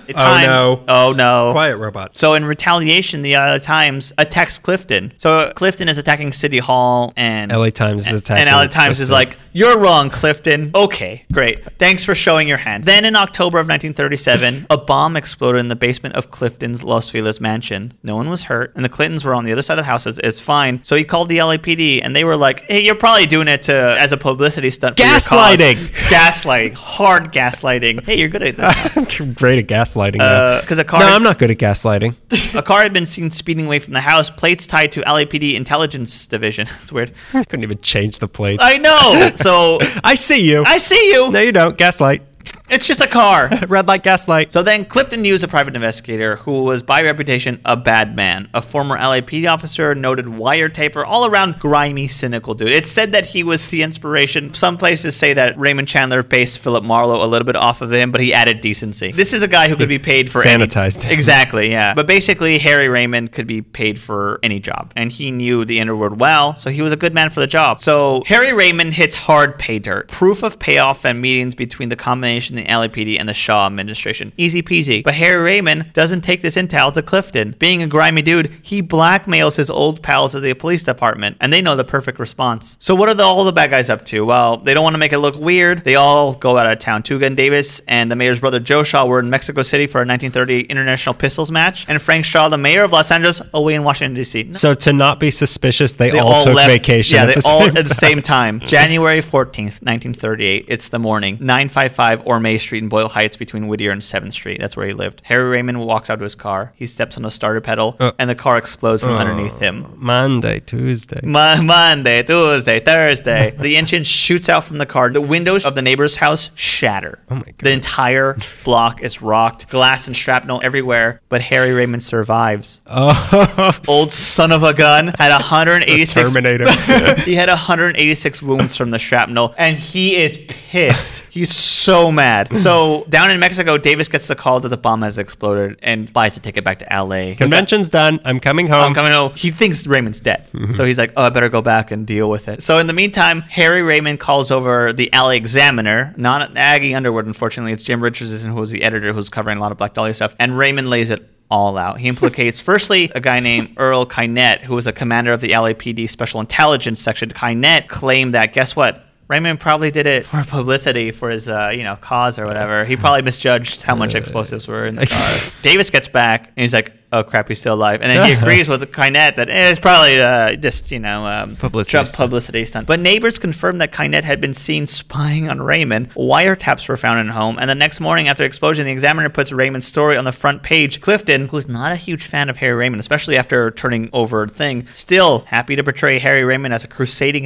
Speaker 2: It's time.
Speaker 1: Oh no.
Speaker 2: Oh, no.
Speaker 1: Quiet robot.
Speaker 2: So in retaliation, the LA Times attacks Clifton. So Clifton is attacking City Hall and
Speaker 1: LA Times is attacking
Speaker 2: And LA Times is
Speaker 1: Clifton.
Speaker 2: like, "You're wrong, Clifton." Okay, great. Thanks for showing your hand. Then in October of 1937, a bomb exploded in the basement of Clifton's Los Feliz mansion. No one was hurt, and the Clintons were on the other side of the house. It's, it's fine. So he called the LAPD, and they were like, "Hey, you're probably doing it to as a publicity stunt." for your cause."
Speaker 1: Gaslighting.
Speaker 2: gaslighting, hard gaslighting. Hey, you're good at this.
Speaker 1: I'm great at gaslighting. though.
Speaker 2: Because a car.
Speaker 1: no, I'm not good at gaslighting.
Speaker 2: A car had been seen speeding away from the house, plates tied to LAPD intelligence division. It's weird.
Speaker 1: I couldn't even change the plate. I,
Speaker 2: I know. So
Speaker 1: see you.
Speaker 2: I see you.
Speaker 1: no, you don't. Gaslight.
Speaker 2: It's just a car.
Speaker 1: Red light, gaslight.
Speaker 2: So then Clifton used a private investigator who was by reputation a bad man, a former LAPD officer, noted wiretaper, all around grimy, cynical dude. It's said that he was the inspiration. Some places say that Raymond Chandler based Philip Marlowe a little bit off of him, but he added decency. This is a guy who could be paid for any-
Speaker 1: Sanitized.
Speaker 2: Exactly, yeah. But basically, Harry Raymond could be paid for any job, and he knew the underworld well, so he was a good man for the job. So Harry Raymond hits hard pay dirt. Proof of payoff and meetings between the combination of the LAPD and the Shaw administration. Easy peasy. But Harry Raymond doesn't take this intel to Clifton. Being a grimy dude, he blackmails his old pals at the police department, and they know the perfect response. So what are the, all the bad guys up to? Well, they don't want to make it look weird. They all go out of town. Tugan Davis and the mayor's brother Joe Shaw were in Mexico City for a 1930 international pistols match, and Frank Shaw, the mayor of Los Angeles, away in Washington D.C. No,
Speaker 1: So to not be suspicious, they, all, took vacation.
Speaker 2: Yeah,
Speaker 1: at
Speaker 2: they
Speaker 1: the
Speaker 2: all
Speaker 1: same
Speaker 2: at the
Speaker 1: time.
Speaker 2: same time. January 14th, 1938. It's the morning. 955 or May Street in Boyle Heights between Whittier and 7th Street. That's where he lived. Harry Raymond walks out to his car. He steps on the starter pedal,
Speaker 1: Uh.
Speaker 2: and the car explodes from underneath him.
Speaker 1: Monday, Tuesday.
Speaker 2: Mo- Monday, Tuesday, Thursday. The engine shoots out from the car. The windows of the neighbor's house shatter.
Speaker 1: Oh my God.
Speaker 2: The entire block is rocked. Glass and shrapnel everywhere. But Harry Raymond survives.
Speaker 1: Oh,
Speaker 2: Old son of a gun had 186
Speaker 1: Terminator.
Speaker 2: he had 186 wounds from the shrapnel, and he is pissed. He's so mad. So down in Mexico, Davis gets the call that the bomb has exploded and buys a ticket back to LA.
Speaker 1: Convention's done. I'm coming home.
Speaker 2: I'm coming home. He thinks Raymond's dead. So he's like, oh, I better go back and deal with it. So in the meantime, Harry Raymond calls over the LA Examiner, not Aggie Underwood, unfortunately. It's Jim Richardson, who was the editor who's covering a lot of Black Dahlia stuff. And Raymond lays it all out. He implicates, firstly, a guy named Earl Kynette, who was a commander of the LAPD Special Intelligence Section. Kynette claimed that, guess what? Raymond probably did it for publicity for his, uh, you know, cause or whatever. He probably misjudged how much explosives were in the car. Davis gets back and he's like, "Oh crap, he's still alive," and then he agrees with Kynette that eh, it's probably uh, just you know um,
Speaker 1: Publicity
Speaker 2: Trump
Speaker 1: stunt.
Speaker 2: publicity stunt. But neighbors confirmed that Kynette had been seen spying on Raymond. Wiretaps were found in her home, and the next morning after explosion, the Examiner puts Raymond's story on the front page. Clifton, who's not a huge fan of Harry Raymond, especially after turning over Thing, still happy to portray Harry Raymond as a crusading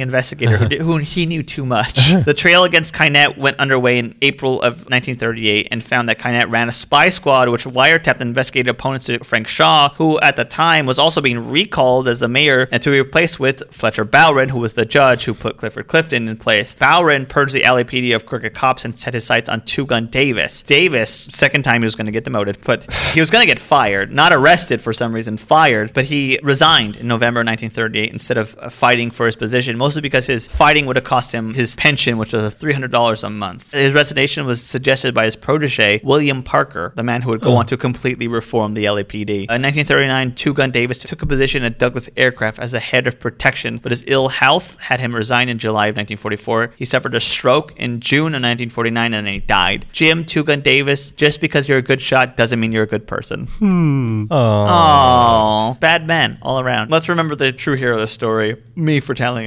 Speaker 2: investigator who, did, who he knew too much. the trail against Kynette went underway in April of 1938 and found that Kynette ran a spy squad which wiretapped and investigated opponents to Frank Shaw, who at the time was also being recalled as the mayor and to be replaced with Fletcher Bowron, who was the judge who put Clifford Clifton in place. Bowron purged the LAPD of crooked cops and set his sights on Two Gun Davis. Davis, second time he was going to get demoted, but he was going to get fired, not arrested for some reason, fired, but he resigned in November 1938 instead of uh, fighting for his position, mostly because his fighting would have cost him his pension, which was $300 a month. His resignation was suggested by his protege, William Parker, the man who would go on to completely reform the LAPD. In 1939, Two Gun Davis took a position at Douglas Aircraft as a head of protection, but his ill health had him resign in July of 1944. He suffered a stroke in June of 1949 and then he died. Jim Two Gun Davis, just because you're a good shot doesn't mean you're a good person. Hmm.
Speaker 1: Aw.
Speaker 2: Oh, bad men all around. Let's remember the true hero of the story, me for telling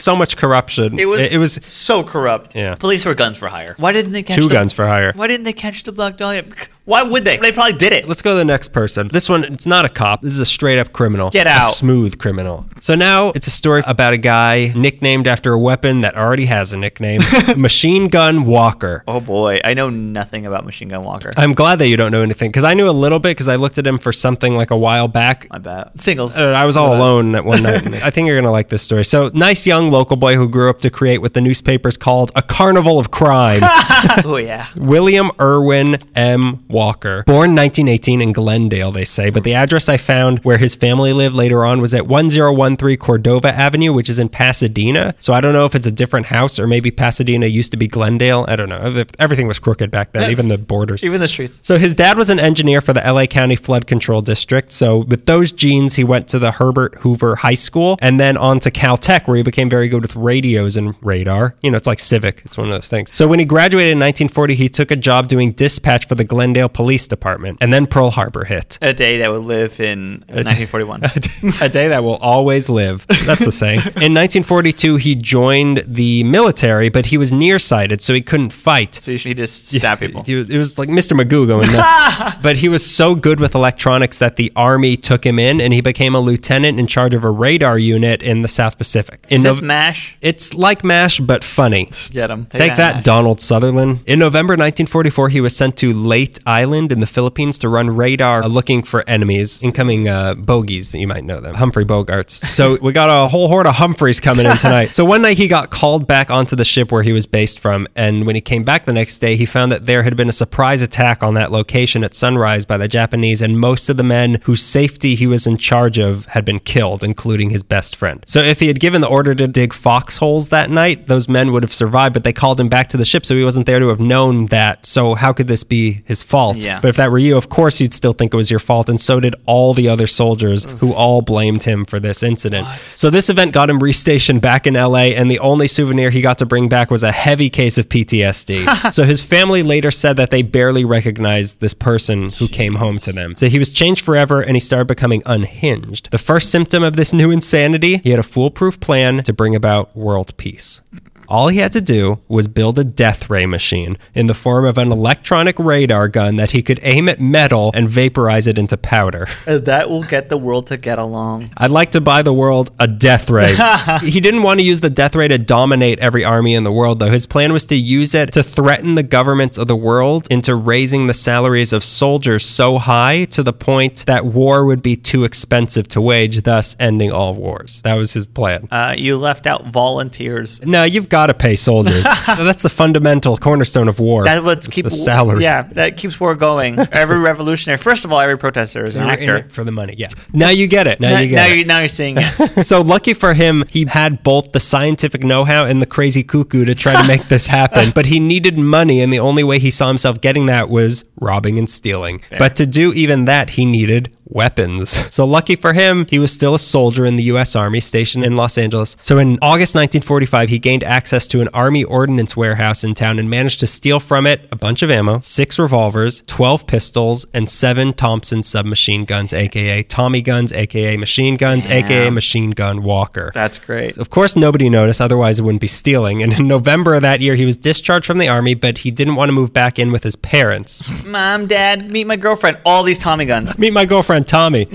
Speaker 1: so much corruption.
Speaker 2: it was
Speaker 1: It, was
Speaker 2: so corrupt.
Speaker 1: Yeah.
Speaker 2: Police were guns for hire. Why didn't they catch
Speaker 1: two
Speaker 2: the-
Speaker 1: guns for hire.
Speaker 2: Why didn't they catch the Black Dahlia? Why would they? They probably did it.
Speaker 1: Let's go to the next person. This one, it's not a cop. This is a straight up criminal.
Speaker 2: Get
Speaker 1: A
Speaker 2: out.
Speaker 1: smooth criminal. So now it's a story about a guy nicknamed after a weapon that already has a nickname Machine Gun Walker.
Speaker 2: Oh boy, I know nothing about Machine Gun Walker.
Speaker 1: I'm glad that you don't know anything because I knew a little bit because I looked at him for something like a while back.
Speaker 2: My bad. Singles.
Speaker 1: Uh, I was all alone that one night. I think you're going to like this story. So, nice young local boy who grew up to create what the newspapers called a carnival of crime.
Speaker 2: oh yeah.
Speaker 1: William Irwin M. Walker. Born 1918 in Glendale, they say, but the address I found where his family lived later on was at 1013 Cordova Avenue, which is in Pasadena. So I don't know if it's a different house or maybe Pasadena used to be Glendale. I don't know. If- Everything was crooked back then, even the borders.
Speaker 2: Even the streets.
Speaker 1: So his dad was an engineer for the LA County Flood Control District. So with those genes, he went to the Herbert Hoover High School and then on to Caltech, where he became very good with radios and radar. You know, it's like civic. It's one of those things. So when he graduated in 1940, he took a job doing dispatch for the Glendale Police Department, and then Pearl Harbor hit.
Speaker 2: A day that would live in 1941.
Speaker 1: a day that will always live. That's the saying. In 1942, he joined the military, but he was nearsighted, so he couldn't fight.
Speaker 2: so you should just stab people.
Speaker 1: He was- it was like Mr. Magoo going nuts. but he was so good with electronics that the army took him in, and he became a lieutenant in charge of a radar unit in the South Pacific. In
Speaker 2: Is this
Speaker 1: Nov-
Speaker 2: mash?
Speaker 1: it's like MASH, but funny.
Speaker 2: Get him.
Speaker 1: Take that, Donald Sutherland. In November 1944, he was sent to Leyte Island in the Philippines to run radar uh, looking for enemies, incoming uh, bogeys. You might know them, Humphrey Bogarts. So we got a whole horde of Humphreys coming in tonight. So one night he got called back onto the ship where he was based from, and when he came back the next day, he found that there had been a surprise attack on that location at sunrise by the Japanese, and most of the men whose safety he was in charge of had been killed, including his best friend. So if he had given the order to dig foxholes that night, those men would have survived, but they called him back to the ship, so he wasn't there to have known that. So how could this be his fault?
Speaker 2: Yeah.
Speaker 1: But if that were you, of course you'd still think it was your fault, and so did all the other soldiers who all blamed him for this incident. So this event got him restationed back in LA, and the only souvenir he got to bring back was a heavy case of PTSD. so his family later said that they barely recognized this person who came home to them. So he was changed forever, and he started becoming unhinged. The first symptom of this new insanity, he had a foolproof plan to bring about world peace. All he had to do was build a death ray machine in the form of an electronic radar gun that he could aim at metal and vaporize it into powder.
Speaker 2: Uh, That will get the world to get along.
Speaker 1: I'd like to buy the world a death ray. he didn't want to use the death ray to dominate every army in the world, though. His plan was to use it to threaten the governments of the world into raising the salaries of soldiers so high to the point that war would be too expensive to wage, thus ending all wars. That was his plan.
Speaker 2: Uh, you left out volunteers.
Speaker 1: No, you've got to pay soldiers. That's the fundamental cornerstone of war.
Speaker 2: That's what's keep
Speaker 1: the salary.
Speaker 2: Yeah, that keeps war going. Every revolutionary, first of all, every protester is an
Speaker 1: You're in
Speaker 2: actor.
Speaker 1: it for the money. Yeah. Now you get it. Now,
Speaker 2: Now,
Speaker 1: you get
Speaker 2: now
Speaker 1: it.
Speaker 2: you now you're seeing it.
Speaker 1: so lucky for him, he had both the scientific know-how and the crazy cuckoo to try to make this happen. But he needed money, and the only way he saw himself getting that was robbing and stealing. But to do even that, he needed weapons. So lucky for him, he was still a soldier in the U.S. Army stationed in Los Angeles. So in August 1945, he gained access to an Army ordnance warehouse in town and managed to steal from it a bunch of ammo, six revolvers, 12 pistols, and seven Thompson submachine guns, aka Tommy guns, aka machine guns, aka
Speaker 2: Damn.
Speaker 1: machine gun Walker.
Speaker 2: That's great.
Speaker 1: Of course, nobody noticed, otherwise, it wouldn't be stealing. And in November of that year, he was discharged from the army, but he didn't want to move back in with his parents.
Speaker 2: Mom, Dad, meet my girlfriend. All these Tommy guns.
Speaker 1: Meet my girlfriend, Tommy.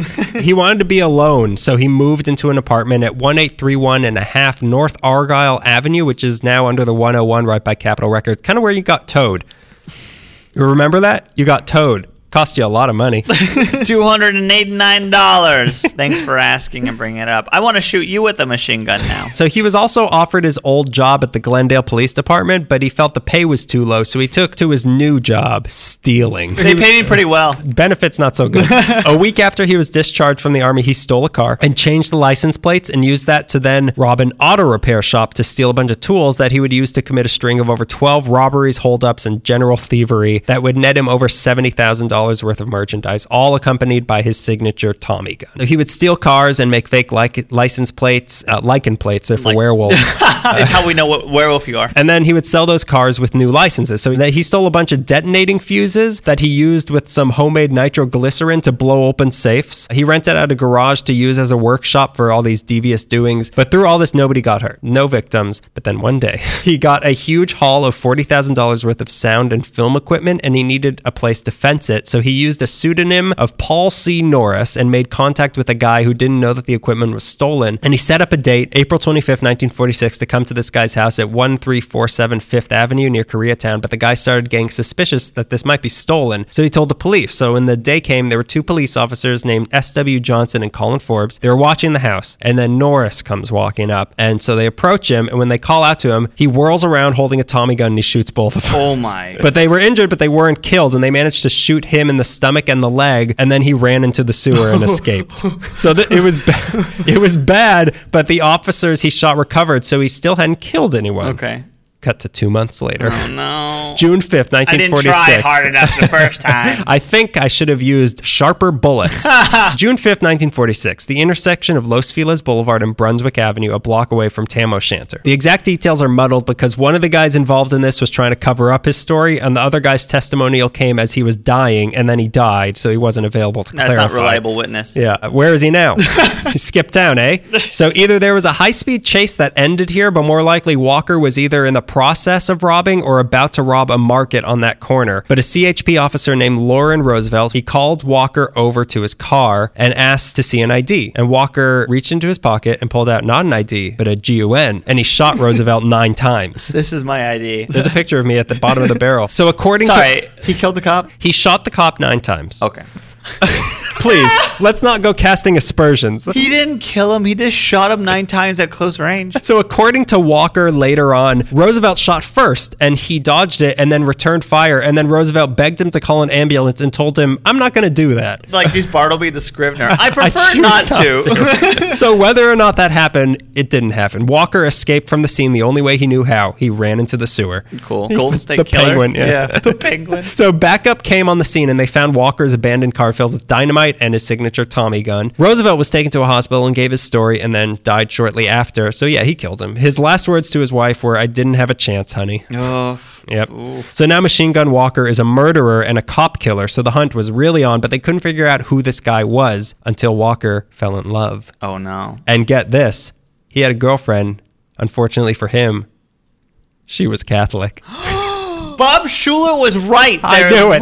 Speaker 1: he wanted to be alone, so he moved into an apartment at 1831 and a half North Argyle Avenue, which is now under the 101 right by Capitol Records, kind of where you got towed. You remember that? You got towed. Cost you a lot of money.
Speaker 2: Two hundred and eighty-nine dollars. Thanks for asking and bringing it up. I want to shoot you with a machine gun now.
Speaker 1: So he was also offered his old job at the Glendale Police Department, but he felt the pay was too low, so he took to his new job, stealing.
Speaker 2: They pay me pretty well.
Speaker 1: Benefits not so good. a week after he was discharged from the army, he stole a car and changed the license plates and used that to then rob an auto repair shop to steal a bunch of tools that he would use to commit a string of over 12 robberies, holdups, and general thievery that would net him over $70,000 dollars worth of merchandise, all accompanied by his signature Tommy gun. He would steal cars and make fake lic- license plates, uh, lichen plates, they're for
Speaker 2: Like-
Speaker 1: werewolves.
Speaker 2: it's how we know what werewolf you are.
Speaker 1: And then he would sell those cars with new licenses. So that he stole a bunch of detonating fuses that he used with some homemade nitroglycerin to blow open safes. He rented out a garage to use as a workshop for all these devious doings. But through all this, nobody got hurt, no victims. But then one day, he got a huge haul of $40,000 worth of sound and film equipment, and he needed a place to fence it. So he used a pseudonym of Paul C. Norris and made contact with a guy who didn't know that the equipment was stolen. And he set up a date, April 25th, 1946, to come to this guy's house at 1347 Fifth Avenue near Koreatown. But the guy started getting suspicious that this might be stolen. So he told the police. So when the day came, there were two police officers named S.W. Johnson and Colin Forbes. They were watching the house. And then Norris comes walking up. And so they approach him. And when they call out to him, he whirls around holding a Tommy gun and he shoots both of them.
Speaker 2: Oh my.
Speaker 1: But they were injured, but they weren't killed, and they managed to shoot him in the stomach and the leg, and then he ran into the sewer and escaped. So th- it was ba- it was bad, but the officers he shot recovered, so he still hadn't killed anyone.
Speaker 2: okay. Oh,
Speaker 1: Cut to two months later,
Speaker 2: No.
Speaker 1: June fifth,
Speaker 2: I
Speaker 1: nineteen
Speaker 2: didn't
Speaker 1: forty-six.
Speaker 2: try hard enough the first time.
Speaker 1: I think I should have used sharper bullets. June 5th, 1946, the intersection of Los Feliz Boulevard and Brunswick Avenue, a block away from Tam O'Shanter. The exact details are muddled because one of the guys involved in this was trying to cover up his story, and the other guy's testimonial came as he was dying, and then he died, so he wasn't available to
Speaker 2: That's
Speaker 1: clarify.
Speaker 2: not reliable witness.
Speaker 1: Yeah. uh, Where is he now? he skipped town, eh? So either there was a high speed chase that ended here, but more likely Walker was either in the process of robbing or about to rob a market on that corner. But a CHP officer named Lauren Roosevelt, he called Walker over to his car and asked to see an ID. And Walker reached into his pocket and pulled out not an ID, but a GUN, and he shot Roosevelt nine times.
Speaker 2: This is my ID.
Speaker 1: There's a picture of me at the bottom of the barrel. So according
Speaker 2: Sorry,
Speaker 1: to
Speaker 2: he killed the cop.
Speaker 1: he shot the cop nine times.
Speaker 2: Okay.
Speaker 1: Please, let's not go casting aspersions.
Speaker 2: He didn't kill him. He just shot him nine times at close range.
Speaker 1: So, according to Walker later on, Roosevelt shot first and he dodged it and then returned fire. And then Roosevelt begged him to call an ambulance and told him, I'm not going to do that.
Speaker 2: Like he's Bartleby the Scrivener. I
Speaker 1: I
Speaker 2: prefer
Speaker 1: choose
Speaker 2: not, to.
Speaker 1: to. so, whether or not that happened, it didn't happen. Walker escaped from the scene the only way he knew how. He ran into the sewer.
Speaker 2: cool.
Speaker 1: He's
Speaker 2: Golden
Speaker 1: the-
Speaker 2: State
Speaker 1: the
Speaker 2: Killer.
Speaker 1: penguin, yeah.
Speaker 2: the penguin.
Speaker 1: So backup came on the scene and they found Walker's abandoned car filled with dynamite and his signature Tommy gun. Roosevelt was taken to a hospital and gave his story and then died shortly after. So yeah, he killed him. His last words to his wife were, I didn't have a chance, honey. Yep. So now Machine Gun Walker is a murderer and a cop killer. So the hunt was really on, but they couldn't figure out who this guy was until Walker fell in love.
Speaker 2: Oh no.
Speaker 1: And get this, he had a girlfriend. Unfortunately for him, she was Catholic.
Speaker 2: Bob Schuler was right. They're
Speaker 1: I knew it.
Speaker 2: Liars.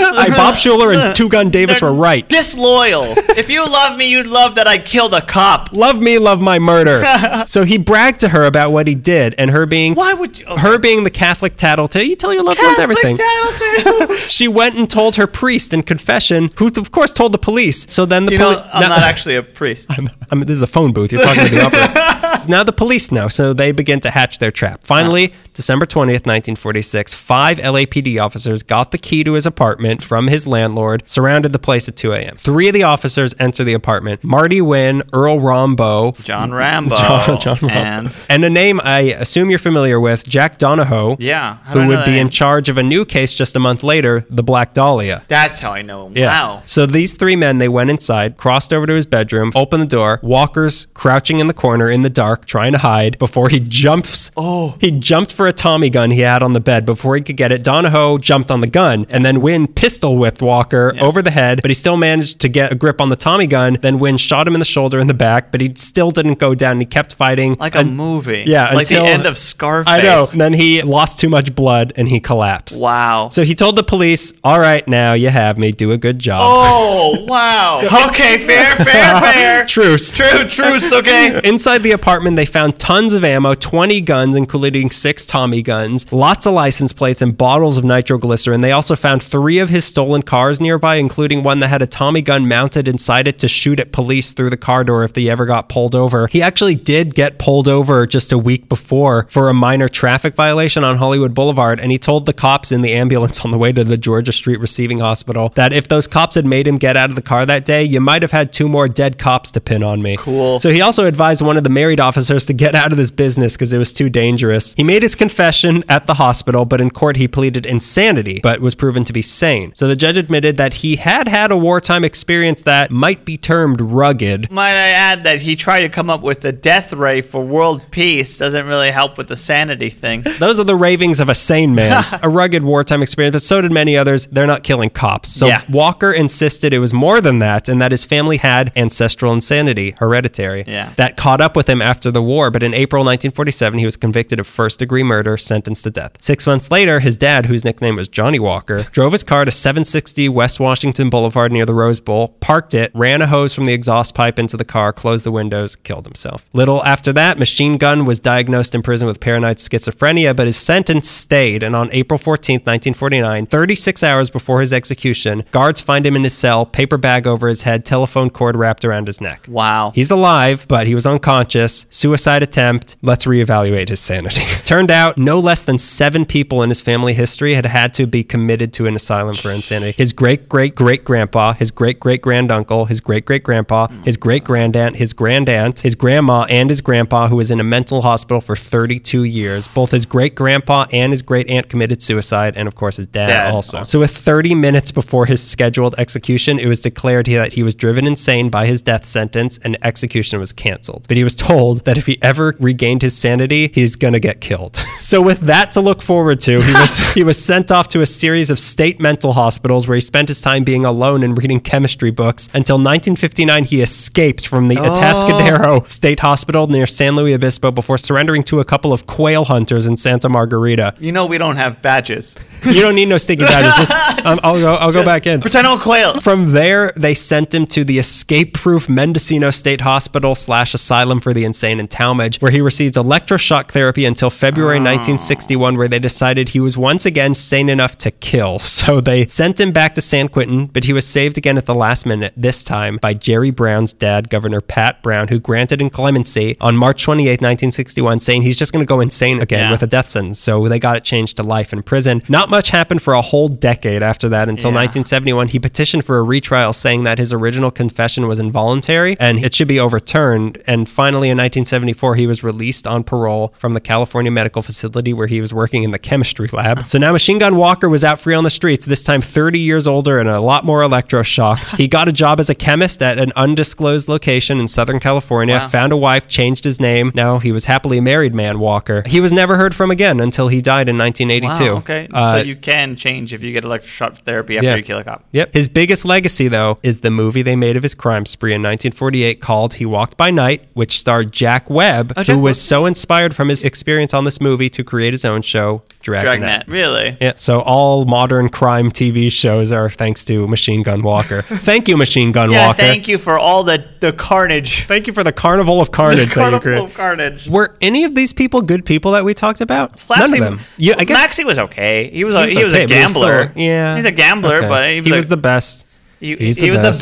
Speaker 1: I, Bob Schuler and Two Gun Davis
Speaker 2: They're
Speaker 1: were right.
Speaker 2: Disloyal. if you love me, you'd love that I killed a cop.
Speaker 1: love me, love my murder. so he bragged to her about what he did and her being
Speaker 2: Why would you?
Speaker 1: her being the Catholic tattletale. You tell your loved ones everything. She went and told her priest in confession, who of course told the police. So then the
Speaker 2: you
Speaker 1: police.
Speaker 2: know, I'm not actually a priest.
Speaker 1: I mean, this is a phone booth. You're talking to the operator. Now the police know, so they begin to hatch their trap. Finally, December 20th, 1946, five LAPD officers got the key to his apartment from his landlord, surrounded the place at 2 a.m. Three of the officers enter the apartment Marty Wynn, Earl Rombo,
Speaker 2: John Rambo.
Speaker 1: John- John Rambo.
Speaker 2: And
Speaker 1: and a name I assume you're familiar with, Jack Donahoe,
Speaker 2: yeah, how do
Speaker 1: who
Speaker 2: I know
Speaker 1: would
Speaker 2: that
Speaker 1: be
Speaker 2: name?
Speaker 1: in charge of a new case just a month later, the Black Dahlia.
Speaker 2: That's how I know him. Wow.
Speaker 1: So these three men, they went inside, crossed over to his bedroom, opened the door. Walker's crouching in the corner in the dark, trying to hide before he jumps.
Speaker 2: Oh.
Speaker 1: He jumped for a Tommy gun he had on the bed. Before he could get it, Donahoe jumped on the gun, and then Wynn pistol whipped Walker over the head, but he still managed to get a grip on the Tommy gun. Then Wynn shot him in the shoulder and the back, but he still didn't go down. He kept fighting.
Speaker 2: Like a
Speaker 1: un-
Speaker 2: movie.
Speaker 1: Yeah,
Speaker 2: Like
Speaker 1: until-
Speaker 2: the end of Scarface.
Speaker 1: I know. And then he lost too much blood and he collapsed.
Speaker 2: Wow.
Speaker 1: So he told the police, "All right, now you have me. Do a good job."
Speaker 2: oh wow. Okay, fair, fair, fair.
Speaker 1: Truce.
Speaker 2: True, truce. Okay.
Speaker 1: Inside the apartment, they found tons of ammo, 20 guns, including six Tommy guns, lots of license plates, and bottles of nitroglycerin. They also found three of his stolen cars nearby, including one that had a Tommy gun mounted inside it to shoot at police through the car door if they ever got pulled over. He actually did get pulled over just a week before for a minor traffic violation on Hollywood Boulevard, and he told the cops in the ambulance on the way to the Georgia Street Receiving Hospital that if those cops had made him get out of the car that day, you might have had two more dead cops to pin on me.
Speaker 2: Cool.
Speaker 1: So he also advised one of the married officers to get out of this business because it was too dangerous. He made his confession at the hospital, but in court he pleaded insanity, but was proven to be sane. So the judge admitted that he had had a wartime experience that might be termed rugged.
Speaker 2: Might I add that he tried to come up with the death ray for world peace doesn't really help with the sanity thing.
Speaker 1: Those are the ravings of a sane man, a rugged wartime experience, but so did many others. They're not killing cops. So
Speaker 2: Yeah.
Speaker 1: Walker insisted it was more than that and that his family had ancestral insanity, hereditary,
Speaker 2: Yeah.
Speaker 1: that caught up with him after the war. But in April 1947, he was convicted of first degree murder, sentenced to death. Six months later, his dad, whose nickname was Johnny Walker, drove his car to 760 West Washington Boulevard near the Rose Bowl, parked it, ran a hose from the exhaust pipe into the car, closed the windows, killed himself. Little after that, Machine Gun was diagnosed in prison with paranoid schizophrenia, but his sentence stayed. And on April 14th, 1949, 36 hours before his execution, guards find him in his cell, paper bag over his head, telephone cord wrapped around his neck.
Speaker 2: Wow.
Speaker 1: He's alive, but he was unconscious. Suicide attempt. Let's reevaluate his sanity. Turned out no less than seven people in his family history had had to be committed to an asylum for insanity. His great great great grandpa, his great great granduncle, his great great grandpa, his great grandaunt, his grandaunt, his grandma, and his grandpa, who was in a mental hospital for 32 years. Both his great grandpa and his great aunt committed suicide, and of course his dad,
Speaker 2: Dad.
Speaker 1: also. So, with 30 minutes before his scheduled execution, it was declared he- that he was driven insane by his death sentence and execution was canceled. But he was told that if he ever regained his sanity, he's going to get killed. so, with that to look forward to, he was, he was sent off to a series of state mental hospitals where he spent his time being alone and reading chemistry books. Until 1959, he escaped from the Atascadero State Hospital near San Luis Obispo before surrendering to a couple of quail hunters in Santa Margarita.
Speaker 2: You know we don't have badges.
Speaker 1: You don't need no sticky badges. Just, um, I'll go. I'll go back in.
Speaker 2: Pretend I'm a quail.
Speaker 1: From there, they sent him to the escape-proof Mendocino State Hospital slash asylum for the insane in Talmadge, where he received electroshock therapy until February
Speaker 2: Oh.
Speaker 1: 1961, where they decided he was once again sane enough to kill. So they sent him back to San Quentin, but he was saved again at the last minute. This time by Jerry Brown's dad, Governor Pat Brown, who granted him clemency on March 28, 1961, saying he's just going to go insane again
Speaker 2: Yeah.
Speaker 1: with a death sentence. So they got it changed to life in prison. Not much happened for a whole decade after that until
Speaker 2: Yeah.
Speaker 1: 1971. He petitioned for a retrial, saying that his original confession was involuntary and it should be overturned. And finally, in 1974, he was released on parole from the California medical facility where he was working in the chemistry lab. So now Machine Gun Walker was out free on the streets, this time 30 years older and a lot more electroshocked. he got a job as a chemist at an undisclosed location in Southern California,
Speaker 2: Wow.
Speaker 1: found a wife, changed his name. Now he was happily married man Walker. He was never heard from again until he died in 1982.
Speaker 2: Wow, okay.
Speaker 1: Uh,
Speaker 2: so you can change if you get electroshock therapy after
Speaker 1: Yeah.
Speaker 2: you kill a cop.
Speaker 1: Yep. His biggest legacy, though, is the movie they made of his crime spree in 1948 called He Walked by Night, which starred Jack Webb,
Speaker 2: Jack
Speaker 1: who was
Speaker 2: Webb.
Speaker 1: so inspired from his experience on this movie to create his own show, Dragnet.
Speaker 2: Dragnet. Really?
Speaker 1: Yeah, so all modern crime TV shows are thanks to Machine Gun Walker. Thank you, Machine Gun
Speaker 2: Yeah,
Speaker 1: Walker.
Speaker 2: thank you for all the, the carnage.
Speaker 1: Thank you for the carnival of carnage that you
Speaker 2: Carnival
Speaker 1: created.
Speaker 2: of carnage.
Speaker 1: Were any of these people good people that we talked about? None
Speaker 2: Slapsy-
Speaker 1: of them. Yeah, I guess
Speaker 2: Maxie was okay. He was a, he was,
Speaker 1: okay,
Speaker 2: a
Speaker 1: but he was still-
Speaker 2: gambler.
Speaker 1: yeah,
Speaker 2: he's a gambler,
Speaker 1: Okay.
Speaker 2: but
Speaker 1: he was the best.
Speaker 2: he,
Speaker 1: he's the
Speaker 2: he was the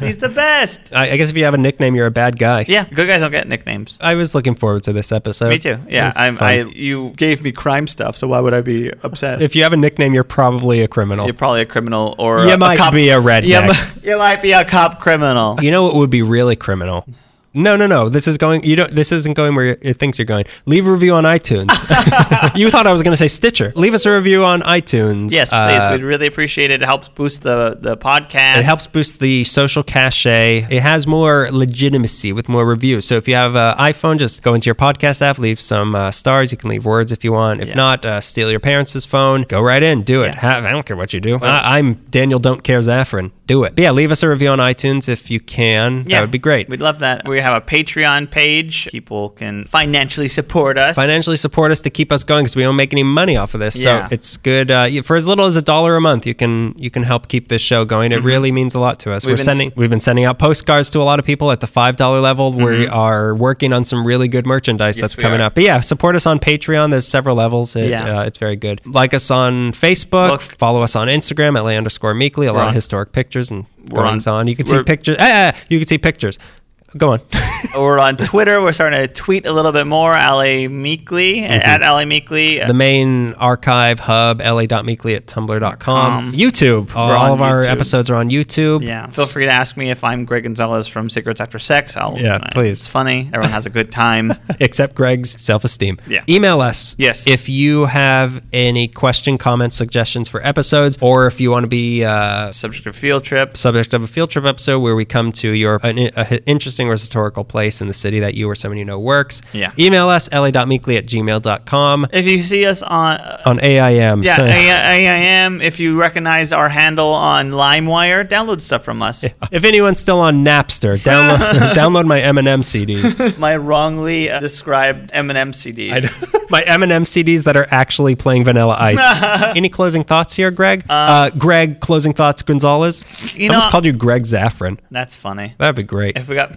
Speaker 2: he's the best.
Speaker 1: I, I guess if you have a nickname, you're a bad guy.
Speaker 2: Yeah, good guys don't get nicknames.
Speaker 1: I was looking forward to this episode.
Speaker 2: Me too.
Speaker 1: It
Speaker 2: Yeah,
Speaker 1: was
Speaker 2: I'm,
Speaker 1: fun.
Speaker 2: I you gave me crime stuff, so why would I be upset?
Speaker 1: If you have a nickname, you're probably a criminal.
Speaker 2: You're probably a criminal or
Speaker 1: You
Speaker 2: a,
Speaker 1: might
Speaker 2: a cop.
Speaker 1: be a redneck.
Speaker 2: You, mi- you might be a cop criminal.
Speaker 1: You know what would be really criminal? No, no, no. This is going. You don't. This isn't going where you- it thinks you're going. Leave a review on iTunes. you thought I was going to say Stitcher. Leave us a review on iTunes.
Speaker 2: Yes, please.
Speaker 1: Uh,
Speaker 2: We'd really appreciate it. It helps boost the the podcast.
Speaker 1: It helps boost the social cachet. It has more legitimacy with more reviews. So if you have an iPhone, just go into your podcast app, leave some uh, stars. You can leave words if you want. If
Speaker 2: Yeah.
Speaker 1: not, uh, steal your parents' phone. Go right in. Do it.
Speaker 2: Yeah.
Speaker 1: Have, I don't care what you do. I, I'm Daniel Don't Care Zaffron. Do it. But yeah, leave us a review on iTunes if you can. That would be great.
Speaker 2: We'd love that. We have a Patreon page. People can financially support us.
Speaker 1: Financially support us to keep us going because we don't make any money off of this.
Speaker 2: Yeah.
Speaker 1: So it's good uh, you- for as little as a dollar a month. You can you can help keep this show going. It really means a lot to us.
Speaker 2: Mm-hmm. We've
Speaker 1: We're
Speaker 2: been
Speaker 1: sending
Speaker 2: s-
Speaker 1: we've been sending out postcards to a lot of people at the five dollar level. We are working on some really good merchandise that's
Speaker 2: Mm-hmm. we
Speaker 1: coming
Speaker 2: are.
Speaker 1: up. But yeah, support us on Patreon. There's several levels. It,
Speaker 2: Yeah.
Speaker 1: uh, it's very good. Like us on Facebook.
Speaker 2: Look.
Speaker 1: Follow us on Instagram at lay underscore meekly. A lot
Speaker 2: on-
Speaker 1: of historic pictures and
Speaker 2: we're
Speaker 1: goings
Speaker 2: on-
Speaker 1: on. eh, You can see
Speaker 2: we're-
Speaker 1: pictures. Ah, ah, you can see pictures. Go on.
Speaker 2: We're on Twitter. We're starting to tweet a little bit more. Ali Meekly at Ali Meekly.
Speaker 1: Mm-hmm. the main archive hub, la.meekly at tumblr.com. YouTube. All,
Speaker 2: on
Speaker 1: of our
Speaker 2: YouTube.
Speaker 1: episodes are on YouTube.
Speaker 2: Yeah. Feel free to ask me if I'm Greg Gonzalez from Secrets After Sex. I'll, uh,
Speaker 1: Yeah, please.
Speaker 2: It's funny. Everyone has a good time.
Speaker 1: Except Greg's self esteem.
Speaker 2: Yeah.
Speaker 1: Email us.
Speaker 2: Yes.
Speaker 1: If you have any question, comments, suggestions for episodes, or if you want to be uh,
Speaker 2: Subject of field trips.
Speaker 1: subject of a field trip episode where we come to your an, a hi- interesting or historical place in the city that you or someone you know works.
Speaker 2: Yeah.
Speaker 1: Email us la.meekly at gmail.com
Speaker 2: If you see us on uh,
Speaker 1: on AIM.
Speaker 2: Yeah,
Speaker 1: So-
Speaker 2: I, I, I am. If you recognize our handle on LimeWire, download stuff from us.
Speaker 1: if anyone's still on Napster, download download my Eminem CDs.
Speaker 2: My wrongly uh, described Eminem CD.
Speaker 1: I don't- my Eminem CDs that are actually playing Vanilla Ice. Any closing thoughts here, Greg? Uh, Greg, closing thoughts, Gonzalez.
Speaker 2: You
Speaker 1: I almost
Speaker 2: know-
Speaker 1: called you Greg Zaffron.
Speaker 2: That's funny.
Speaker 1: That'd be great.
Speaker 2: If we got,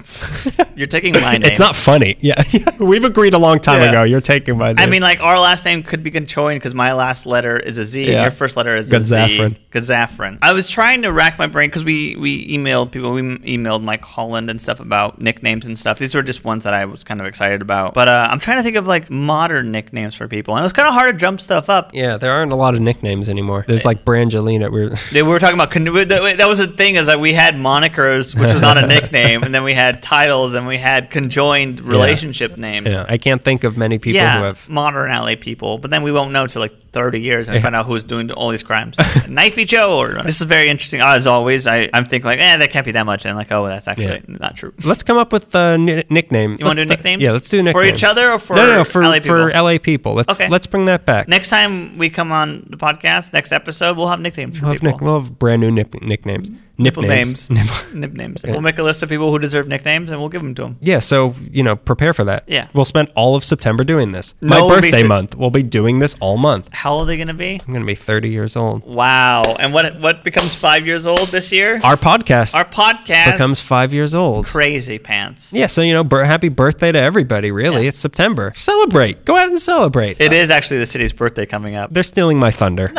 Speaker 2: you're taking my name.
Speaker 1: It's not funny. Yeah, we've agreed a long time
Speaker 2: Yeah.
Speaker 1: ago. You're taking my.
Speaker 2: I
Speaker 1: name.
Speaker 2: mean, like our last name could be Conchoin because my last letter is a Z. and
Speaker 1: Yeah.
Speaker 2: Your first letter is
Speaker 1: Gazafran.
Speaker 2: a Z. Gazafran. I was trying to rack my brain because we we emailed people. We m- emailed Mike Holland and stuff about nicknames and stuff. These were just ones that I was kind of excited about. But uh, I'm trying to think of like modern nicknames for people, and it was kind of hard to jump stuff up.
Speaker 1: Yeah, there aren't a lot of nicknames anymore. There's like Brangelina. We're
Speaker 2: They- We were talking about con- that that was the thing is that we had monikers, which was not a nickname, and then we had titles, and we had conjoined relationship names.
Speaker 1: yeah, I can't think of many people
Speaker 2: Yeah,
Speaker 1: who have.
Speaker 2: modern LA people, but then we won't know till like 30 years and find out who's doing all these crimes. Knifey Joe, or this is very interesting. As always, I, I'm thinking like, eh, that can't be that much, and like, oh, that's actually
Speaker 1: Yeah.
Speaker 2: not true.
Speaker 1: Let's come up with uh, n- nicknames.
Speaker 2: You wanna
Speaker 1: Let's
Speaker 2: do
Speaker 1: do-
Speaker 2: nicknames?
Speaker 1: Yeah, let's do
Speaker 2: For
Speaker 1: nicknames
Speaker 2: each other or for
Speaker 1: no, no, no, for
Speaker 2: LA
Speaker 1: for
Speaker 2: people?
Speaker 1: LA people. Let's
Speaker 2: Okay.
Speaker 1: let's bring that back.
Speaker 2: Next time we come on the podcast, next episode, we'll have nicknames for
Speaker 1: we'll, have
Speaker 2: people.
Speaker 1: nick- we'll have brand new nip- nicknames. Nip
Speaker 2: People
Speaker 1: names.
Speaker 2: names.
Speaker 1: Nip-
Speaker 2: Nip names. We'll make a list of people who deserve nicknames, and we'll give them to them.
Speaker 1: yeah, so you know, prepare for that.
Speaker 2: Yeah.
Speaker 1: we'll spend all of September doing this.
Speaker 2: No,
Speaker 1: My
Speaker 2: we'll be
Speaker 1: birthday
Speaker 2: si-
Speaker 1: month. We'll be doing this all month.
Speaker 2: How old are they going to be?
Speaker 1: I'm gonna be 30 years old.
Speaker 2: Wow. And what what becomes five years old this year?
Speaker 1: Our podcast
Speaker 2: Our podcast
Speaker 1: becomes five years old.
Speaker 2: crazy pants.
Speaker 1: Yeah, so you know, bir- happy birthday to everybody. Really,
Speaker 2: Yeah.
Speaker 1: it's September. Celebrate. Go out and celebrate.
Speaker 2: It is actually the city's birthday coming up.
Speaker 1: They're stealing my thunder.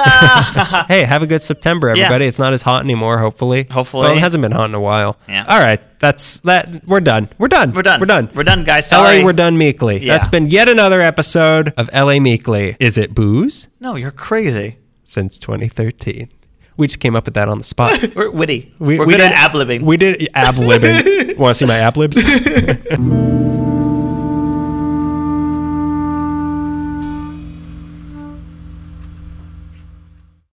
Speaker 1: hey, have a good September,
Speaker 2: Yeah.
Speaker 1: everybody. It's not as hot anymore. Hopefully.
Speaker 2: Hopefully.
Speaker 1: Well, it hasn't been hot in a while.
Speaker 2: Yeah.
Speaker 1: All right. That's that. We're done. We're done.
Speaker 2: We're done.
Speaker 1: We're done.
Speaker 2: We're done, guys. Sorry.
Speaker 1: LA, we're done meekly.
Speaker 2: Yeah.
Speaker 1: That's been yet another episode of LA Meekly. Is it booze
Speaker 2: No, you're crazy.
Speaker 1: since 2013? We just came up with that on the spot.
Speaker 2: We're witty.
Speaker 1: We,
Speaker 2: We, are
Speaker 1: we
Speaker 2: good
Speaker 1: did
Speaker 2: at ad libbing.
Speaker 1: We did ab libbing. Want to see my ab libs?